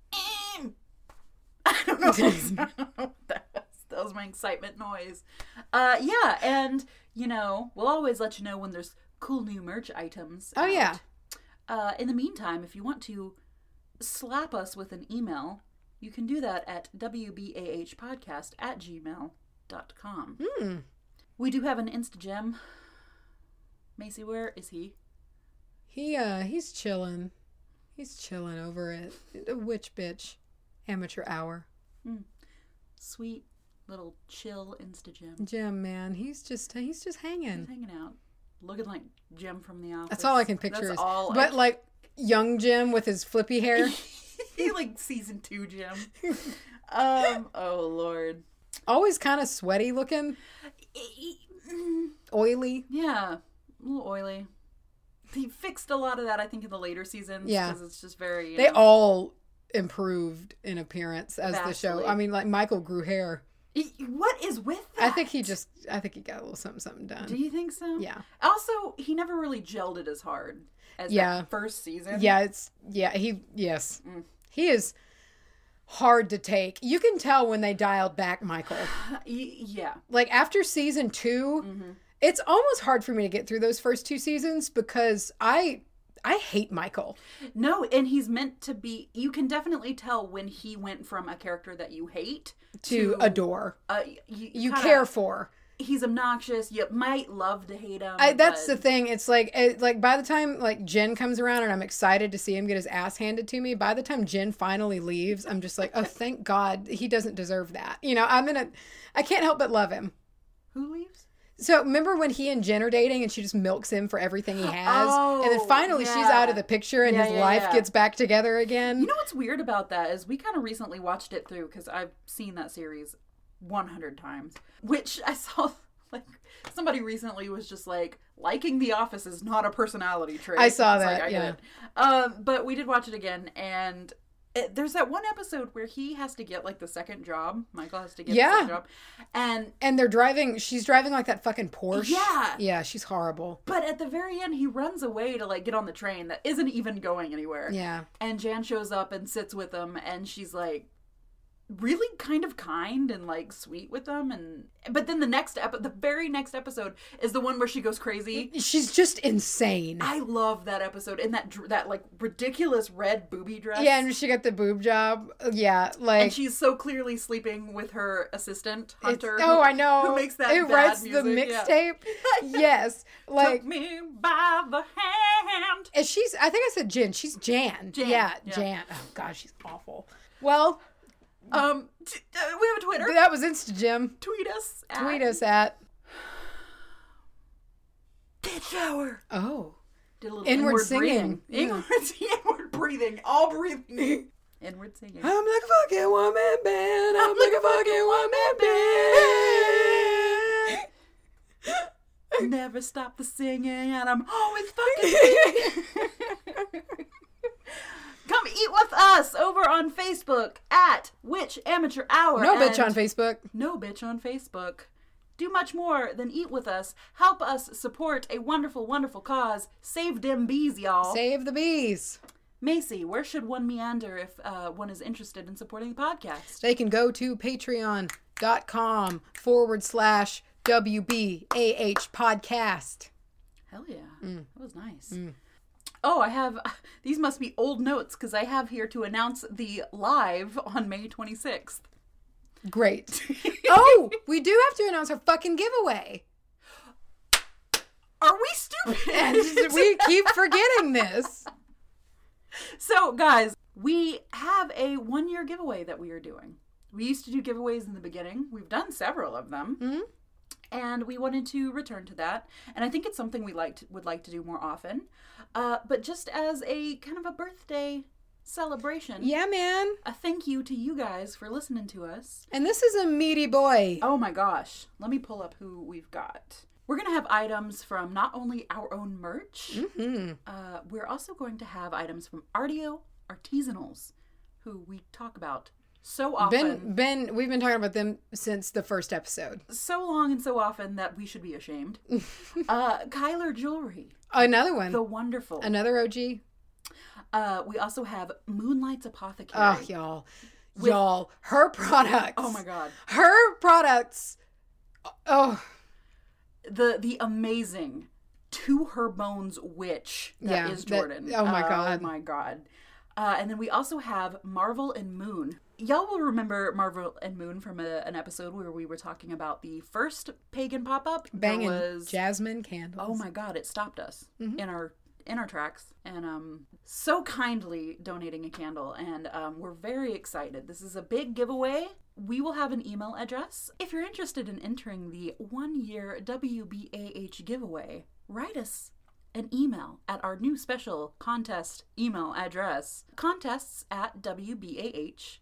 Speaker 2: I don't know. what that was. That was my excitement noise. Uh, yeah, and you know, we'll always let you know when there's cool new merch items.
Speaker 1: Oh,
Speaker 2: out.
Speaker 1: yeah.
Speaker 2: Uh, in the meantime, if you want to slap us with an email, you can do that at wbahpodcast at gmail.com.
Speaker 1: Hmm.
Speaker 2: We do have an Instagem. Macy, where is he?
Speaker 1: He uh he's chilling. He's chilling over it. A witch bitch. Amateur hour.
Speaker 2: Sweet little chill Instagem.
Speaker 1: Jim man, he's just he's just
Speaker 2: He's
Speaker 1: hanging.
Speaker 2: hanging out, looking like Jim from the office.
Speaker 1: That's all I can picture.
Speaker 2: That's
Speaker 1: is-
Speaker 2: all.
Speaker 1: but
Speaker 2: I-
Speaker 1: like young Jim with his flippy hair.
Speaker 2: he like season two Jim. um. Oh Lord.
Speaker 1: Always kind of sweaty looking, oily.
Speaker 2: Yeah, a little oily. He fixed a lot of that, I think, in the later seasons.
Speaker 1: Yeah.
Speaker 2: because it's just very. you
Speaker 1: They
Speaker 2: know-
Speaker 1: all improved in appearance as the show.
Speaker 2: Vastly.
Speaker 1: I mean like Michael grew hair.
Speaker 2: E- What is with that?
Speaker 1: I think he just I think he got a little something something done.
Speaker 2: Do you think so?
Speaker 1: yeah.
Speaker 2: Also, he never really gelled it as hard as
Speaker 1: Yeah.
Speaker 2: that first season.
Speaker 1: Yeah, it's yeah, he yes.
Speaker 2: Mm.
Speaker 1: He is hard to take. You can tell when they dialed back Michael.
Speaker 2: Y- yeah.
Speaker 1: Like after season 2,
Speaker 2: Mm-hmm.
Speaker 1: it's almost hard for me to get through those first two seasons because I I hate Michael.
Speaker 2: No, and he's meant to be. You can definitely tell when he went from a character that you hate
Speaker 1: To, adore,
Speaker 2: uh, y- you,
Speaker 1: you
Speaker 2: kinda- Oh
Speaker 1: care for.
Speaker 2: He's obnoxious. You might love to hate him.
Speaker 1: I, that's the
Speaker 2: but
Speaker 1: thing. It's like it, like by the time like Jen comes around and I'm excited to see him get his ass handed to me. By the time Jen finally leaves, I'm just like, oh, thank God he doesn't deserve that. You know, I'm gonna, I can't help but love him.
Speaker 2: who leaves?
Speaker 1: So remember when he and Jen are dating and she just milks him for everything he has? and then
Speaker 2: Oh,
Speaker 1: finally she's
Speaker 2: yeah.
Speaker 1: out of the picture and
Speaker 2: Yeah,
Speaker 1: his
Speaker 2: yeah,
Speaker 1: life
Speaker 2: yeah.
Speaker 1: gets back together again.
Speaker 2: You know what's weird about that is we kind of recently watched it through because I've seen that series 100 times, which I saw like somebody recently was just like liking The Office is not a personality trait.
Speaker 1: I saw
Speaker 2: It's
Speaker 1: that,
Speaker 2: I get
Speaker 1: yeah.
Speaker 2: it. Um, but we did watch it again and. It, there's that one episode where he has to get like the second job. Michael has to get
Speaker 1: Yeah.
Speaker 2: the second job, and
Speaker 1: and they're driving she's driving like that fucking Porsche.
Speaker 2: Yeah.
Speaker 1: Yeah, she's horrible.
Speaker 2: But at the very end, he runs away to like get on the train that isn't even going anywhere.
Speaker 1: Yeah.
Speaker 2: And Jan shows up and sits with him, and she's like really kind of kind and like sweet with him. And but then the next episode, the very next episode, is the one where she goes crazy.
Speaker 1: She's just insane.
Speaker 2: I love that episode and that dr- that like ridiculous red booby dress.
Speaker 1: yeah, and she got the boob job. Yeah, like
Speaker 2: And she's so clearly sleeping with her assistant
Speaker 1: it's-
Speaker 2: Hunter.
Speaker 1: oh,
Speaker 2: who-
Speaker 1: I know.
Speaker 2: Who makes that?
Speaker 1: It
Speaker 2: bad
Speaker 1: writes the
Speaker 2: music. Yeah.
Speaker 1: mixtape. yes, like
Speaker 2: Took me by the hand.
Speaker 1: and she's. I think I said Jen. She's Jan.
Speaker 2: Jan,
Speaker 1: Yeah,
Speaker 2: yeah.
Speaker 1: Jan. Oh God, she's awful. Well,
Speaker 2: Um, t- uh, we have a Twitter.
Speaker 1: that was Insta Jim.
Speaker 2: tweet us. At
Speaker 1: Tweet us at
Speaker 2: Bitch hour.
Speaker 1: oh.
Speaker 2: Did a little
Speaker 1: Inward
Speaker 2: inward,
Speaker 1: singing.
Speaker 2: breathing. Inward, inward breathing. All breathing. inward singing.
Speaker 1: I'm like a fucking one man band. I'm, like, a fucking one man
Speaker 2: Never stop the singing, and I'm always fucking
Speaker 1: band.
Speaker 2: Come eat with us over on Facebook at Witch Amateur Hour.
Speaker 1: no bitch
Speaker 2: and-
Speaker 1: on Facebook.
Speaker 2: No bitch on Facebook. Do much more than eat with us. Help us support a wonderful, wonderful cause. Save them bees, y'all.
Speaker 1: Save the bees.
Speaker 2: Macy, where should one meander if uh, one is interested in supporting the podcast?
Speaker 1: They can go to patreon.com forward slash WBAH podcast.
Speaker 2: Hell yeah.
Speaker 1: Mm.
Speaker 2: That was nice. Oh, I have these must be old notes because I have here to announce the live on May 26th.
Speaker 1: Great. oh, we do have to announce our fucking giveaway.
Speaker 2: Are we
Speaker 1: And
Speaker 2: stupid?
Speaker 1: we keep forgetting this.
Speaker 2: so, guys, we have a one year giveaway that we are doing. We used to do giveaways in the beginning, we've done several of them.
Speaker 1: Mhm.
Speaker 2: And we wanted to return to that, and I think it's something we liked would like to do more often, uh, but just as a kind of a birthday celebration,
Speaker 1: Yeah, man.
Speaker 2: a thank you to you guys for listening to us.
Speaker 1: And this is a meaty boy.
Speaker 2: Oh my gosh. Let me pull up who we've got. We're going to have items from not only our own merch,
Speaker 1: hmm
Speaker 2: uh, we're also going to have items from Ardeo Artisanals, who we talk about so often,
Speaker 1: Ben, Ben, we've been talking about them since the first episode.
Speaker 2: so long and so often that we should be ashamed. uh, Kyler Jewelry,
Speaker 1: Another one.
Speaker 2: the wonderful.
Speaker 1: Another OG.
Speaker 2: Uh, we also have Moonlight's Apothecary.
Speaker 1: Oh, y'all. y'all. Her products.
Speaker 2: oh my God.
Speaker 1: Her products. Oh,
Speaker 2: the the amazing to her bones witch that
Speaker 1: Yeah,
Speaker 2: is
Speaker 1: that-
Speaker 2: Jordan.
Speaker 1: oh my God.
Speaker 2: Oh my god. Uh, and then we also have Marvel and Moon. Y'all will remember Marvel and Moon from a, an episode where we were talking about the first pagan pop up.
Speaker 1: banging
Speaker 2: was
Speaker 1: jasmine candles.
Speaker 2: oh my god, it stopped us in our in our tracks and um so kindly donating a candle and um, we're very excited. This is a big giveaway. We will have an email address. If you're interested in entering the one year WBAH giveaway, write us an email at our new special contest email address contests at WBAH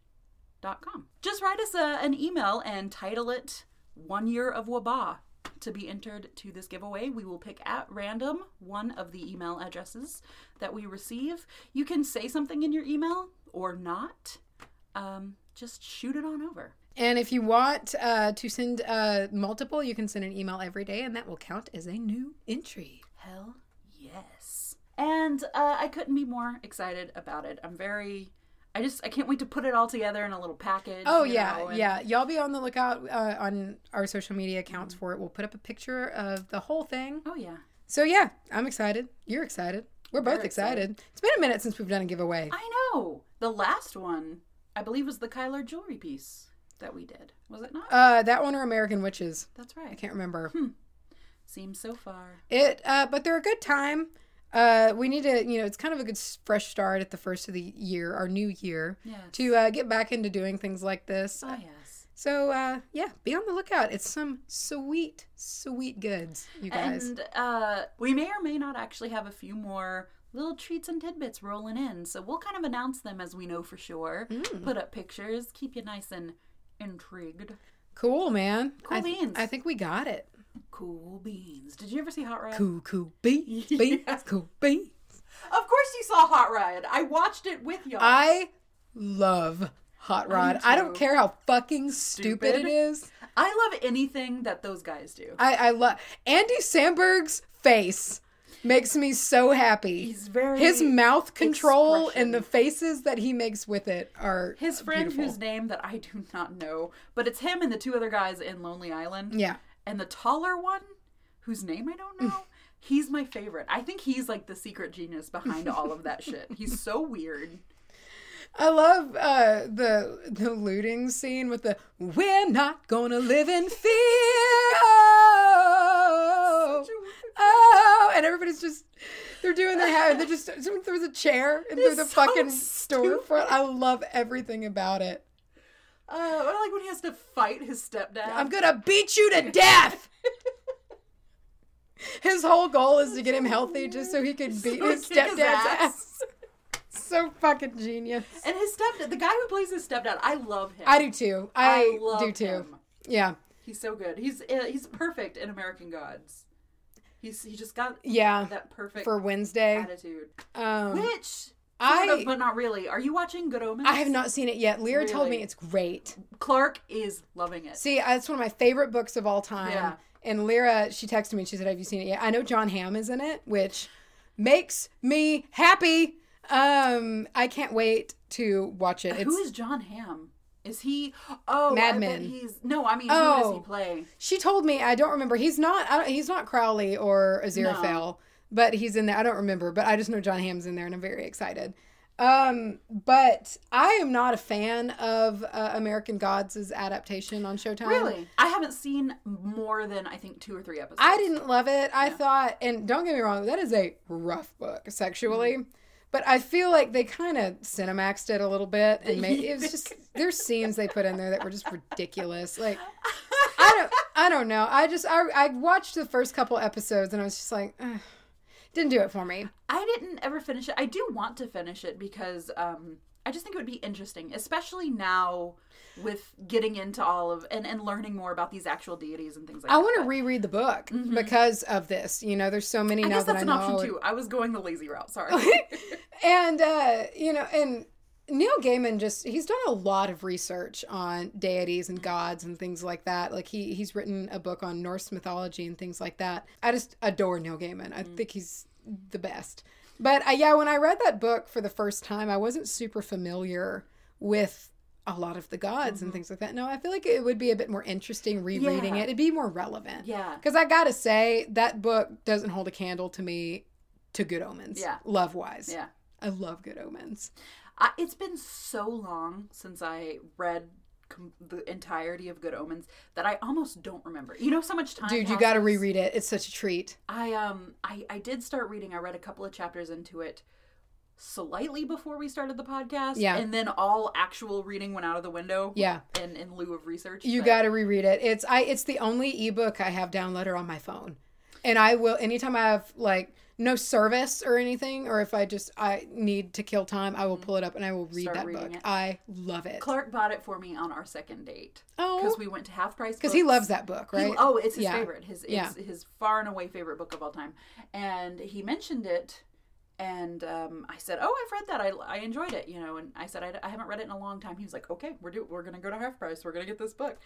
Speaker 2: com. Just write us a, an email and title it One Year of Waba. To be entered to this giveaway, we will pick at random one of the email addresses that we receive. You can say something in your email or not. Um, just shoot it on over.
Speaker 1: And if you want uh, to send uh, multiple, you can send an email every day, and that will count as a new entry.
Speaker 2: Hell yes. And uh, I couldn't be more excited about it. I'm very, I just, I can't wait to put it all together in a little package.
Speaker 1: Oh,
Speaker 2: you
Speaker 1: yeah.
Speaker 2: know, and-
Speaker 1: yeah. Y'all be on the lookout uh, on our social media accounts for it. We'll put up a picture of the whole thing.
Speaker 2: Oh, yeah.
Speaker 1: So, yeah, I'm excited. You're excited. We're both
Speaker 2: We're
Speaker 1: excited.
Speaker 2: excited.
Speaker 1: It's been a minute since we've done a giveaway.
Speaker 2: I know. The last one, I believe, was the Kyler jewelry piece that we did. Was it not?
Speaker 1: Uh, that one or American Witches.
Speaker 2: That's
Speaker 1: I
Speaker 2: right.
Speaker 1: can't remember.
Speaker 2: Hmm. Seems so far.
Speaker 1: It, uh, but they're a good time. Uh, we need to, you know, it's kind of a good s- fresh start at the first of the year, our new year,
Speaker 2: Yes.
Speaker 1: to uh, get back into doing things like this.
Speaker 2: Oh, yes.
Speaker 1: So uh, yeah, be on the lookout. It's some sweet, sweet goods, you guys.
Speaker 2: And uh, we may or may not actually have a few more little treats and tidbits rolling in. So we'll kind of announce them as we know for sure.
Speaker 1: Mm-hmm. Mm.
Speaker 2: Put up pictures, keep you nice and intrigued.
Speaker 1: cool, man.
Speaker 2: Cool
Speaker 1: I th-
Speaker 2: beans.
Speaker 1: I think we got it.
Speaker 2: Cool beans. Did you ever see Hot Rod?
Speaker 1: Cool, cool beans, beans, cool beans.
Speaker 2: Of course you saw Hot Rod. I watched it with y'all.
Speaker 1: I love hot rod. I don't
Speaker 2: too.
Speaker 1: care how fucking stupid,
Speaker 2: Stupid.
Speaker 1: it is.
Speaker 2: I love anything that those guys do.
Speaker 1: I, I love Andy Sandberg's face makes me so happy.
Speaker 2: He's very
Speaker 1: His mouth control
Speaker 2: expression.
Speaker 1: and the faces that he makes with it are
Speaker 2: His
Speaker 1: Uh,
Speaker 2: friend,
Speaker 1: beautiful.
Speaker 2: whose name that I do not know, but it's him and the two other guys in Lonely Island.
Speaker 1: yeah.
Speaker 2: And the taller one, whose name I don't know, he's my favorite. I think he's like the secret genius behind all of that shit. He's so weird.
Speaker 1: I love uh, the the looting scene with the "We're not gonna live in fear." Oh, oh, and everybody's just they're doing their hair. They're just someone throws a chair and through the
Speaker 2: so
Speaker 1: fucking
Speaker 2: stupid.
Speaker 1: storefront. I love everything about it.
Speaker 2: Uh, or like when he has to fight his stepdad.
Speaker 1: I'm gonna beat you to death. His whole goal is to get him healthy just so he can beat
Speaker 2: So
Speaker 1: his
Speaker 2: kick
Speaker 1: stepdad's ass. So fucking genius.
Speaker 2: And his stepdad, the guy who plays his stepdad, I love him.
Speaker 1: I do too. I,
Speaker 2: love
Speaker 1: do too.
Speaker 2: him.
Speaker 1: Yeah.
Speaker 2: He's so good. He's uh, he's perfect in American Gods. He's he just got
Speaker 1: Yeah.
Speaker 2: that perfect
Speaker 1: for Wednesday.
Speaker 2: attitude.
Speaker 1: Um,
Speaker 2: Which sort of,
Speaker 1: I
Speaker 2: but not really. Are you watching Good Omens?
Speaker 1: I have not seen it yet. Lear told me
Speaker 2: Really?
Speaker 1: it's great.
Speaker 2: Clark is loving it.
Speaker 1: See, uh, it's one of my favorite books of all time.
Speaker 2: Yeah.
Speaker 1: And Lyra, she texted me and she said, Have you seen it yet? I know John Hamm is in it, which makes me happy. Um, I can't wait to watch it.
Speaker 2: Who
Speaker 1: It's
Speaker 2: is John Hamm? Is he? Oh,
Speaker 1: Mad
Speaker 2: I bet
Speaker 1: Men.
Speaker 2: He's no. I mean, who does
Speaker 1: Oh.
Speaker 2: he play?
Speaker 1: she told me I don't remember. He's not I don't, he's not Crowley or Aziraphale, but he's in there. I don't remember, but I just know John Hamm's in there and I'm very excited. Um, but I am not a fan of uh, American Gods' adaptation on Showtime.
Speaker 2: Really? I haven't seen more than I think two or three episodes.
Speaker 1: I didn't love it. I thought, and don't get me wrong, that is a rough book sexually,
Speaker 2: Mm-hmm.
Speaker 1: but I feel like they kind of Cinemaxed it a little bit, and made, it was just there's scenes they put in there that were just ridiculous. Like I don't, I don't know. I just I I watched the first couple episodes and I was just like, Ugh. didn't do it for me.
Speaker 2: I didn't ever finish it. I do want to finish it because um, I just think it would be interesting, especially now with getting into all of and, and learning more about these actual deities and things like
Speaker 1: I
Speaker 2: that.
Speaker 1: want to reread the book because of this. You know, there's so many
Speaker 2: Mm-hmm. I
Speaker 1: now
Speaker 2: guess
Speaker 1: that
Speaker 2: that's
Speaker 1: I
Speaker 2: an
Speaker 1: know.
Speaker 2: option
Speaker 1: and-
Speaker 2: too. I was going the lazy route. Sorry.
Speaker 1: and uh, you know, and Neil Gaiman just he's done a lot of research on deities and gods and things like that. Like he he's written a book on Norse mythology and things like that. I just adore Neil Gaiman. I
Speaker 2: Mm.
Speaker 1: think he's the best. But uh, yeah, when I read that book for the first time, I wasn't super familiar with a lot of the gods and things like that. No, I feel like it would be a bit more interesting rereading
Speaker 2: Mm-hmm. Yeah.
Speaker 1: it. It'd be more relevant.
Speaker 2: yeah.
Speaker 1: Because I gotta say, that book doesn't hold a candle to me to Good Omens.
Speaker 2: Yeah.
Speaker 1: Love wise.
Speaker 2: Yeah.
Speaker 1: I love Good Omens.
Speaker 2: I, it's been so long since I read com- the entirety of Good Omens that I almost don't remember. You know, so much time.
Speaker 1: Dude, you gotta
Speaker 2: passes.
Speaker 1: reread it. It's such a treat.
Speaker 2: I um I I did start reading. I read a couple of chapters into it slightly before we started the podcast.
Speaker 1: Yeah.
Speaker 2: And then all actual reading went out of the window.
Speaker 1: Yeah.
Speaker 2: In in lieu of research.
Speaker 1: You
Speaker 2: but-
Speaker 1: gotta reread it. It's I it's the only ebook I have downloaded on my phone. And I will anytime I have like no service or anything, or if I just I need to kill time, I will pull it up and I will read
Speaker 2: Mm-hmm. Start
Speaker 1: that
Speaker 2: reading
Speaker 1: book.
Speaker 2: it.
Speaker 1: I love it.
Speaker 2: Clark bought it for me on our second date.
Speaker 1: oh,
Speaker 2: Because we went to half price.
Speaker 1: because he
Speaker 2: Books.
Speaker 1: loves that book,
Speaker 2: He-
Speaker 1: right?
Speaker 2: oh, it's his
Speaker 1: Yeah.
Speaker 2: favorite. His it's
Speaker 1: Yeah.
Speaker 2: his far and away favorite book of all time. And he mentioned it, and um, I said, "Oh, I've read that. I, I enjoyed it." You know, and I said, I, I haven't read it in a long time." He was like, "Okay, we're do we're gonna go to half price. We're gonna get this book."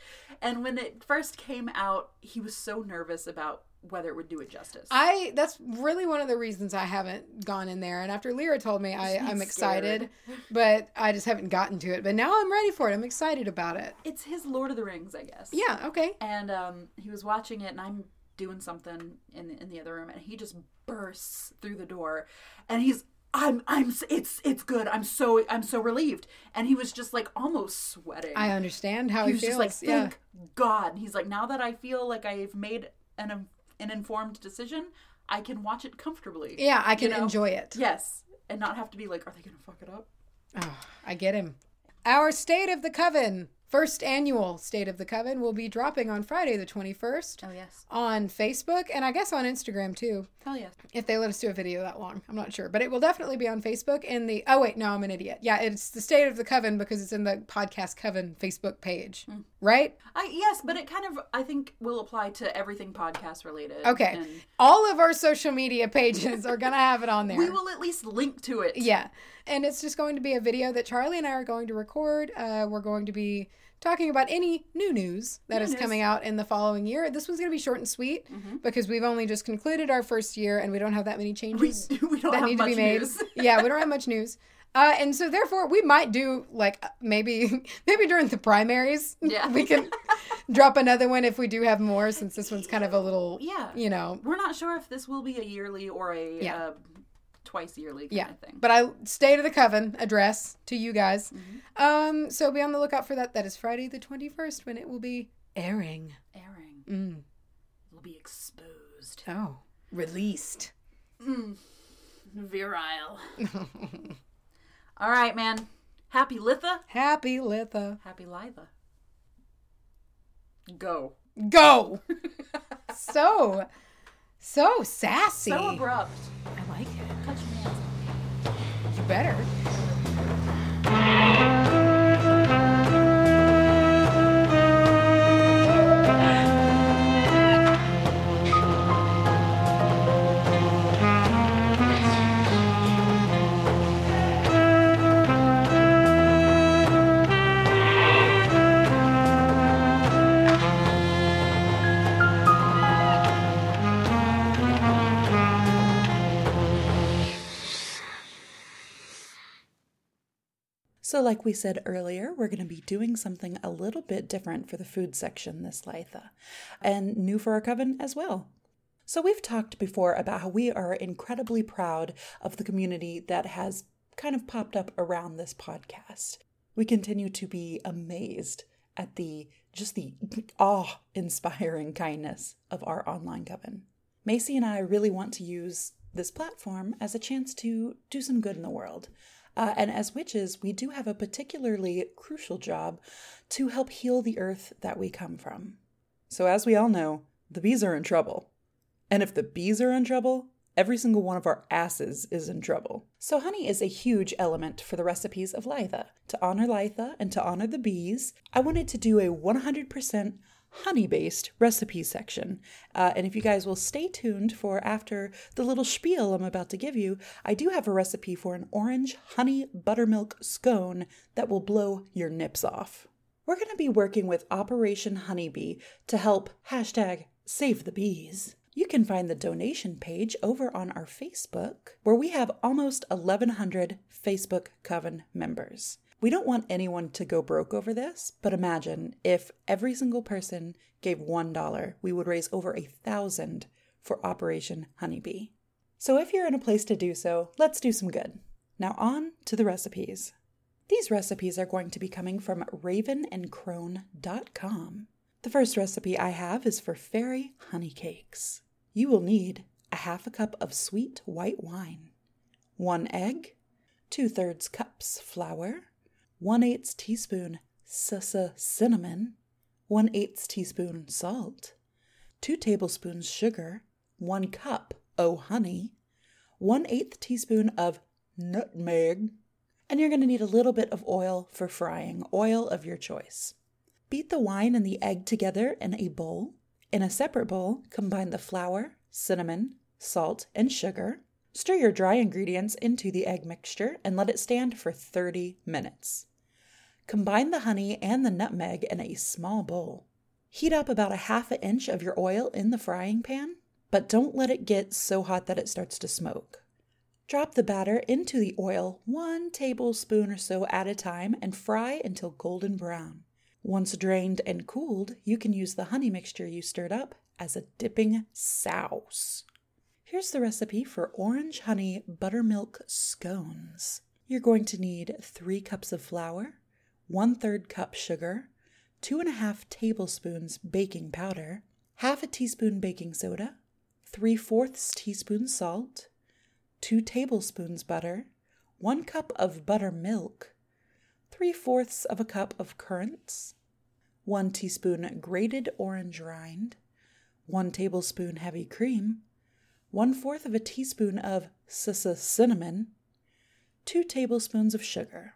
Speaker 2: And when it first came out, he was so nervous about whether it would do it justice.
Speaker 1: I that's really one of the reasons I haven't gone in there. And after Lyra told me, I, I'm
Speaker 2: Scared.
Speaker 1: excited, but I just haven't gotten to it. But now I'm ready for it. I'm excited about it.
Speaker 2: it's his Lord of the Rings, I guess.
Speaker 1: Yeah. Okay.
Speaker 2: and um, he was watching it, and I'm doing something in the, in the other room, and he just bursts through the door, and he's I'm I'm s- it's it's good. I'm so I'm so relieved, and he was just like almost sweating.
Speaker 1: I understand how he,
Speaker 2: he was
Speaker 1: feels.
Speaker 2: just like
Speaker 1: yeah.
Speaker 2: thank God. And he's like now that I feel like I've made an um, an informed decision, I can watch it comfortably.
Speaker 1: Yeah. I can
Speaker 2: know?
Speaker 1: enjoy it.
Speaker 2: Yes, and not have to be like, are they gonna fuck it up?
Speaker 1: Oh, I get him. Our State of the Coven, first annual State of the Coven, will be dropping on Friday the 21st
Speaker 2: Oh yes,
Speaker 1: on Facebook and I guess on Instagram too.
Speaker 2: hell yes.
Speaker 1: if they let us do a video that long. I'm not sure, but it will definitely be on Facebook and the Oh wait, no, I'm an idiot. Yeah, it's the State of the Coven because it's in the Podcast Coven Facebook page.
Speaker 2: Hmm.
Speaker 1: Right?
Speaker 2: I yes, but it kind of I think will apply to everything podcast related.
Speaker 1: Okay.
Speaker 2: and-
Speaker 1: All of our social media pages are going to have it on there.
Speaker 2: We will at least link to it.
Speaker 1: Yeah. And it's just going to be a video that Charlie and I are going to record. Uh, we're going to be talking about any new news that
Speaker 2: New
Speaker 1: is
Speaker 2: news. Mm-hmm.
Speaker 1: coming out in the following year. This one's going to be short and sweet because we've only just concluded our first year and we don't have that many
Speaker 2: We,
Speaker 1: changes.
Speaker 2: we don't
Speaker 1: that
Speaker 2: have
Speaker 1: need to
Speaker 2: much
Speaker 1: be made.
Speaker 2: news.
Speaker 1: yeah, we don't have much news. Uh, and so therefore we might do like uh, maybe maybe during the primaries
Speaker 2: Yeah.
Speaker 1: we can drop another one if we do have more since this one's kind of a little
Speaker 2: Yeah.
Speaker 1: you know
Speaker 2: We're not sure if this will be a yearly or a
Speaker 1: Yeah.
Speaker 2: uh, twice yearly kind
Speaker 1: yeah
Speaker 2: of thing.
Speaker 1: but I state of the coven address to you guys um so be on the lookout for that that is Friday the 21st when it will be airing
Speaker 2: airing
Speaker 1: mm.
Speaker 2: will be exposed.
Speaker 1: oh released
Speaker 2: Virile. All right, man. Happy Litha.
Speaker 1: happy Litha
Speaker 2: Happy Litha. Go.
Speaker 1: go so so sassy
Speaker 2: So abrupt.
Speaker 1: I like it
Speaker 2: Touch your hands.
Speaker 1: You better.
Speaker 2: So, like we said earlier, we're going to be doing something a little bit different for the food section this Litha, and new for our coven as well. So, we've talked before about how we are incredibly proud of the community that has
Speaker 3: kind of popped up around this podcast. We continue to be amazed at the just the awe inspiring kindness of our online coven. Macy and I really want to use this platform as a chance to do some good in the world. Uh, and as witches, we do have a particularly crucial job to help heal the earth that we come from. So, as we all know, the bees are in trouble. And if the bees are in trouble, every single one of our asses is in trouble. So, honey is a huge element for the recipes of Litha. To honor Litha and to honor the bees, I wanted to do a 100% honey based recipe section. Uh, and if you guys will stay tuned for after the little spiel I'm about to give you, I do have a recipe for an orange honey buttermilk scone that will blow your nips off. We're going to be working with Operation Honeybee to help hashtag save the bees. You can find the donation page over on our Facebook, where we have almost 1,100 Facebook Coven members. We don't want anyone to go broke over this, but imagine if every single person gave $1, we would raise over a thousand for Operation Honeybee. So if you're in a place to do so, let's do some good. Now on to the recipes. These recipes are going to be coming from ravenandcrone.com. The first recipe I have is for fairy honey cakes. You will need a half a cup of sweet white wine, one egg, two thirds cups flour, one eighth teaspoon sasa cinnamon, one eighth teaspoon salt, two tablespoons sugar, one cup oh honey, one eighth teaspoon of nutmeg, and you're going to need a little bit of oil for frying, oil of your choice. Beat the wine and the egg together in a bowl. In a separate bowl, combine the flour, cinnamon, salt, and sugar. Stir your dry ingredients into the egg mixture and let it stand for 30 minutes. Combine the honey and the nutmeg in a small bowl. Heat up about a half an inch of your oil in the frying pan, but don't let it get so hot that it starts to smoke. Drop the batter into the oil one tablespoon or so at a time and fry until golden brown. Once drained and cooled, you can use the honey mixture you stirred up as a dipping sauce. Here's the recipe for orange honey buttermilk scones. You're going to need three cups of flour, one third cup sugar, two and a half tablespoons baking powder, half a teaspoon baking soda, three fourths teaspoon salt, two tablespoons butter, one cup of buttermilk, three fourths of a cup of currants, one teaspoon grated orange rind, one tablespoon heavy cream, one fourth of a teaspoon of sissa cinnamon, two tablespoons of sugar.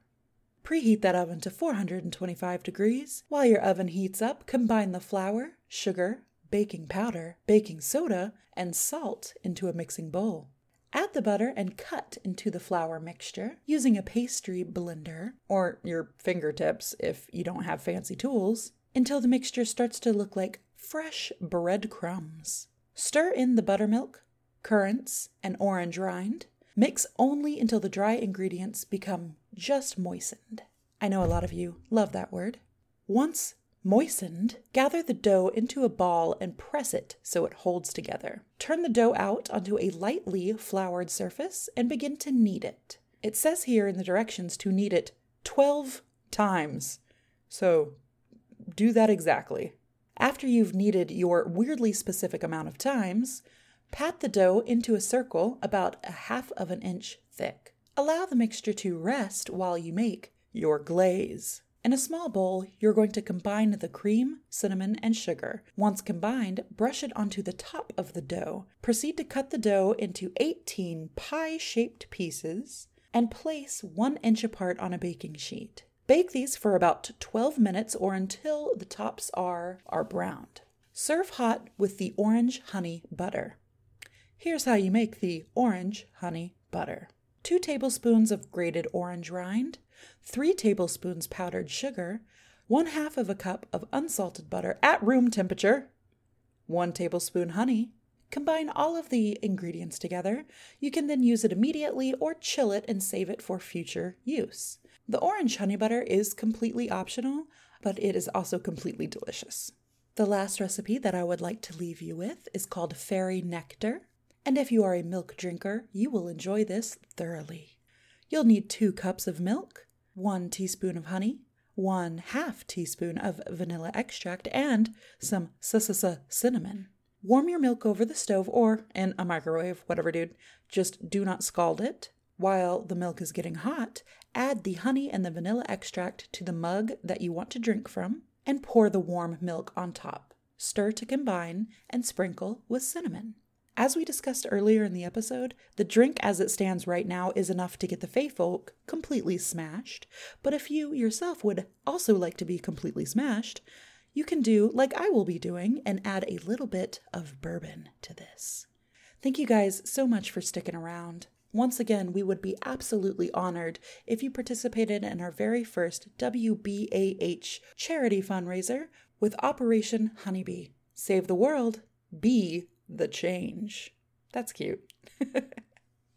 Speaker 3: Preheat that oven to 425 degrees. While your oven heats up, combine the flour, sugar, baking powder, baking soda, and salt into a mixing bowl. Add the butter and cut into the flour mixture using a pastry blender or your fingertips if you don't have fancy tools until the mixture starts to look like fresh breadcrumbs. Stir in the buttermilk, currants, and orange rind. Mix only until the dry ingredients become just moistened. I know a lot of you love that word. Once moistened, gather the dough into a ball and press it so it holds together. Turn the dough out onto a lightly floured surface and begin to knead it. It says here in the directions to knead it 12 times. So do that exactly. After you've kneaded your weirdly specific amount of times, pat the dough into a circle about a half of an inch thick. Allow the mixture to rest while you make your glaze. In a small bowl, you're going to combine the cream, cinnamon, and sugar. Once combined, brush it onto the top of the dough. Proceed to cut the dough into 18 pie shaped pieces and place one inch apart on a baking sheet. Bake these for about 12 minutes or until the tops are, are browned. Serve hot with the orange honey butter. Here's how you make the orange honey butter 2 tablespoons of grated orange rind, 3 tablespoons powdered sugar, 1 half of a cup of unsalted butter at room temperature, 1 tablespoon honey. Combine all of the ingredients together. You can then use it immediately or chill it and save it for future use. The orange honey butter is completely optional, but it is also completely delicious. The last recipe that I would like to leave you with is called Fairy Nectar, and if you are a milk drinker, you will enjoy this thoroughly. You'll need two cups of milk, one teaspoon of honey, one half teaspoon of vanilla extract, and some cinnamon. Warm your milk over the stove or in a microwave, whatever, dude. Just do not scald it. While the milk is getting hot, add the honey and the vanilla extract to the mug that you want to drink from and pour the warm milk on top. Stir to combine and sprinkle with cinnamon. As we discussed earlier in the episode, the drink as it stands right now is enough to get the Fey folk completely smashed, but if you yourself would also like to be completely smashed, you can do like I will be doing and add a little bit of bourbon to this. Thank you guys so much for sticking around. Once again, we would be absolutely honored if you participated in our very first WBAH charity fundraiser with Operation Honeybee. Save the world, be the change. That's cute.